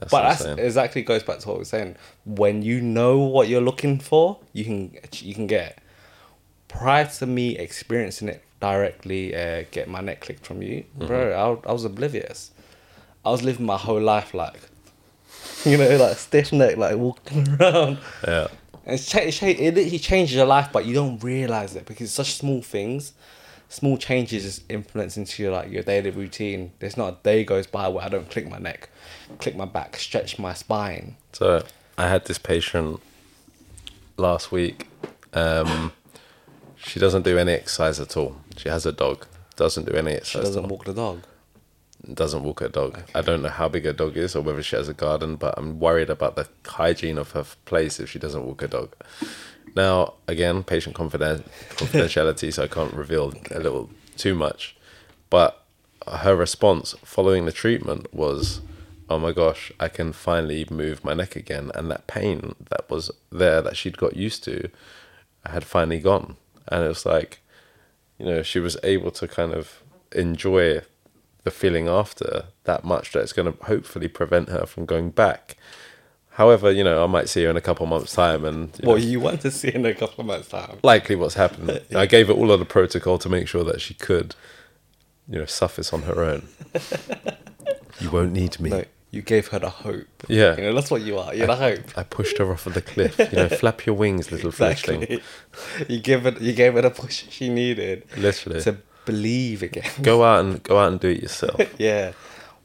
[SPEAKER 2] That's
[SPEAKER 1] but
[SPEAKER 2] what I'm
[SPEAKER 1] that's
[SPEAKER 2] saying.
[SPEAKER 1] exactly goes back to what we we're saying. When you know what you're looking for, you can you can get. it. Prior to me experiencing it directly, uh, get my neck clicked from you, bro. I, I was oblivious. I was living my whole life like, [laughs] you know, like stiff neck, like walking [laughs] around.
[SPEAKER 2] Yeah.
[SPEAKER 1] And it's cha- it, cha- it literally changes your life, but you don't realize it because it's such small things, small changes just influence into your like your daily routine. There's not a day goes by where I don't click my neck, click my back, stretch my spine.
[SPEAKER 2] So I had this patient last week. Um, she doesn't do any exercise at all. She has a dog. Doesn't do any
[SPEAKER 1] She
[SPEAKER 2] exercise.
[SPEAKER 1] doesn't walk the dog.
[SPEAKER 2] doesn't walk her dog. I don't know how big her dog is or whether she has a garden, but I'm worried about the hygiene of her place if she doesn't walk her dog. Now, again, patient confiden- confidentiality, so I can't reveal a little too much. But her response following the treatment was, "Oh my gosh, I can finally move my neck again," and that pain that was there that she'd got used to had finally gone, and it was like you know, she was able to kind of enjoy the feeling after that much that it's going to hopefully prevent her from going back. However, you know, I might see her in a couple of months' time and you
[SPEAKER 1] What
[SPEAKER 2] know,
[SPEAKER 1] you want to see in a couple of months time?
[SPEAKER 2] likely what's [laughs] happened. I gave her all of the protocol to make sure that she could, you know, suffice on her own. [laughs] you won't need me.
[SPEAKER 1] No, you gave her the hope.
[SPEAKER 2] Yeah.
[SPEAKER 1] you know that's what you are. You're the
[SPEAKER 2] [laughs]
[SPEAKER 1] hope.
[SPEAKER 2] I pushed her off of the cliff. You [laughs] know, flap your wings, little fledgling.
[SPEAKER 1] Exactly. [laughs] You give it. You gave her the push she needed
[SPEAKER 2] Literally.
[SPEAKER 1] to believe again. [laughs]
[SPEAKER 2] Go out and go out and do it yourself.
[SPEAKER 1] yeah.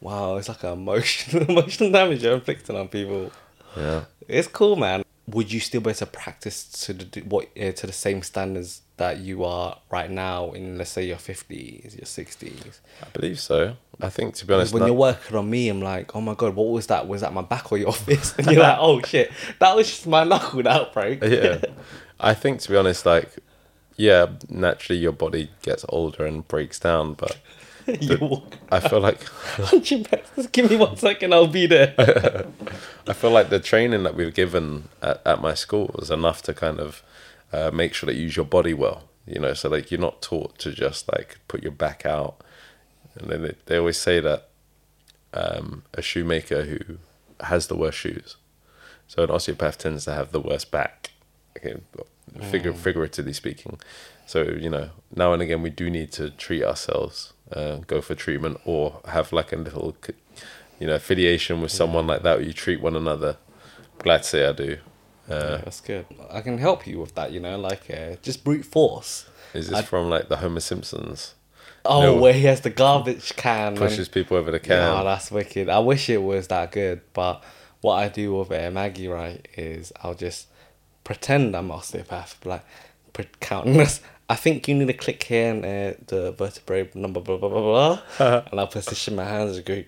[SPEAKER 1] Wow, it's like emotional [laughs] emotional damage you're inflicting on people.
[SPEAKER 2] [laughs] Yeah.
[SPEAKER 1] It's cool, man. Would you still be able to practice to the what uh, to the same standards that you are right now in let's say your fifties, your sixties?
[SPEAKER 2] I believe so. I think to be honest,
[SPEAKER 1] When
[SPEAKER 2] no-
[SPEAKER 1] you're working on me, I'm like, oh my god, what was that? Was that my back or your [laughs] fist? And
[SPEAKER 2] [laughs]
[SPEAKER 1] you're like, oh shit, that was just my knuckle outbreak. [laughs]
[SPEAKER 2] yeah. [laughs] I think to be honest, like, yeah, naturally your body gets older and breaks down, but
[SPEAKER 1] you walk,
[SPEAKER 2] I feel like
[SPEAKER 1] punch him back. Just give me one second, I'll be
[SPEAKER 2] [laughs]
[SPEAKER 1] there.
[SPEAKER 2] I feel like the training that we've given at, at my school was enough to kind of uh, make sure that you use your body well. You know, so like you're not taught to just like put your back out, and then they, they always say that um, a shoemaker who has the worst shoes, so an osteopath tends to have the worst back. Okay, figure,
[SPEAKER 1] Hmm.
[SPEAKER 2] figuratively speaking. So you know, now and again we do need to treat ourselves, uh, go for treatment, or have like a little, c- you know, affiliation with someone like that. Where you treat one another. Glad to say I do.
[SPEAKER 1] Yeah, that's good. I can help you with that, you know, like uh, just brute force.
[SPEAKER 2] Is this from like the Homer Simpsons?
[SPEAKER 1] Oh,
[SPEAKER 2] No.
[SPEAKER 1] where he has the garbage can. and-
[SPEAKER 2] Pushes people over the can.
[SPEAKER 1] Yeah, that's wicked. I wish it was that good, but what I do with uh, Maggie, right, is I'll just pretend I'm osteopath, like pre- counting [laughs] this. I think you need to click here and uh, the vertebrae number blah blah blah blah, and I'll position my hands and go,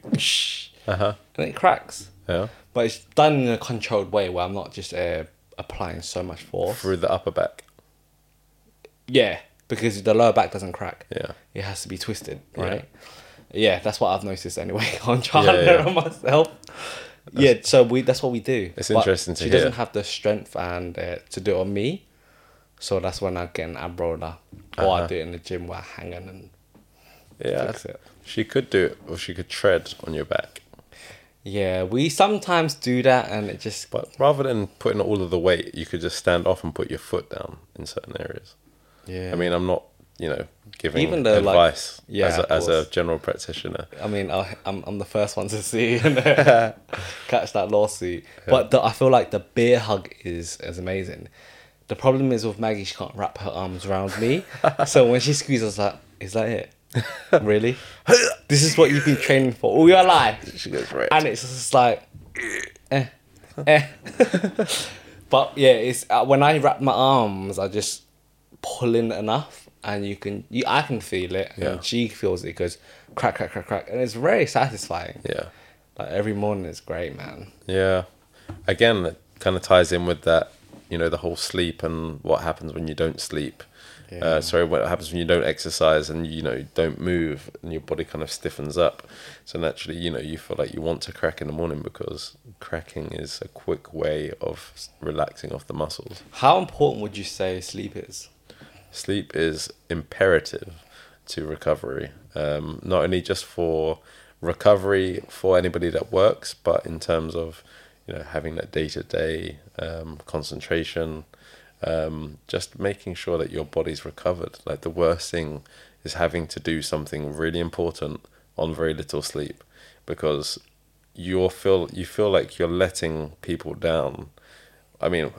[SPEAKER 1] uh-huh. and it cracks.
[SPEAKER 2] yeah.
[SPEAKER 1] But it's done in a controlled way where I'm not just uh, applying so much force.
[SPEAKER 2] Through the upper back.
[SPEAKER 1] Yeah, because the lower back doesn't crack.
[SPEAKER 2] Yeah.
[SPEAKER 1] It has to be twisted, right? Yeah, that's what I've noticed anyway [laughs] on
[SPEAKER 2] Yeah,
[SPEAKER 1] trying
[SPEAKER 2] yeah.
[SPEAKER 1] on myself. yeah, so we that's what we do.
[SPEAKER 2] It's interesting to
[SPEAKER 1] she
[SPEAKER 2] hear.
[SPEAKER 1] doesn't have the strength and uh, to do it on me, so that's when I get an ab roller, or
[SPEAKER 2] Uh-huh.
[SPEAKER 1] I do it in the gym where I hang in and
[SPEAKER 2] Yeah.
[SPEAKER 1] Fix it.
[SPEAKER 2] She could do it, or she could tread on your back.
[SPEAKER 1] yeah. We sometimes do that, and it just
[SPEAKER 2] But rather than putting all of the weight, you could just stand off and put your foot down in certain areas.
[SPEAKER 1] yeah.
[SPEAKER 2] I mean, I'm not, you know, giving
[SPEAKER 1] Even though, like-
[SPEAKER 2] advice
[SPEAKER 1] Yeah,
[SPEAKER 2] as,
[SPEAKER 1] of
[SPEAKER 2] a, as a
[SPEAKER 1] course.
[SPEAKER 2] general practitioner.
[SPEAKER 1] I mean, I, I'm I'm the first one to [laughs] see and uh, catch that lawsuit. But the, I feel like the beer hug is is amazing. The problem is with Maggie, she can't wrap her arms around me. so when she squeezes, I was like, is that it? really? this is what you've been training for all your life.
[SPEAKER 2] She goes, right.
[SPEAKER 1] And it's just like, eh, eh. [laughs] But yeah, it's uh, when I wrap my arms, I just pull in enough, and you can, you, I can feel it, and
[SPEAKER 2] Yeah.
[SPEAKER 1] G feels it it goes crack, crack, crack, crack, and it's very satisfying.
[SPEAKER 2] Yeah.
[SPEAKER 1] Like every morning is great, man.
[SPEAKER 2] Yeah. Again, it kind of ties in with that, you know, the whole sleep and what happens when you don't sleep. Uh, sorry, what happens when you don't exercise and you know don't move and your body kind of stiffens up. So naturally, you know, you feel like you want to crack in the morning because cracking is a quick way of s- relaxing off the muscles.
[SPEAKER 1] How important would you say sleep is?
[SPEAKER 2] Sleep is imperative to recovery, um, not only just for recovery for anybody that works, but in terms of you know having that day to day concentration, um, just making sure that your body's recovered. Like the worst thing is having to do something really important on very little sleep, because you feel you feel like you're letting people down. I mean,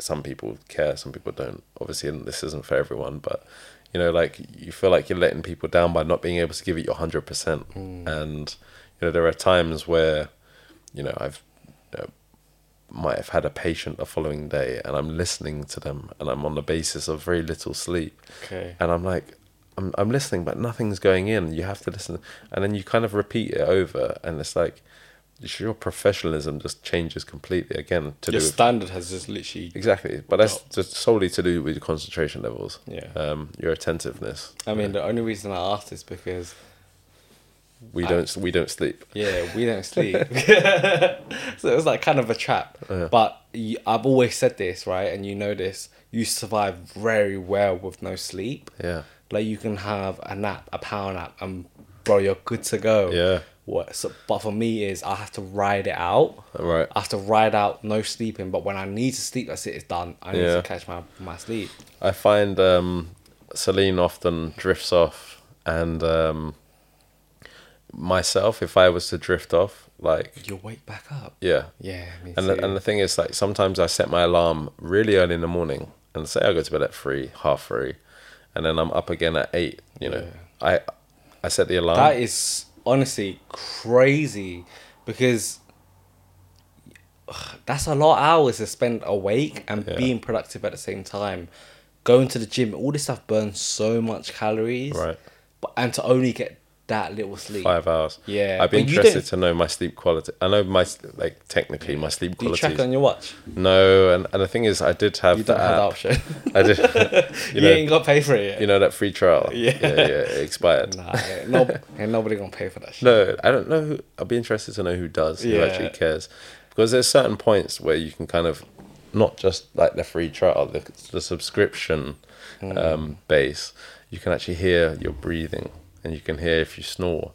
[SPEAKER 2] some people care, some people don't. Obviously, and this isn't for everyone, but you know, like you feel like you're letting people down by not being able to give it your hundred percent. And you know, there are times where, you know, I've you know, might have had a patient the following day, and I'm listening to them, and I'm on the basis of very little sleep,
[SPEAKER 1] Okay.
[SPEAKER 2] and I'm like. I'm, I'm listening, but nothing's going in. You have to listen, and then you kind of repeat it over, and it's like your professionalism just changes completely again. To
[SPEAKER 1] Your
[SPEAKER 2] do with
[SPEAKER 1] standard has just literally
[SPEAKER 2] Exactly, but that's just solely to do with your concentration levels.
[SPEAKER 1] Yeah.
[SPEAKER 2] Um, your attentiveness.
[SPEAKER 1] I mean, the only reason I asked is because
[SPEAKER 2] We don't. We don't sleep.
[SPEAKER 1] yeah, we don't
[SPEAKER 2] [laughs]
[SPEAKER 1] sleep, so it was like kind of a trap. But you, I've always said this, right? And you know this. You survive very well with no sleep.
[SPEAKER 2] Yeah.
[SPEAKER 1] Like you can have a nap, a power nap, and bro, you're good to go.
[SPEAKER 2] Yeah.
[SPEAKER 1] What? So, but for me is I have to ride it out.
[SPEAKER 2] Right.
[SPEAKER 1] I have to ride out no sleeping. But when I need to sleep, that's it. It's done. I need
[SPEAKER 2] Yeah.
[SPEAKER 1] to catch my my sleep.
[SPEAKER 2] I find um, Celine often drifts off, and um, myself, if I was to drift off, like
[SPEAKER 1] You wake back up.
[SPEAKER 2] yeah,
[SPEAKER 1] Yeah. Me
[SPEAKER 2] And
[SPEAKER 1] too.
[SPEAKER 2] the, and the thing is, like sometimes I set my alarm really early in the morning, and say I go to bed at three, half three, and then I'm up again at eight. You know, I I set the alarm.
[SPEAKER 1] That is honestly crazy because ugh, that's a lot of hours to spend awake and
[SPEAKER 2] Yeah.
[SPEAKER 1] being productive at the same time. Going to the gym, all this stuff burns so much calories.
[SPEAKER 2] Right.
[SPEAKER 1] But and to only get that little sleep.
[SPEAKER 2] five hours.
[SPEAKER 1] Yeah,
[SPEAKER 2] I'd be
[SPEAKER 1] but you
[SPEAKER 2] interested
[SPEAKER 1] don't-
[SPEAKER 2] to know my sleep quality. I know my s- like technically my sleep
[SPEAKER 1] Do you
[SPEAKER 2] quality.
[SPEAKER 1] track on your watch?
[SPEAKER 2] no, and, and the thing is, I did have
[SPEAKER 1] You don't
[SPEAKER 2] the
[SPEAKER 1] have that
[SPEAKER 2] app. [laughs]
[SPEAKER 1] option. [laughs]
[SPEAKER 2] I did.
[SPEAKER 1] You,
[SPEAKER 2] you know,
[SPEAKER 1] ain't got to pay for it. Yet.
[SPEAKER 2] you know that free trial.
[SPEAKER 1] Yeah.
[SPEAKER 2] yeah, yeah, it expired.
[SPEAKER 1] Nah, ain't no, ain't nobody gonna pay for that shit.
[SPEAKER 2] [laughs] No, I don't know. Who, I'd be interested to know who does, who
[SPEAKER 1] Yeah.
[SPEAKER 2] actually cares, because there's certain points where you can kind of, not just like the free trial, the, the subscription
[SPEAKER 1] Mm.
[SPEAKER 2] um, base, you can actually hear your breathing, and you can hear if you snore.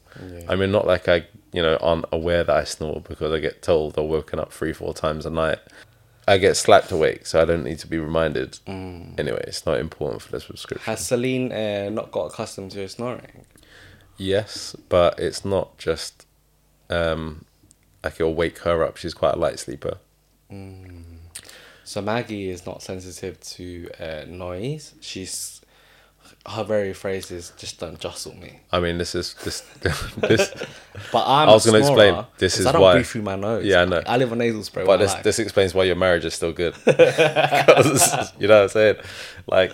[SPEAKER 2] I mean, not like I, you know, aren't aware that I snore because I get told or woken up three, four times a night. I get slapped awake, so I don't need to be reminded.
[SPEAKER 1] Mm.
[SPEAKER 2] Anyway, it's not important for the subscription.
[SPEAKER 1] Has Celine uh, not got accustomed to her snoring?
[SPEAKER 2] Yes, but it's not just um like it'll wake her up. She's quite a light sleeper.
[SPEAKER 1] So Maggie is not sensitive to uh, noise. She's her very phrase is just don't jostle me.
[SPEAKER 2] I mean, this is this [laughs]
[SPEAKER 1] [laughs]
[SPEAKER 2] this,
[SPEAKER 1] But I'm.
[SPEAKER 2] I was gonna
[SPEAKER 1] going to
[SPEAKER 2] explain, this is
[SPEAKER 1] I don't
[SPEAKER 2] why-
[SPEAKER 1] breathe through my nose.
[SPEAKER 2] Yeah, I know.
[SPEAKER 1] I live on nasal spray.
[SPEAKER 2] but this this explains why your marriage is
[SPEAKER 1] [laughs]
[SPEAKER 2] still good. [laughs] 'Cause, you know what I'm saying? Like,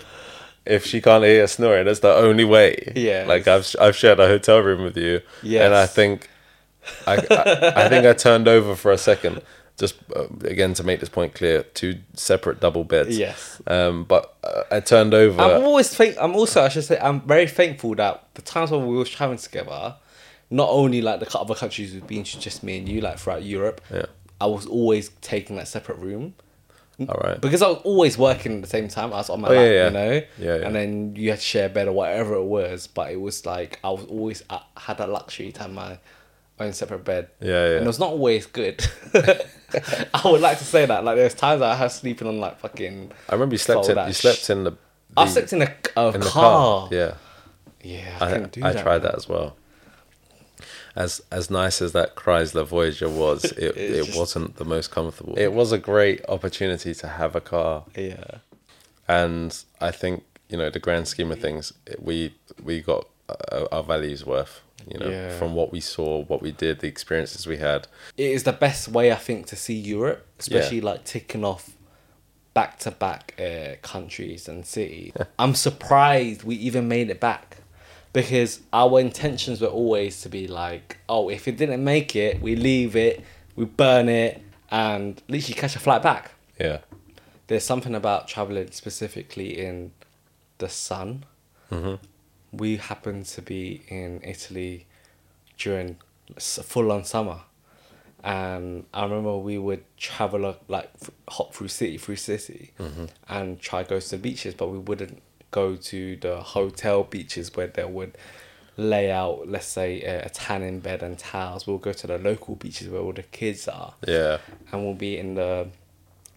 [SPEAKER 2] if she can't hear snoring, that's the only way.
[SPEAKER 1] Yeah.
[SPEAKER 2] Like I've I've shared a hotel room with you. And I
[SPEAKER 1] Yes.
[SPEAKER 2] think I, I I think I turned over for a second. Just uh, again to make this point clear, two separate double beds. [laughs]
[SPEAKER 1] Yes.
[SPEAKER 2] Um, but uh, I turned over.
[SPEAKER 1] I'm always think. I'm also. I should say. I'm very thankful that the times when we were traveling together, not only like the other countries we've been to, just me and you, like throughout Europe.
[SPEAKER 2] Yeah.
[SPEAKER 1] I was always taking that separate room.
[SPEAKER 2] All right.
[SPEAKER 1] because I was always working at the same time. I was on my
[SPEAKER 2] Oh, yeah,
[SPEAKER 1] lap,
[SPEAKER 2] yeah.
[SPEAKER 1] you know.
[SPEAKER 2] Yeah, yeah.
[SPEAKER 1] And then you had to share a bed or whatever it was, but it was like I was always I had that luxury to have my own separate bed.
[SPEAKER 2] Yeah, yeah.
[SPEAKER 1] And it was not always good. [laughs] I would like to say that. Like there's times I had sleeping on like fucking.
[SPEAKER 2] I remember you slept
[SPEAKER 1] fold
[SPEAKER 2] in.
[SPEAKER 1] out
[SPEAKER 2] You
[SPEAKER 1] sh-
[SPEAKER 2] slept in the.
[SPEAKER 1] I
[SPEAKER 2] the-
[SPEAKER 1] slept in a, a
[SPEAKER 2] in
[SPEAKER 1] car.
[SPEAKER 2] the Yeah,
[SPEAKER 1] Yeah, I,
[SPEAKER 2] I,
[SPEAKER 1] couldn't do
[SPEAKER 2] I
[SPEAKER 1] that.
[SPEAKER 2] tried that as well. As as nice as that Chrysler Voyager [laughs] was, it
[SPEAKER 1] It's
[SPEAKER 2] it
[SPEAKER 1] just-
[SPEAKER 2] wasn't the most comfortable. It was a great opportunity to have a car,
[SPEAKER 1] Yeah.
[SPEAKER 2] and I think you know the grand scheme of things, it- we we got uh, our values worth. You know,
[SPEAKER 1] Yeah.
[SPEAKER 2] from what we saw, what we did, the experiences we had.
[SPEAKER 1] it is the best way I think to see Europe, especially like ticking off back to back countries and cities. I'm surprised we even made it back because our intentions were always to be like, oh, if it didn't make it, we leave it, we burn it, and literally catch a flight back.
[SPEAKER 2] Yeah.
[SPEAKER 1] There's something about traveling specifically in the sun. We happened to be in Italy during full on summer. And I remember we would travel uh, like f- hop through city through city and try go to the beaches, but we wouldn't go to the hotel beaches where they would lay out, let's say, a, a tan in bed and towels. We'll go to the local beaches where all the kids are
[SPEAKER 2] Yeah.
[SPEAKER 1] and we'll be in the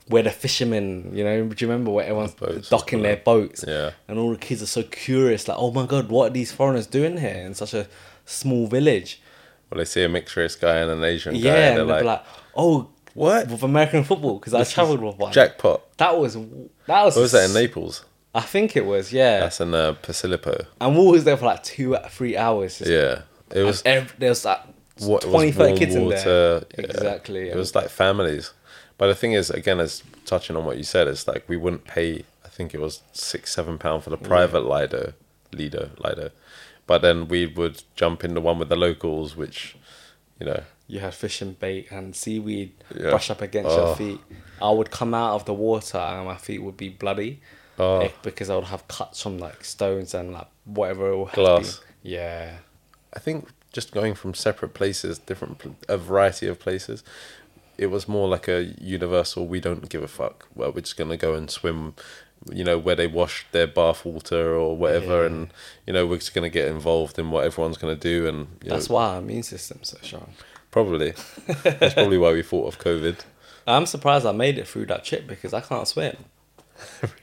[SPEAKER 1] where the fishermen, you know, do you remember where everyone's
[SPEAKER 2] Boats,
[SPEAKER 1] docking
[SPEAKER 2] yeah.
[SPEAKER 1] their boats?
[SPEAKER 2] Yeah.
[SPEAKER 1] And all the kids are so curious, like, oh my god, what are these foreigners doing here in such a small village?
[SPEAKER 2] Well, they see a mixed race guy and an Asian guy,
[SPEAKER 1] yeah,
[SPEAKER 2] and
[SPEAKER 1] and
[SPEAKER 2] they're
[SPEAKER 1] they'll
[SPEAKER 2] like,
[SPEAKER 1] be like, oh,
[SPEAKER 2] "What?
[SPEAKER 1] with American football, because I travelled with one.
[SPEAKER 2] Jackpot."
[SPEAKER 1] That was that was.
[SPEAKER 2] What was that in Naples?
[SPEAKER 1] I think it was, yeah.
[SPEAKER 2] That's in uh, Pasilipo.
[SPEAKER 1] and we was there for like two, three hours. Just,
[SPEAKER 2] Yeah, it was.
[SPEAKER 1] and ev- there was like
[SPEAKER 2] What,
[SPEAKER 1] 20,
[SPEAKER 2] it was
[SPEAKER 1] 30
[SPEAKER 2] warm
[SPEAKER 1] kids in there.
[SPEAKER 2] water, yeah.
[SPEAKER 1] Exactly.
[SPEAKER 2] It was like families, but the thing is, again, as touching on what you said, it's like we wouldn't pay. I think it was six, seven pound for the private Lido, Lido, Lido, but then we would jump in the one with the locals, which, you know,
[SPEAKER 1] you had fishing bait and seaweed
[SPEAKER 2] Yeah.
[SPEAKER 1] brush up against
[SPEAKER 2] Oh.
[SPEAKER 1] your feet. I would come out of the water and my feet would be bloody
[SPEAKER 2] Oh.
[SPEAKER 1] eh, because I would have cuts from like stones and like whatever it would have
[SPEAKER 2] Glass.
[SPEAKER 1] been. Yeah.
[SPEAKER 2] I think just going from separate places, different, pl- a variety of places, it was more like a universal, we don't give a fuck. Well, we're just going to go and swim, you know, where they wash their bath water or whatever.
[SPEAKER 1] Yeah.
[SPEAKER 2] And, you know, we're just going to get involved in what everyone's going to do. And you
[SPEAKER 1] That's
[SPEAKER 2] know,
[SPEAKER 1] why our immune system's so strong.
[SPEAKER 2] probably, that's probably why we thought of
[SPEAKER 1] [laughs]
[SPEAKER 2] COVID.
[SPEAKER 1] I'm surprised I made it through that trip because I can't
[SPEAKER 2] [laughs]
[SPEAKER 1] swim.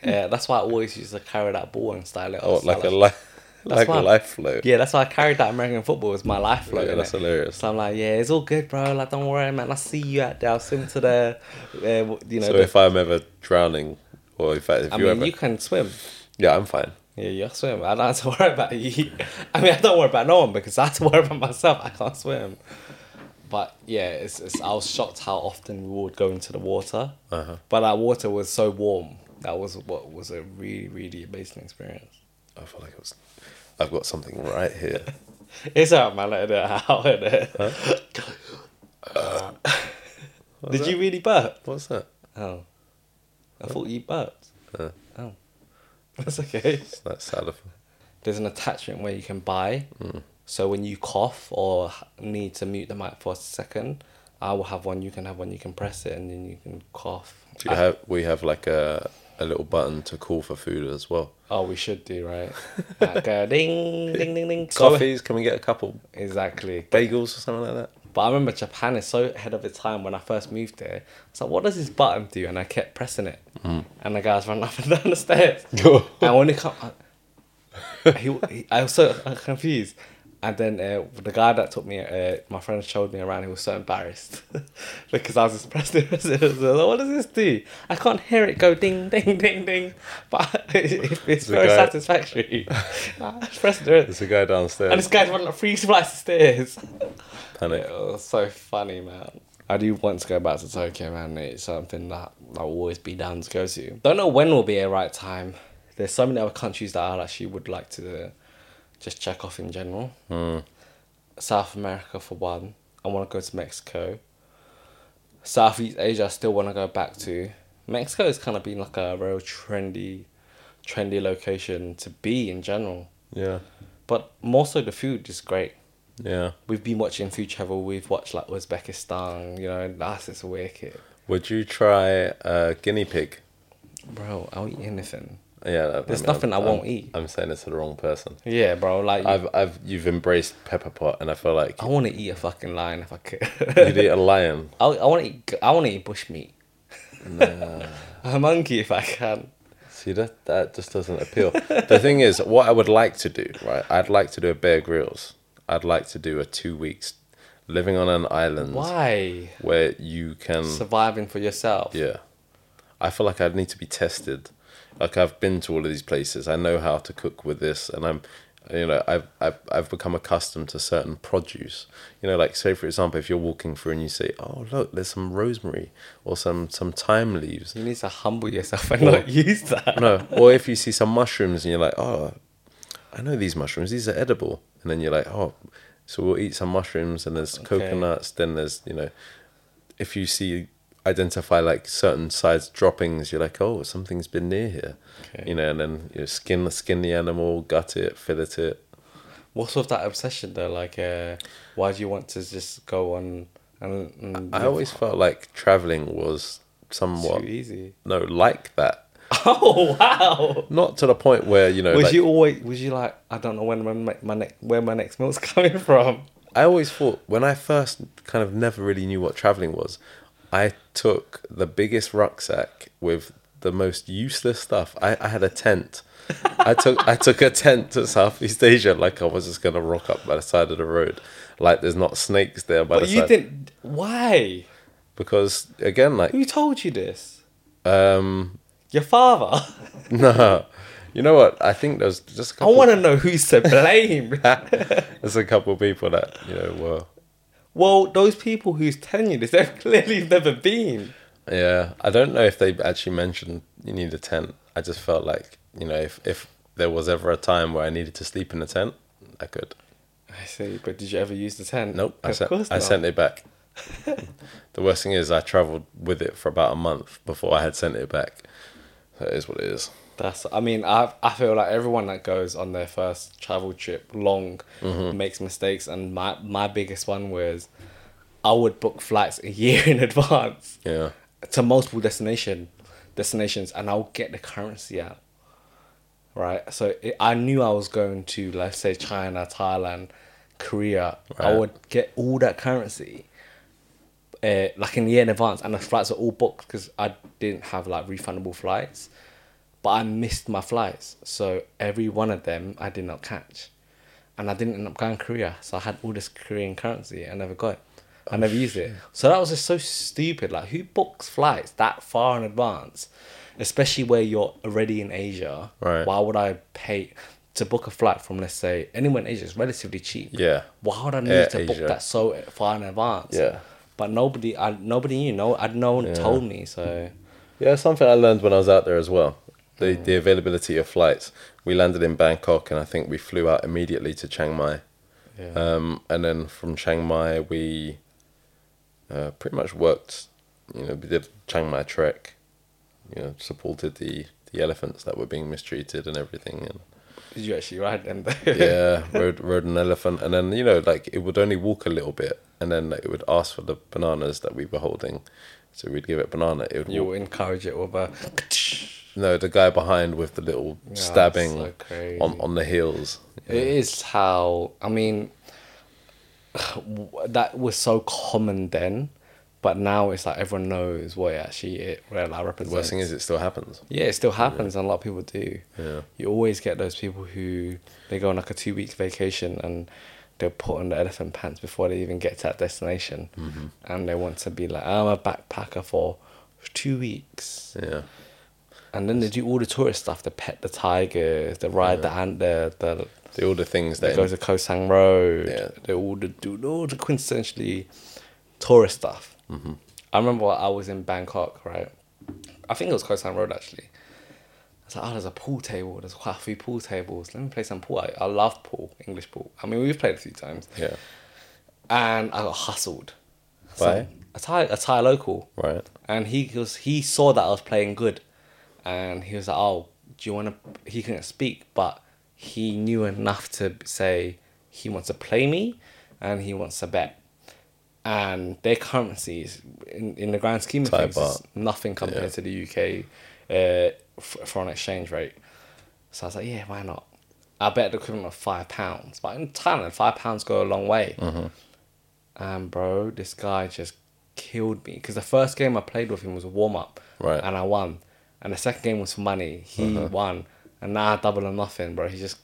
[SPEAKER 1] yeah, that's why I always used to carry that ball and style it.
[SPEAKER 2] Oh,
[SPEAKER 1] up.
[SPEAKER 2] like
[SPEAKER 1] [laughs]
[SPEAKER 2] a life, like
[SPEAKER 1] why-
[SPEAKER 2] a life float.
[SPEAKER 1] Yeah, that's why I carried that American football as my life float.
[SPEAKER 2] Yeah,
[SPEAKER 1] innit?
[SPEAKER 2] that's hilarious.
[SPEAKER 1] So I'm like, yeah, it's all good, bro. Like, don't worry, man. I see you out there. I'll swim to the, uh, you know.
[SPEAKER 2] So
[SPEAKER 1] the-
[SPEAKER 2] if I'm ever drowning, or in fact, if
[SPEAKER 1] I
[SPEAKER 2] you
[SPEAKER 1] mean,
[SPEAKER 2] ever,
[SPEAKER 1] you can swim.
[SPEAKER 2] yeah, I'm fine.
[SPEAKER 1] Yeah, you can swim. I don't have to [laughs] worry about you. I mean, I don't worry about no one because I have to worry about myself. I can't swim. But yeah, it's, it's I was shocked how often we would go into the water.
[SPEAKER 2] Uh-huh.
[SPEAKER 1] But that water was so warm. That was what was a really, really amazing experience.
[SPEAKER 2] I feel like it was, I've got something
[SPEAKER 1] [laughs]
[SPEAKER 2] right here.
[SPEAKER 1] It's out, man. Let it out. [laughs] innit? [laughs] Did you really burp?
[SPEAKER 2] What's that?
[SPEAKER 1] Oh. I thought you burped.
[SPEAKER 2] Uh.
[SPEAKER 1] Oh. [laughs] That's okay.
[SPEAKER 2] That's sad of
[SPEAKER 1] there's an attachment where you can buy. So when you cough or h- need to mute the mic for a second, I will have one. You can have one. You can press it, and then you can cough.
[SPEAKER 2] Do you have we have like a a little button to call for food as well?
[SPEAKER 1] Oh, we should do right. like uh, ding, ding, ding, ding. So-
[SPEAKER 2] Coffees, can we get a couple
[SPEAKER 1] Exactly.
[SPEAKER 2] bagels or something like that?
[SPEAKER 1] But I remember Japan is so ahead of its time when I first moved there. I was like, what does this button do? And I kept pressing it. And the guys ran up and [laughs] down the stairs. and when he come, I, he, he, I was so confused. And then uh, the guy that took me, uh, my friend showed me around. He was so embarrassed [laughs] because I was just [laughs] pressing it. I was like, what does this do? I can't hear it go ding, ding, ding, ding. [laughs] But it, it's
[SPEAKER 2] The
[SPEAKER 1] very
[SPEAKER 2] guy-
[SPEAKER 1] satisfactory. [laughs] I pressed it.
[SPEAKER 2] [laughs] There's a guy
[SPEAKER 1] And this
[SPEAKER 2] downstairs.
[SPEAKER 1] guy's running up three flights of stairs.
[SPEAKER 2] Panic.
[SPEAKER 1] It was so funny, man. I do want to go back to Tokyo, man. It's something that I'll always be down to go to. Don't know when will be a right time. There's so many other countries that I actually would like to just check off in general. South America for one. I want to go to Mexico. Southeast Asia, I still want to go back to. Mexico has kind of been like a real trendy, trendy location to be in general.
[SPEAKER 2] Yeah.
[SPEAKER 1] But more so, the food is great
[SPEAKER 2] Yeah.
[SPEAKER 1] we've been watching food travel. We've watched like Uzbekistan, you know, that's it's wicked,
[SPEAKER 2] Would you try a guinea pig?
[SPEAKER 1] bro. I'll eat anything.
[SPEAKER 2] Yeah. that-
[SPEAKER 1] There's
[SPEAKER 2] mean,
[SPEAKER 1] nothing I
[SPEAKER 2] I'm-
[SPEAKER 1] won't
[SPEAKER 2] I'm-
[SPEAKER 1] eat.
[SPEAKER 2] I'm saying this to the wrong person.
[SPEAKER 1] Yeah, Oh. bro. Like i
[SPEAKER 2] I've I've you've embraced pepper pot, and I feel like
[SPEAKER 1] want to eat a fucking lion if I [laughs] could.
[SPEAKER 2] [laughs] you'd eat a lion.
[SPEAKER 1] I I want to eat I want to eat bush meat. [laughs] a monkey if I can.
[SPEAKER 2] See that that just doesn't appeal. the thing is, what I would like to do, right? I'd like to do a Bear Grylls. I'd like to do a two weeks living on an island
[SPEAKER 1] Why
[SPEAKER 2] where you can.
[SPEAKER 1] surviving for yourself?
[SPEAKER 2] yeah, I feel like I'd need to be tested. Like I've been to all of these places. I know how to cook with this, and I'm you know I've, I've I've become accustomed to certain produce you know like say for example if you're walking through and you see oh look there's some rosemary or some some thyme leaves
[SPEAKER 1] You need to humble yourself and
[SPEAKER 2] Or-
[SPEAKER 1] not [laughs] use that.
[SPEAKER 2] no or if you see some mushrooms and you're like oh I know these mushrooms these are edible and then you're like oh so we'll eat some mushrooms and there's coconuts then there's you know if you see identify like certain size droppings you're like oh something's been near here
[SPEAKER 1] Okay.
[SPEAKER 2] you know and then you know, skin skin the animal gut it fillet it
[SPEAKER 1] What's with that obsession though? Like, uh, why do you want to just go on and, and
[SPEAKER 2] I
[SPEAKER 1] live
[SPEAKER 2] always felt like traveling was somewhat
[SPEAKER 1] too
[SPEAKER 2] [laughs]
[SPEAKER 1] easy?
[SPEAKER 2] no like that.
[SPEAKER 1] Oh wow!
[SPEAKER 2] Not to the point where you know.
[SPEAKER 1] Was
[SPEAKER 2] like-
[SPEAKER 1] you always? Was you like? I don't know when my ne- my next where my next meal's [laughs] coming from.
[SPEAKER 2] I always thought when I first kind of never really knew what traveling was, I took the biggest rucksack with the most useless stuff. I, I had a tent. I took I took a tent to Southeast Asia like I was just gonna rock up by the side of the road, like there's not snakes there by
[SPEAKER 1] But
[SPEAKER 2] the
[SPEAKER 1] you
[SPEAKER 2] side.
[SPEAKER 1] didn't. Why?
[SPEAKER 2] Because again, like
[SPEAKER 1] Who told you this?
[SPEAKER 2] um [laughs]
[SPEAKER 1] Your father. [laughs]
[SPEAKER 2] no, you know what? I think there's just a
[SPEAKER 1] I
[SPEAKER 2] couple
[SPEAKER 1] want to know who's to blame. [laughs]
[SPEAKER 2] There's a couple [laughs] of people that you know were.
[SPEAKER 1] well, those people who's telling you this, they've [laughs] clearly never been.
[SPEAKER 2] Yeah, I don't know if they actually mentioned you need a tent. I just felt like you know if if there was ever a time where I needed to sleep in a tent, I could.
[SPEAKER 1] I see. But did you ever use the tent?
[SPEAKER 2] Nope, I
[SPEAKER 1] of
[SPEAKER 2] sent
[SPEAKER 1] course
[SPEAKER 2] I
[SPEAKER 1] not.
[SPEAKER 2] sent it
[SPEAKER 1] [laughs]
[SPEAKER 2] back. the worst thing is I travelled with it for about a month before I had sent it back. That is what it is.
[SPEAKER 1] That's. I mean, I I feel like everyone that goes on their first travel trip long makes mistakes, and my my biggest one was, I would book flights a year [laughs] in advance
[SPEAKER 2] Yeah,
[SPEAKER 1] to multiple destination destinations, and I'll get the currency out. Right. So it, I knew I was going to let's say China, Thailand, Korea. I
[SPEAKER 2] Right.
[SPEAKER 1] would get all that currency. Uh, like in a year in advance, and the flights were all booked because I didn't have like refundable flights but I missed my flights. So every one of them I did not catch. And I didn't end up going to Korea. So I had all this Korean currency. I never got it. I never used it. So that was just so stupid. Like, who books flights that far in advance? Especially where you're already in Asia.
[SPEAKER 2] Right.
[SPEAKER 1] Why would I pay to book a flight from, let's say, anywhere in Asia? It's relatively cheap.
[SPEAKER 2] yeah,
[SPEAKER 1] Why would I need
[SPEAKER 2] Air
[SPEAKER 1] to
[SPEAKER 2] Asia.
[SPEAKER 1] book that so far in advance?
[SPEAKER 2] Yeah.
[SPEAKER 1] But nobody, I nobody knew. No, I no one told me. So
[SPEAKER 2] yeah. Something I learned when I was out there as well. The the availability of flights. We landed in Bangkok and I think we flew out immediately to Chiang Mai.
[SPEAKER 1] yeah.
[SPEAKER 2] Um, and then from Chiang Mai, we uh, pretty much worked, you know, we did Chiang Mai trek, you know, supported the, the elephants that were being mistreated and everything.
[SPEAKER 1] [laughs]
[SPEAKER 2] And
[SPEAKER 1] Did you actually ride them? though?
[SPEAKER 2] yeah, rode, rode an elephant. And then, you know, like it would only walk a little bit and then like, it would ask for the bananas that we were holding. So we'd give it a banana. It
[SPEAKER 1] [laughs]
[SPEAKER 2] would
[SPEAKER 1] you
[SPEAKER 2] walk.
[SPEAKER 1] will encourage it with a
[SPEAKER 2] No, the guy behind with the little
[SPEAKER 1] Yeah,
[SPEAKER 2] stabbing
[SPEAKER 1] Oh, so crazy.
[SPEAKER 2] on, on the heels.
[SPEAKER 1] it is how i mean [sighs] that was so common then but now it's like everyone knows what it actually it well, like
[SPEAKER 2] The
[SPEAKER 1] represents
[SPEAKER 2] worst thing is it still happens.
[SPEAKER 1] yeah it still happens and a lot of people do
[SPEAKER 2] Yeah.
[SPEAKER 1] you always get those people who they go on like a two weeks vacation and they'll put on the elephant pants before they even get to that destination and they want to be like i'm a backpacker for two weeks
[SPEAKER 2] Yeah.
[SPEAKER 1] And then they do all the tourist stuff, the pet the tigers, the ride the ant the the
[SPEAKER 2] The, all the things
[SPEAKER 1] they
[SPEAKER 2] that
[SPEAKER 1] go to Koh Sang Road.
[SPEAKER 2] Yeah.
[SPEAKER 1] They all the do all the quintessentially tourist stuff. Mm-hmm. I remember I was in Bangkok, right? I think it was Koh Sang Road actually. I was like, oh, there's a pool table. There's quite a few pool tables. Let me play some pool. I, I love pool, English pool. I mean, we've played a few times.
[SPEAKER 2] yeah,
[SPEAKER 1] And I got hustled.
[SPEAKER 2] By?
[SPEAKER 1] a Thai, a Thai local
[SPEAKER 2] right.
[SPEAKER 1] and he was he saw that I was playing good, and he was like, "Oh, do you want to?" He couldn't speak, but he knew enough to say he wants to play me, and he wants to bet. And their currency is in, in the grand scheme of
[SPEAKER 2] Thai
[SPEAKER 1] things is
[SPEAKER 2] baht.
[SPEAKER 1] nothing compared
[SPEAKER 2] Yeah.
[SPEAKER 1] to the UK uh, f- foreign exchange rate. So I was like, "Yeah, why not?" I bet the equivalent of five pounds, but in Thailand, five pounds go a long way. And bro, this guy just killed me because the first game I played with him was a warm up,
[SPEAKER 2] Right. Uh-huh.
[SPEAKER 1] And I won. And the second game was for money. He won, and now I double or nothing, bro. He's just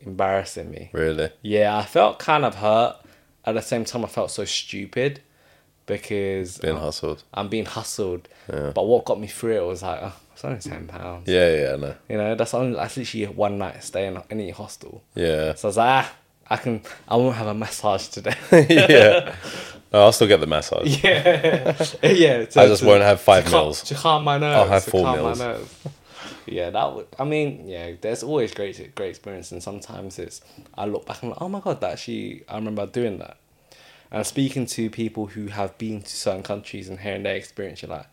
[SPEAKER 1] embarrassing me.
[SPEAKER 2] Really?
[SPEAKER 1] Yeah, I felt kind of hurt. At the same time, I felt so stupid because
[SPEAKER 2] Being hustled.
[SPEAKER 1] I'm being hustled.
[SPEAKER 2] Yeah.
[SPEAKER 1] But what got me through it was like, oh, it's only ten pounds.
[SPEAKER 2] Yeah, yeah, no.
[SPEAKER 1] You know, that's only that's literally one night stay in any hostel. [laughs]
[SPEAKER 2] Yeah. [laughs]
[SPEAKER 1] So I was like, ah, I can, I won't have a massage today.
[SPEAKER 2] [laughs] yeah. No, I'll still get the massage.
[SPEAKER 1] [laughs] yeah, yeah. to-
[SPEAKER 2] I just
[SPEAKER 1] to-
[SPEAKER 2] won't have five
[SPEAKER 1] to cal-
[SPEAKER 2] mils.
[SPEAKER 1] to calm my nerves.
[SPEAKER 2] have
[SPEAKER 1] to
[SPEAKER 2] four
[SPEAKER 1] calm my
[SPEAKER 2] mils.
[SPEAKER 1] nerves. Yeah, that would. I mean, yeah. There's always great, great experience, and sometimes it's. I look back and I'm like, oh my god, that actually, I remember doing that. And speaking to people who have been to certain countries and hearing their experience, you're like,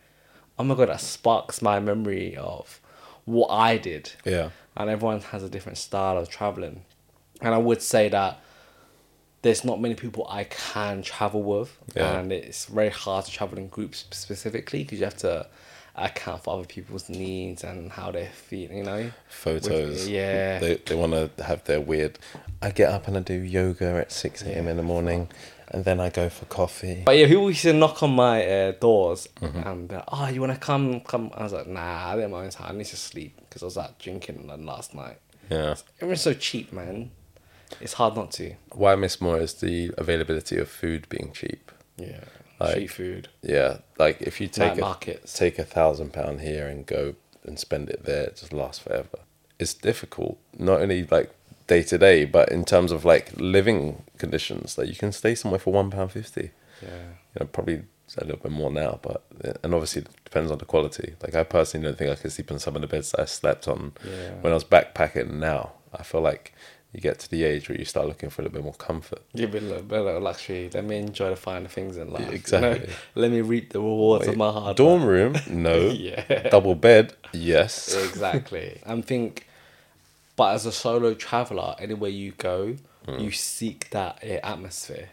[SPEAKER 1] oh my god, that sparks my memory of what I did
[SPEAKER 2] Yeah.
[SPEAKER 1] and everyone has a different style of traveling. And I would say that there's not many people I can travel with,
[SPEAKER 2] Yeah.
[SPEAKER 1] and it's very hard to travel in groups specifically because you have to account for other people's needs and how they feel. You know,
[SPEAKER 2] Photos.
[SPEAKER 1] With- yeah.
[SPEAKER 2] They, they want to have their weird. I get up and I do yoga at 6 a.m. in the morning and then I go for coffee.
[SPEAKER 1] But yeah, people used to knock on my uh, doors and be like, "Oh, you wanna come? Come?" I was like, "Nah, I don't mind. I need to sleep because I was like drinking last night.
[SPEAKER 2] Yeah.
[SPEAKER 1] Everyone's so cheap, man. It's hard not to.
[SPEAKER 2] What I miss more is the availability of food being cheap.
[SPEAKER 1] Yeah,
[SPEAKER 2] Like-
[SPEAKER 1] cheap food.
[SPEAKER 2] Yeah, like if you take
[SPEAKER 1] Night
[SPEAKER 2] a,
[SPEAKER 1] markets.
[SPEAKER 2] take a thousand pound here and go and spend it there, it just lasts forever. It's difficult, not only like day to day, but in terms of like living conditions. Like you can stay somewhere for one pound fifty.
[SPEAKER 1] Yeah.
[SPEAKER 2] You know, probably a little bit more now, but eh, and obviously it depends on the quality. Like I personally don't think I could sleep on some of the beds that I slept on
[SPEAKER 1] Yeah.
[SPEAKER 2] when I was backpacking. Now I feel like you get to the age where you start looking for a little bit more comfort.
[SPEAKER 1] Give me a little bit of luxury. Let me enjoy the finer things in life. you know?
[SPEAKER 2] exactly.
[SPEAKER 1] Let me reap the rewards of my hard
[SPEAKER 2] Dorm room, no.
[SPEAKER 1] work. [laughs] Yeah,
[SPEAKER 2] Double bed,
[SPEAKER 1] [laughs]
[SPEAKER 2] yes.
[SPEAKER 1] exactly. I think, but as a solo traveler, anywhere you go,
[SPEAKER 2] Hmm.
[SPEAKER 1] you seek that eh, atmosphere,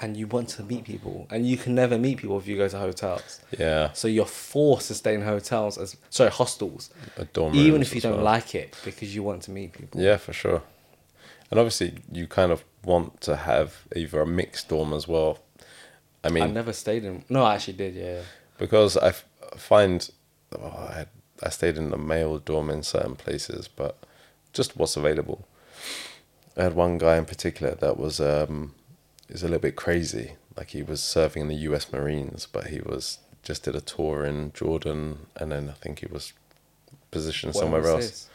[SPEAKER 1] and you want to meet people, and you can never meet people if you go to hotels.
[SPEAKER 2] Yeah.
[SPEAKER 1] So you're forced to stay in hotels as sorry hostels,
[SPEAKER 2] a dorm
[SPEAKER 1] even
[SPEAKER 2] rooms
[SPEAKER 1] if you
[SPEAKER 2] as
[SPEAKER 1] don't
[SPEAKER 2] well.
[SPEAKER 1] like it because you want to meet people.
[SPEAKER 2] yeah for sure and obviously you kind of want to have either a mixed dorm as well i mean
[SPEAKER 1] I never stayed in. No, I actually did. Yeah.
[SPEAKER 2] because i f- find oh, I, I stayed in the male dorm in certain places but just what's available i had one guy in particular that was um is a little bit crazy like he was serving in the us marines but he was just did a tour in jordan and then i think he was positioned
[SPEAKER 1] What
[SPEAKER 2] somewhere
[SPEAKER 1] was
[SPEAKER 2] else
[SPEAKER 1] this?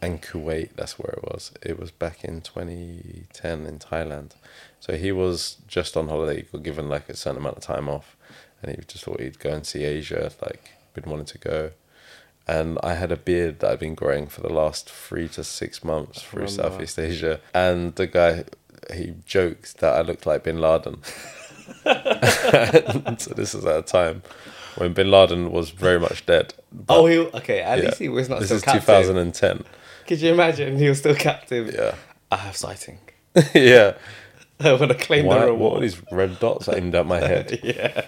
[SPEAKER 2] and Kuwait. That's where it was. It was back in 2010 in Thailand. So he was just on holiday, he got given like a certain amount of time off, and he just thought he'd go and see Asia. Like been wanting to go, and I had a beard that I'd been growing for the last three to six months through
[SPEAKER 1] remember.
[SPEAKER 2] Southeast Asia, and the guy. He joked that I looked like Bin Laden. [laughs] so this is at a time when Bin Laden was very much dead.
[SPEAKER 1] Oh, he, okay. At
[SPEAKER 2] Yeah.
[SPEAKER 1] least he was not
[SPEAKER 2] This
[SPEAKER 1] still
[SPEAKER 2] is
[SPEAKER 1] captive.
[SPEAKER 2] 2010.
[SPEAKER 1] Could you imagine? He was still captive.
[SPEAKER 2] Yeah.
[SPEAKER 1] I have sighting. [laughs]
[SPEAKER 2] yeah.
[SPEAKER 1] I want to claim
[SPEAKER 2] Why,
[SPEAKER 1] the
[SPEAKER 2] what are
[SPEAKER 1] reward.
[SPEAKER 2] these red dots aimed at my
[SPEAKER 1] [laughs]
[SPEAKER 2] head? [laughs]
[SPEAKER 1] yeah.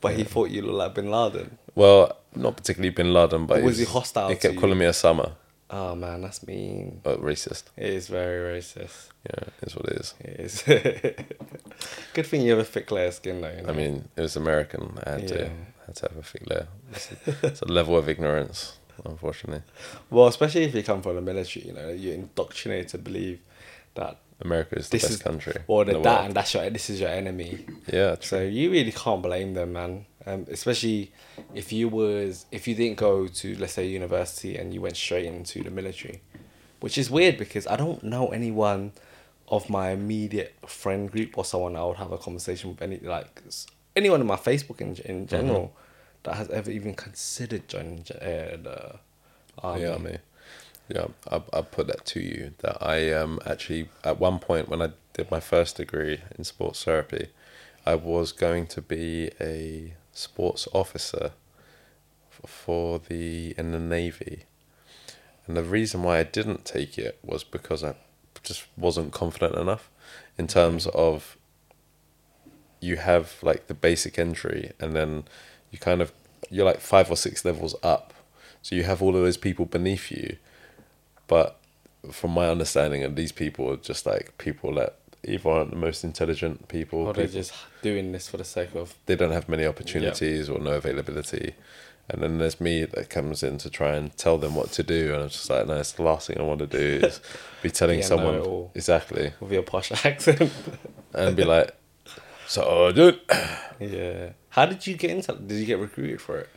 [SPEAKER 1] but he thought you looked like Bin Laden.
[SPEAKER 2] Well, not particularly Bin Laden, but
[SPEAKER 1] Was
[SPEAKER 2] he's-
[SPEAKER 1] he hostile
[SPEAKER 2] He
[SPEAKER 1] to
[SPEAKER 2] kept
[SPEAKER 1] you?
[SPEAKER 2] calling me a summer,
[SPEAKER 1] Oh man, that's mean.
[SPEAKER 2] but racist.
[SPEAKER 1] It is very racist.
[SPEAKER 2] Yeah, is what it is.
[SPEAKER 1] It is. [laughs] Good thing you have a thick layer of skin though. You know?
[SPEAKER 2] I mean, it was American. I had to,
[SPEAKER 1] Yeah.
[SPEAKER 2] had to have a thick layer. It's a, it's a level of ignorance, unfortunately.
[SPEAKER 1] well, especially if you come from the military, you know, you're indoctrinated to believe that
[SPEAKER 2] America is the
[SPEAKER 1] This
[SPEAKER 2] best
[SPEAKER 1] is-
[SPEAKER 2] country.
[SPEAKER 1] or
[SPEAKER 2] in
[SPEAKER 1] that,
[SPEAKER 2] the
[SPEAKER 1] that
[SPEAKER 2] world.
[SPEAKER 1] and that's your this is your enemy.
[SPEAKER 2] Yeah, true.
[SPEAKER 1] So you really can't blame them, man. Um, especially if you was if you didn't go to let's say university and you went straight into the military, which is weird because I don't know anyone of my immediate friend group or someone I would have a conversation with any like s- anyone in my Facebook in
[SPEAKER 2] Mm-hmm.
[SPEAKER 1] in general that has ever even considered joining uh, the army.
[SPEAKER 2] yeah, me. Yeah, I, I put that to you that I um actually at one point when I did my first degree in sports therapy, I was going to be a sports officer f- for the in the navy, and the reason why I didn't take it was because I just wasn't confident enough in terms of you have like the basic entry and then you kind of you're like five or six levels up so you have all of those people beneath you but from my understanding and these people are just like people that either aren't the most intelligent people,
[SPEAKER 1] Or
[SPEAKER 2] people
[SPEAKER 1] they're just doing this for the sake of
[SPEAKER 2] they don't have many opportunities or no availability. And then there's me that comes in to try and tell them what to do, and I'm just like, no, it's the last thing I want to do is be telling
[SPEAKER 1] Yeah,
[SPEAKER 2] someone
[SPEAKER 1] know-it-all.
[SPEAKER 2] exactly.
[SPEAKER 1] with your posh [laughs] accent.
[SPEAKER 2] and be like, "So, dude."
[SPEAKER 1] Yeah. How did you get into? Did you get recruited for it?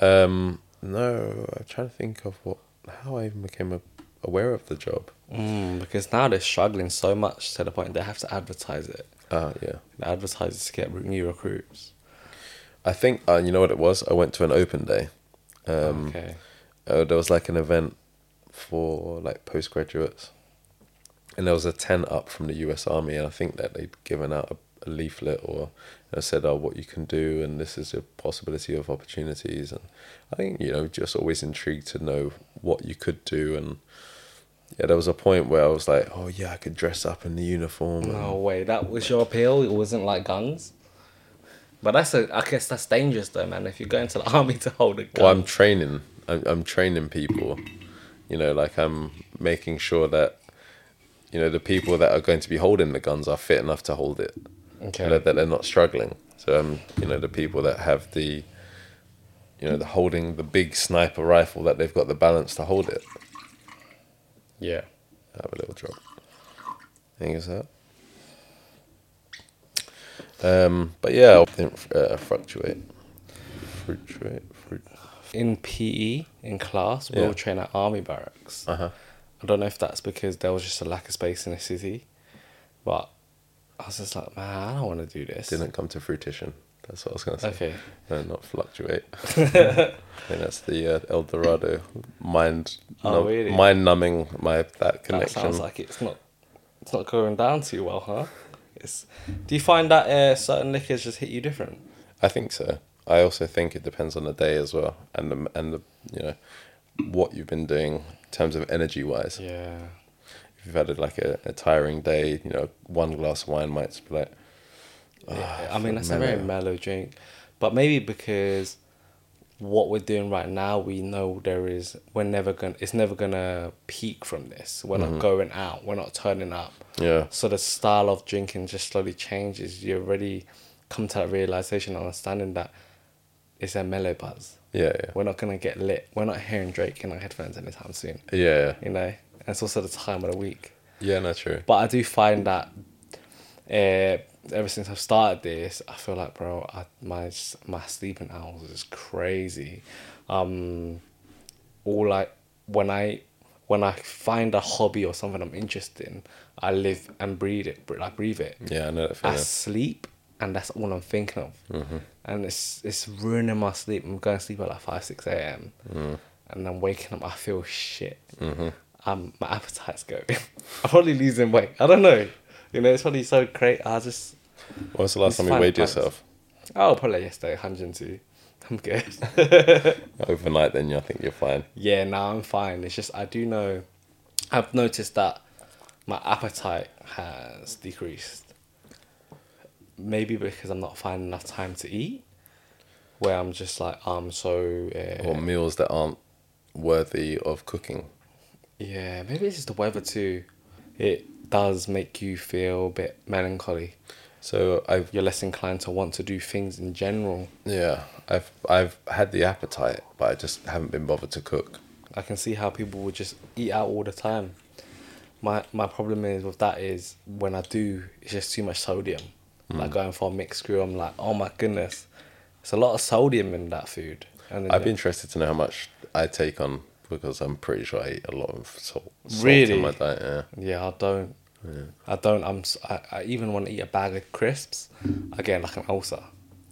[SPEAKER 2] Um, no, I'm trying to think of what how I even became a, aware of the job.
[SPEAKER 1] Mm, because now they're struggling so much to the point they have to advertise it.
[SPEAKER 2] Ah, yeah.
[SPEAKER 1] The advertisers to get new recruits.
[SPEAKER 2] I think uh, you know what it was. I went to an open day. Um,
[SPEAKER 1] okay.
[SPEAKER 2] Uh, there was like an event for like postgraduates, and there was a tent up from the U.S. Army, and I think that they'd given out a, a leaflet or you know, said, "Oh, what you can do, and this is a possibility of opportunities." And I think you know, just always intrigued to know what you could do, and yeah, there was a point where I was like, "Oh yeah, I could dress up in the uniform." and-
[SPEAKER 1] No way. That was your appeal. It wasn't like guns. But that's a. I guess that's dangerous though, man. If you go into the [laughs] army to hold a gun.
[SPEAKER 2] Well, I'm training. I'm, I'm training people. You know, like I'm making sure that you know the people that are going to be holding the guns are fit enough to hold it.
[SPEAKER 1] Okay.
[SPEAKER 2] You know, that they're not struggling. So um, you know, the people that have the you know the holding the big sniper rifle that they've got the balance to hold it.
[SPEAKER 1] yeah.
[SPEAKER 2] I have a little drop. I think it's that. Um, but yeah, I think uh, fluctuate, fluctuate, fluctuate.
[SPEAKER 1] in PE in class, we
[SPEAKER 2] Yeah.
[SPEAKER 1] all train at army barracks.
[SPEAKER 2] Uh huh.
[SPEAKER 1] I don't know if that's because there was just a lack of space in the city, but I was just like, man, I don't want to do this.
[SPEAKER 2] didn't come to fruition. That's what I was going to say.
[SPEAKER 1] Okay.
[SPEAKER 2] No,
[SPEAKER 1] [laughs]
[SPEAKER 2] not fluctuate. I think that's the uh, El Dorado mind,
[SPEAKER 1] Oh,
[SPEAKER 2] num-
[SPEAKER 1] really?
[SPEAKER 2] mind numbing my that
[SPEAKER 1] That
[SPEAKER 2] connection.
[SPEAKER 1] sounds like it's not, it's not going down too well, huh? It's. Do you find that uh, certain liquors just hit you different?
[SPEAKER 2] I think so. I also think it depends on the day as well, and the and the you know what you've been doing in terms of energy wise.
[SPEAKER 1] Yeah.
[SPEAKER 2] If you've had like a, a tiring day, you know, one glass of wine might just be like,
[SPEAKER 1] Yeah, I mean, that's a
[SPEAKER 2] Ah, mellow.
[SPEAKER 1] very mellow drink. But maybe because what we're doing right now, we know there is, we're never going to, it's never going to peak from this. We're
[SPEAKER 2] Mm-hmm.
[SPEAKER 1] not going out, we're not turning up.
[SPEAKER 2] yeah,
[SPEAKER 1] So the style of drinking just slowly changes. You already come to that realization, and understanding that it's a mellow buzz.
[SPEAKER 2] yeah, yeah,
[SPEAKER 1] We're not going to get lit. We're not hearing Drake in our headphones anytime soon,
[SPEAKER 2] yeah, yeah.
[SPEAKER 1] you know? And it's also the time of the week.
[SPEAKER 2] yeah no, true.
[SPEAKER 1] But I do find that uh, ever since I've started this, I feel like, bro, I, my s- my sleeping hours is crazy. Um, all I when I when I find a hobby or something I'm interested in, I live and breathe it. br- Like breathe it.
[SPEAKER 2] Yeah, I know that
[SPEAKER 1] I
[SPEAKER 2] feeling.
[SPEAKER 1] sleep, and that's all I'm thinking of. And it's it's ruining my sleep. I'm going to sleep at like five six a.m. and I'm waking up. I feel shit. Um, my appetite's going. [laughs] I'm probably losing weight. I don't know. You know, it's probably so great. I just
[SPEAKER 2] When was the last
[SPEAKER 1] It's
[SPEAKER 2] time you
[SPEAKER 1] fine,
[SPEAKER 2] weighed
[SPEAKER 1] thanks.
[SPEAKER 2] yourself?
[SPEAKER 1] oh probably yesterday 102. I'm good.
[SPEAKER 2] Overnight, then you- I think you're fine.
[SPEAKER 1] yeah, now I'm fine. It's just I do know. I've noticed that my appetite has decreased. Maybe because I'm not finding enough time to eat, where I'm just like I'm so uh,
[SPEAKER 2] or meals that aren't worthy of cooking.
[SPEAKER 1] yeah. Maybe it's just the weather too. It does make you feel a bit melancholy.
[SPEAKER 2] So I've
[SPEAKER 1] You're less inclined to want to do things in general.
[SPEAKER 2] yeah, I've I've had the appetite, but I just haven't been bothered to cook.
[SPEAKER 1] I can see how people would just eat out all the time. My my problem is with that is when I do, it's just too much sodium. Like going for a mixed grill, I'm like, oh my goodness, it's a lot of sodium in that food. And then
[SPEAKER 2] I'd be
[SPEAKER 1] you're-
[SPEAKER 2] interested to know how much I take on because I'm pretty sure I eat a lot of salt, salt
[SPEAKER 1] Really?
[SPEAKER 2] in my diet. Yeah.
[SPEAKER 1] yeah, I don't, I don't. I'm s- I, I even want to eat a bag of crisps. I get like an ulcer.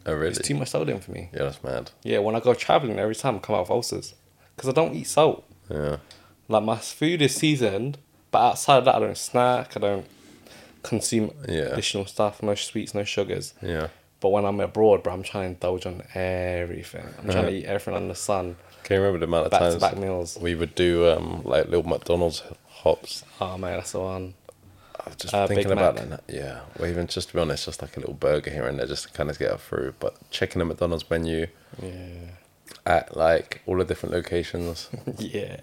[SPEAKER 2] Oh really?
[SPEAKER 1] It's too much sodium for me.
[SPEAKER 2] yeah, that's mad.
[SPEAKER 1] Yeah, when I go traveling, every time I come out with ulcers, because I don't eat salt.
[SPEAKER 2] Yeah.
[SPEAKER 1] Like my food is seasoned, but outside of that, I don't snack. I don't consume
[SPEAKER 2] Yeah.
[SPEAKER 1] additional stuff. No sweets, no sugars.
[SPEAKER 2] Yeah.
[SPEAKER 1] But when I'm abroad, bro, I'm trying to indulge on everything. I'm trying to eat everything under the sun.
[SPEAKER 2] Can you remember Uh-huh. the amount of
[SPEAKER 1] Back to
[SPEAKER 2] times
[SPEAKER 1] back meals.
[SPEAKER 2] we would do um, like little McDonald's hops?
[SPEAKER 1] Oh man, that's the one.
[SPEAKER 2] I was just
[SPEAKER 1] Uh, Big
[SPEAKER 2] thinking about
[SPEAKER 1] Mac.
[SPEAKER 2] that. now. Yeah. Or even just to be honest, just like a little burger here and there, just to kind of get us through. But checking the McDonald's menu
[SPEAKER 1] Yeah,
[SPEAKER 2] at like all the different locations.
[SPEAKER 1] [laughs] yeah.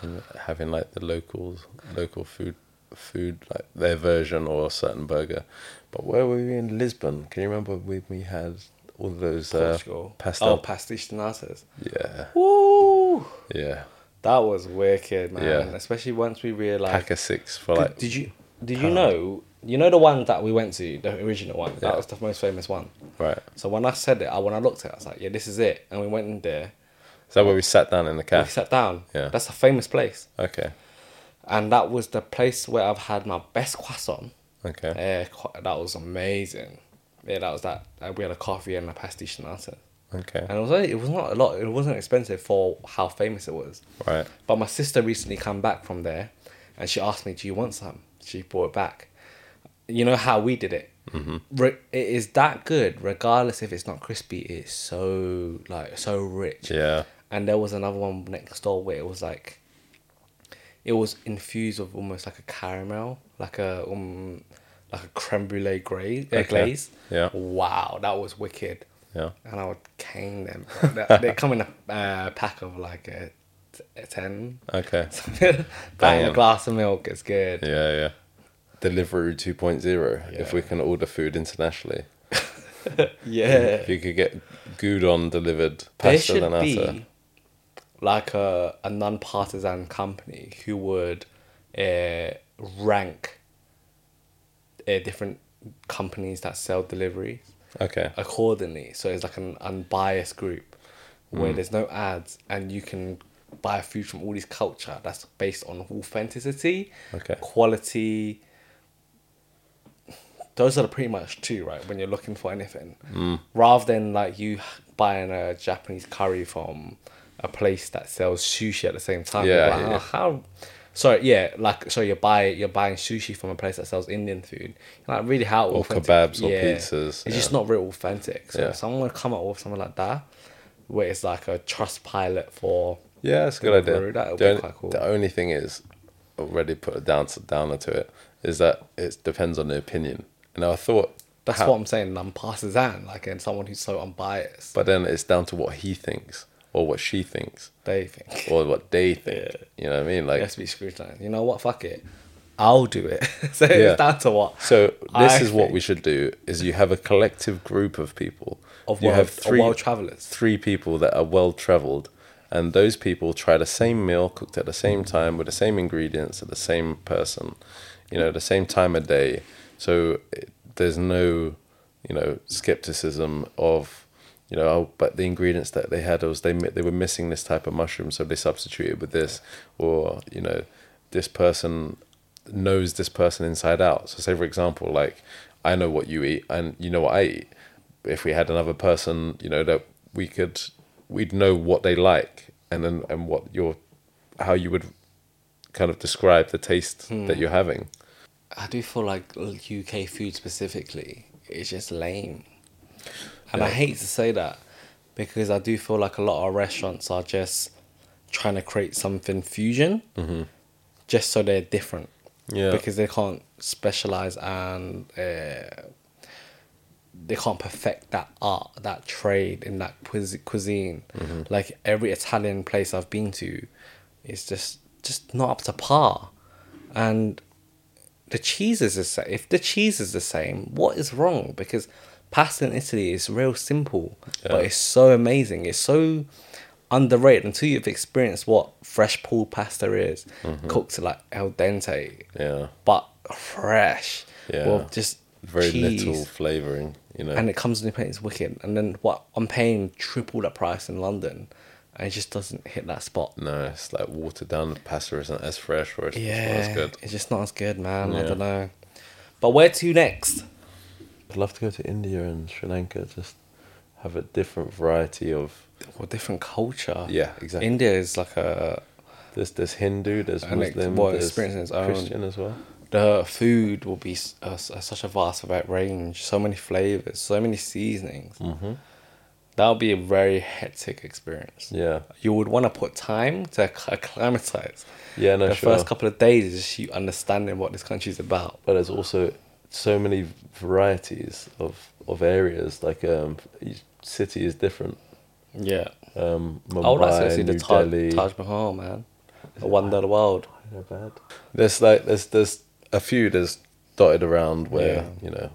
[SPEAKER 2] and having like the locals local food food like their version or a certain burger but where were we in lisbon can you remember we, we had all those uh,
[SPEAKER 1] Portugal.
[SPEAKER 2] pastel
[SPEAKER 1] Oh, pastiche de natas.
[SPEAKER 2] yeah
[SPEAKER 1] Woo!
[SPEAKER 2] yeah
[SPEAKER 1] That was wicked, man.
[SPEAKER 2] Yeah.
[SPEAKER 1] Especially once we realized.
[SPEAKER 2] pack of six for
[SPEAKER 1] Did-
[SPEAKER 2] like
[SPEAKER 1] did you did you know You know the one that we went to, the original one. That
[SPEAKER 2] Yeah.
[SPEAKER 1] was the most famous one.
[SPEAKER 2] Right.
[SPEAKER 1] So when I said it, I, when I looked at it, I was like, yeah, this is it. And we went in there.
[SPEAKER 2] Is that where we sat down in the
[SPEAKER 1] We
[SPEAKER 2] cab?
[SPEAKER 1] sat down.
[SPEAKER 2] Yeah.
[SPEAKER 1] That's a famous place.
[SPEAKER 2] Okay.
[SPEAKER 1] And that was the place where I've had my best croissant.
[SPEAKER 2] Okay.
[SPEAKER 1] Yeah, qu- that was amazing. Yeah, that was that. uh, We had a coffee and a pastiche nata.
[SPEAKER 2] Okay.
[SPEAKER 1] And it was only, it was not a lot. It wasn't expensive for how famous it was.
[SPEAKER 2] Right.
[SPEAKER 1] But my sister recently come back from there, and she asked me, "Do you want some?" She brought it back. You know how we did it. Mm-hmm. Re- it is that good, regardless if it's not crispy. It's so like so rich.
[SPEAKER 2] Yeah.
[SPEAKER 1] And there was another one next door where it was like, it was infused with almost like a caramel, like a um, like a creme brulee glaze. Uh,
[SPEAKER 2] Okay.
[SPEAKER 1] glaze.
[SPEAKER 2] Yeah.
[SPEAKER 1] Wow, that was wicked.
[SPEAKER 2] Yeah.
[SPEAKER 1] And I would cane them. bro. they, [laughs] they come in a uh, pack of like a, a ten. [laughs]
[SPEAKER 2] Okay.
[SPEAKER 1] Bang a
[SPEAKER 2] Uh, Damn.
[SPEAKER 1] glass of milk, it's good.
[SPEAKER 2] Yeah, yeah. Deliveroo 2.0. If
[SPEAKER 1] Yeah.
[SPEAKER 2] we can order
[SPEAKER 1] [laughs]
[SPEAKER 2] food internationally,
[SPEAKER 1] Yeah.
[SPEAKER 2] if you could get gudon delivered,
[SPEAKER 1] There
[SPEAKER 2] pasta
[SPEAKER 1] should
[SPEAKER 2] danata.
[SPEAKER 1] be like a, a non partisan company who would uh, rank uh, different companies that sell delivery
[SPEAKER 2] Okay.
[SPEAKER 1] accordingly. So it's like an unbiased group where
[SPEAKER 2] Mm.
[SPEAKER 1] there's no ads and you can buy food from all these culture that's based on authenticity,
[SPEAKER 2] Okay.
[SPEAKER 1] quality. Those are the pretty much two, right? When you're looking for anything,
[SPEAKER 2] Mm.
[SPEAKER 1] rather than like you buying a Japanese curry from a place that sells sushi at the same time. You're
[SPEAKER 2] Yeah,
[SPEAKER 1] like,
[SPEAKER 2] yeah.
[SPEAKER 1] "Oh, how? Sorry, yeah, like so you buy you're buying sushi from a place that sells Indian food. Like really, how
[SPEAKER 2] Or
[SPEAKER 1] authentic-
[SPEAKER 2] kebabs or pizzas,
[SPEAKER 1] It's
[SPEAKER 2] yeah.
[SPEAKER 1] just not real authentic. So
[SPEAKER 2] Yeah.
[SPEAKER 1] if someone come up with something like that, where it's like a trust pilot for
[SPEAKER 2] Yeah, it's a good
[SPEAKER 1] Deliveroo,
[SPEAKER 2] idea.
[SPEAKER 1] that would
[SPEAKER 2] the,
[SPEAKER 1] be
[SPEAKER 2] only,
[SPEAKER 1] quite cool.
[SPEAKER 2] the only thing is, already put a down, downer to it, is that it depends on the opinion. And I thought
[SPEAKER 1] that's
[SPEAKER 2] how-
[SPEAKER 1] what I'm saying. I'm partisan, like and someone who's so unbiased.
[SPEAKER 2] But then it's down to what he thinks or what she thinks
[SPEAKER 1] They think
[SPEAKER 2] or what they think. You know what I mean? Like,
[SPEAKER 1] it has to be scrutinized. You know what? Fuck it. I'll do it. [laughs] so
[SPEAKER 2] Yeah.
[SPEAKER 1] it's down to what.
[SPEAKER 2] so this
[SPEAKER 1] I
[SPEAKER 2] is what we should do: is you have a collective group of people.
[SPEAKER 1] Of
[SPEAKER 2] you
[SPEAKER 1] world,
[SPEAKER 2] have
[SPEAKER 1] of world travelers.
[SPEAKER 2] three people that are well traveled, and those people try the same meal cooked at the same time with the same ingredients at the same person, you know, the same time of day. So it, there's no, you know, skepticism of, you know, oh, but the ingredients that they had was they mi- they were missing this type of mushroom, so they substituted with this, or you know, this person knows this person inside out. So say for example, like I know what you eat and you know what I eat. If we had another person, you know, that we could we'd know what they like and then and what your how you would kind of describe the taste
[SPEAKER 1] Hmm.
[SPEAKER 2] that you're having.
[SPEAKER 1] I do feel like UK food specifically is just lame, and I hate to say that because I do feel like a lot of restaurants are just trying to create something fusion, just so they're different.
[SPEAKER 2] Yeah.
[SPEAKER 1] because they can't specialize and uh, they can't perfect that art, that trade, in that cuis- cuisine. Like every Italian place I've been to, is just just not up to par, and the cheese is the same. If the cheese is the same, what is wrong? Because pasta in Italy is real simple, but it's so amazing. It's so underrated until you've experienced what fresh pulled pasta is, cooked to like al dente,
[SPEAKER 2] Mm-hmm. Yeah.
[SPEAKER 1] but fresh.
[SPEAKER 2] Yeah.
[SPEAKER 1] Well, just
[SPEAKER 2] Very
[SPEAKER 1] cheese.
[SPEAKER 2] little flavoring, you know.
[SPEAKER 1] And it comes in a plate, it's wicked. And then what? I'm paying triple that price in London, and it just doesn't hit that spot.
[SPEAKER 2] no, it's like watered down. The pasta isn't as fresh, or it's
[SPEAKER 1] Yeah,
[SPEAKER 2] not as good.
[SPEAKER 1] it's just not as good, man. I
[SPEAKER 2] Yeah.
[SPEAKER 1] don't know. But where to next?
[SPEAKER 2] I'd love to go to India and Sri Lanka. Just have a different variety of
[SPEAKER 1] Well, different culture.
[SPEAKER 2] Yeah, exactly.
[SPEAKER 1] India is like a
[SPEAKER 2] There's there's Hindu, there's
[SPEAKER 1] And it's
[SPEAKER 2] Muslim,
[SPEAKER 1] more
[SPEAKER 2] there's
[SPEAKER 1] experience in its own.
[SPEAKER 2] Christian as well.
[SPEAKER 1] the food will be s- a s- a such a vast about range, so many flavors, so many seasonings. Mm-hmm. That would be a very hectic experience.
[SPEAKER 2] Yeah,
[SPEAKER 1] You would want to put time to acc- acclimatize.
[SPEAKER 2] yeah, no,
[SPEAKER 1] the
[SPEAKER 2] sure.
[SPEAKER 1] first couple of days is just you understanding what this country's about.
[SPEAKER 2] but there's also so many varieties of of areas. Like um, each city is different.
[SPEAKER 1] Yeah.
[SPEAKER 2] Um, Mumbai,
[SPEAKER 1] I would like to see
[SPEAKER 2] New
[SPEAKER 1] the Taj,
[SPEAKER 2] Delhi.
[SPEAKER 1] Taj Mahal, man. A wonder of the world.
[SPEAKER 2] Not bad. There's like there's there's a few that's dotted around where
[SPEAKER 1] Yeah.
[SPEAKER 2] you know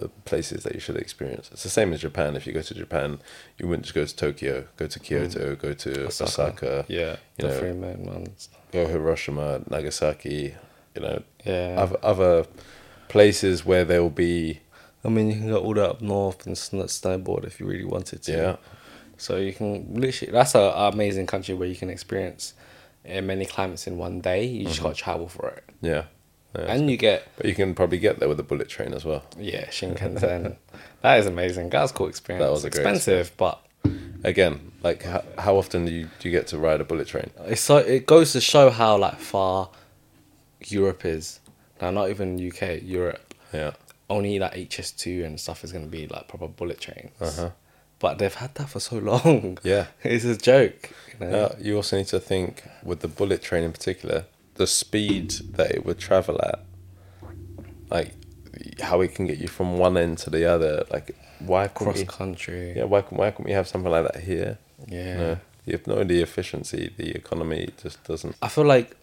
[SPEAKER 2] the places that you should experience. It's the same as Japan. If you go to Japan, you wouldn't just go to Tokyo, go to Kyoto, go to Osaka.
[SPEAKER 1] Mm. Yeah.
[SPEAKER 2] you
[SPEAKER 1] the
[SPEAKER 2] know.
[SPEAKER 1] three main ones.
[SPEAKER 2] go Hiroshima, Nagasaki. You know,
[SPEAKER 1] Yeah.
[SPEAKER 2] other, other places where there'll be
[SPEAKER 1] I mean, you can go all the way up north and sn- snowboard if you really wanted to.
[SPEAKER 2] Yeah.
[SPEAKER 1] So you can literally, that's an amazing country where you can experience uh, many climates in one day. You
[SPEAKER 2] Mm-hmm.
[SPEAKER 1] just got to travel for it.
[SPEAKER 2] yeah, yeah.
[SPEAKER 1] and you get,
[SPEAKER 2] but you can probably get there with a bullet train as well.
[SPEAKER 1] yeah,
[SPEAKER 2] [laughs]
[SPEAKER 1] Shinkansen. that is amazing. That was a cool experience.
[SPEAKER 2] That was a great
[SPEAKER 1] expensive, but
[SPEAKER 2] Again, like how, how often do you, do you get to ride a bullet train?
[SPEAKER 1] it's so, it goes to show how like far Europe is. Now, not even UK, Europe.
[SPEAKER 2] Yeah,
[SPEAKER 1] Only like HS2 and stuff is going to be like proper bullet trains.
[SPEAKER 2] Uh-huh.
[SPEAKER 1] But they've had that for so [laughs] long.
[SPEAKER 2] Yeah.
[SPEAKER 1] it's a joke. You know?
[SPEAKER 2] Uh, you also need to think with the bullet train in particular, the speed that it would travel at, like how it can get you from one end to the other. Like why
[SPEAKER 1] cross
[SPEAKER 2] couldn't we,
[SPEAKER 1] country.
[SPEAKER 2] yeah why couldn't, why couldn't we have something like that here?
[SPEAKER 1] Yeah.
[SPEAKER 2] No, the no the efficiency, the economy just doesn't.
[SPEAKER 1] I feel like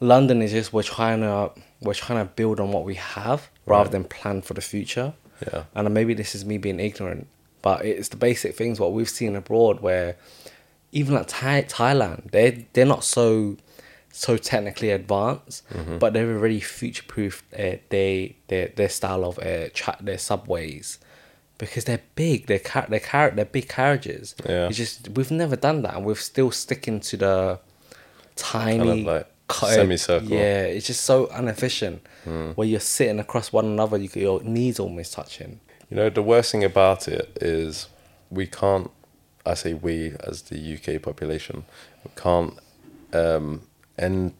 [SPEAKER 1] London is just we're trying to we're trying to build on what we have rather than plan for the future.
[SPEAKER 2] Yeah.
[SPEAKER 1] And maybe this is me being ignorant, but it's the basic things what we've seen abroad where even like Thai, Thailand, they they're not so so technically advanced, but they've already future proofed uh, they their their style of uh, tra- their subways. Because they're big, they're car- they're car- they're big carriages.
[SPEAKER 2] Yeah.
[SPEAKER 1] It's just we've never done that, and we're still sticking to the tiny
[SPEAKER 2] Kind of like
[SPEAKER 1] cut-
[SPEAKER 2] semicircle. Hmm.
[SPEAKER 1] Yeah, it's just so inefficient. Where you're sitting across one another, you get your knees almost touching.
[SPEAKER 2] You know, the worst thing about it is we can't, I say we as the UK population, we can't um, end,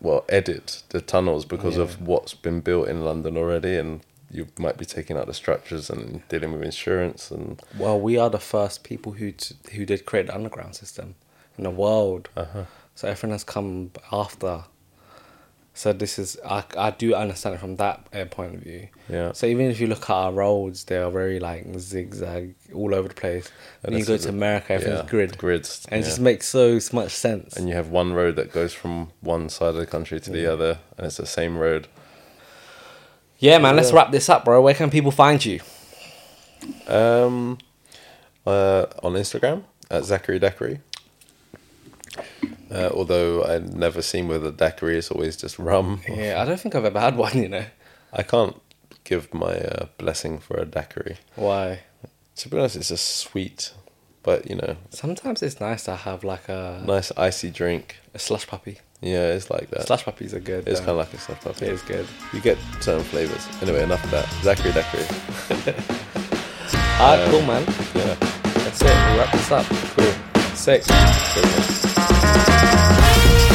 [SPEAKER 2] well, edit the tunnels because of what's been built in London already. And you might be taking out the structures and dealing with insurance. And
[SPEAKER 1] Well, we are the first people who t- who did create the underground system in the world.
[SPEAKER 2] Uh-huh.
[SPEAKER 1] So everything has come after. So this is I, I do understand it from that uh, point of view.
[SPEAKER 2] Yeah.
[SPEAKER 1] So even if you look at our roads, they are very like zigzag all over the place. When
[SPEAKER 2] And
[SPEAKER 1] you
[SPEAKER 2] this
[SPEAKER 1] go
[SPEAKER 2] is
[SPEAKER 1] to
[SPEAKER 2] a-
[SPEAKER 1] America, everything's
[SPEAKER 2] yeah,
[SPEAKER 1] grid,
[SPEAKER 2] Grids.
[SPEAKER 1] and
[SPEAKER 2] yeah.
[SPEAKER 1] it just makes so much sense.
[SPEAKER 2] and you have one road that goes from one side of the country to the other, and it's the same road.
[SPEAKER 1] yeah, man. Let's wrap this up, bro. Where can people find you?
[SPEAKER 2] Um, uh, on Instagram at Zachary Daiquiri. Uh, although I've never seen whether daiquiri is always just rum.
[SPEAKER 1] Yeah, I don't think I've ever had one, you know.
[SPEAKER 2] I can't give my uh, blessing for a daiquiri.
[SPEAKER 1] Why?
[SPEAKER 2] To be honest, it's a sweet, but you know,
[SPEAKER 1] Sometimes it's nice to have like a,
[SPEAKER 2] nice icy drink.
[SPEAKER 1] a slush puppy.
[SPEAKER 2] Yeah, it's like that.
[SPEAKER 1] Slush puppies are good.
[SPEAKER 2] It's
[SPEAKER 1] though.
[SPEAKER 2] kind of like a stuff up
[SPEAKER 1] It is good.
[SPEAKER 2] You get certain flavors. Anyway, enough of that. Zachary Daiquiri.
[SPEAKER 1] Alright, cool, man.
[SPEAKER 2] Yeah,
[SPEAKER 1] That's it. We wrap this up.
[SPEAKER 2] cool.
[SPEAKER 1] Six.
[SPEAKER 2] Cool.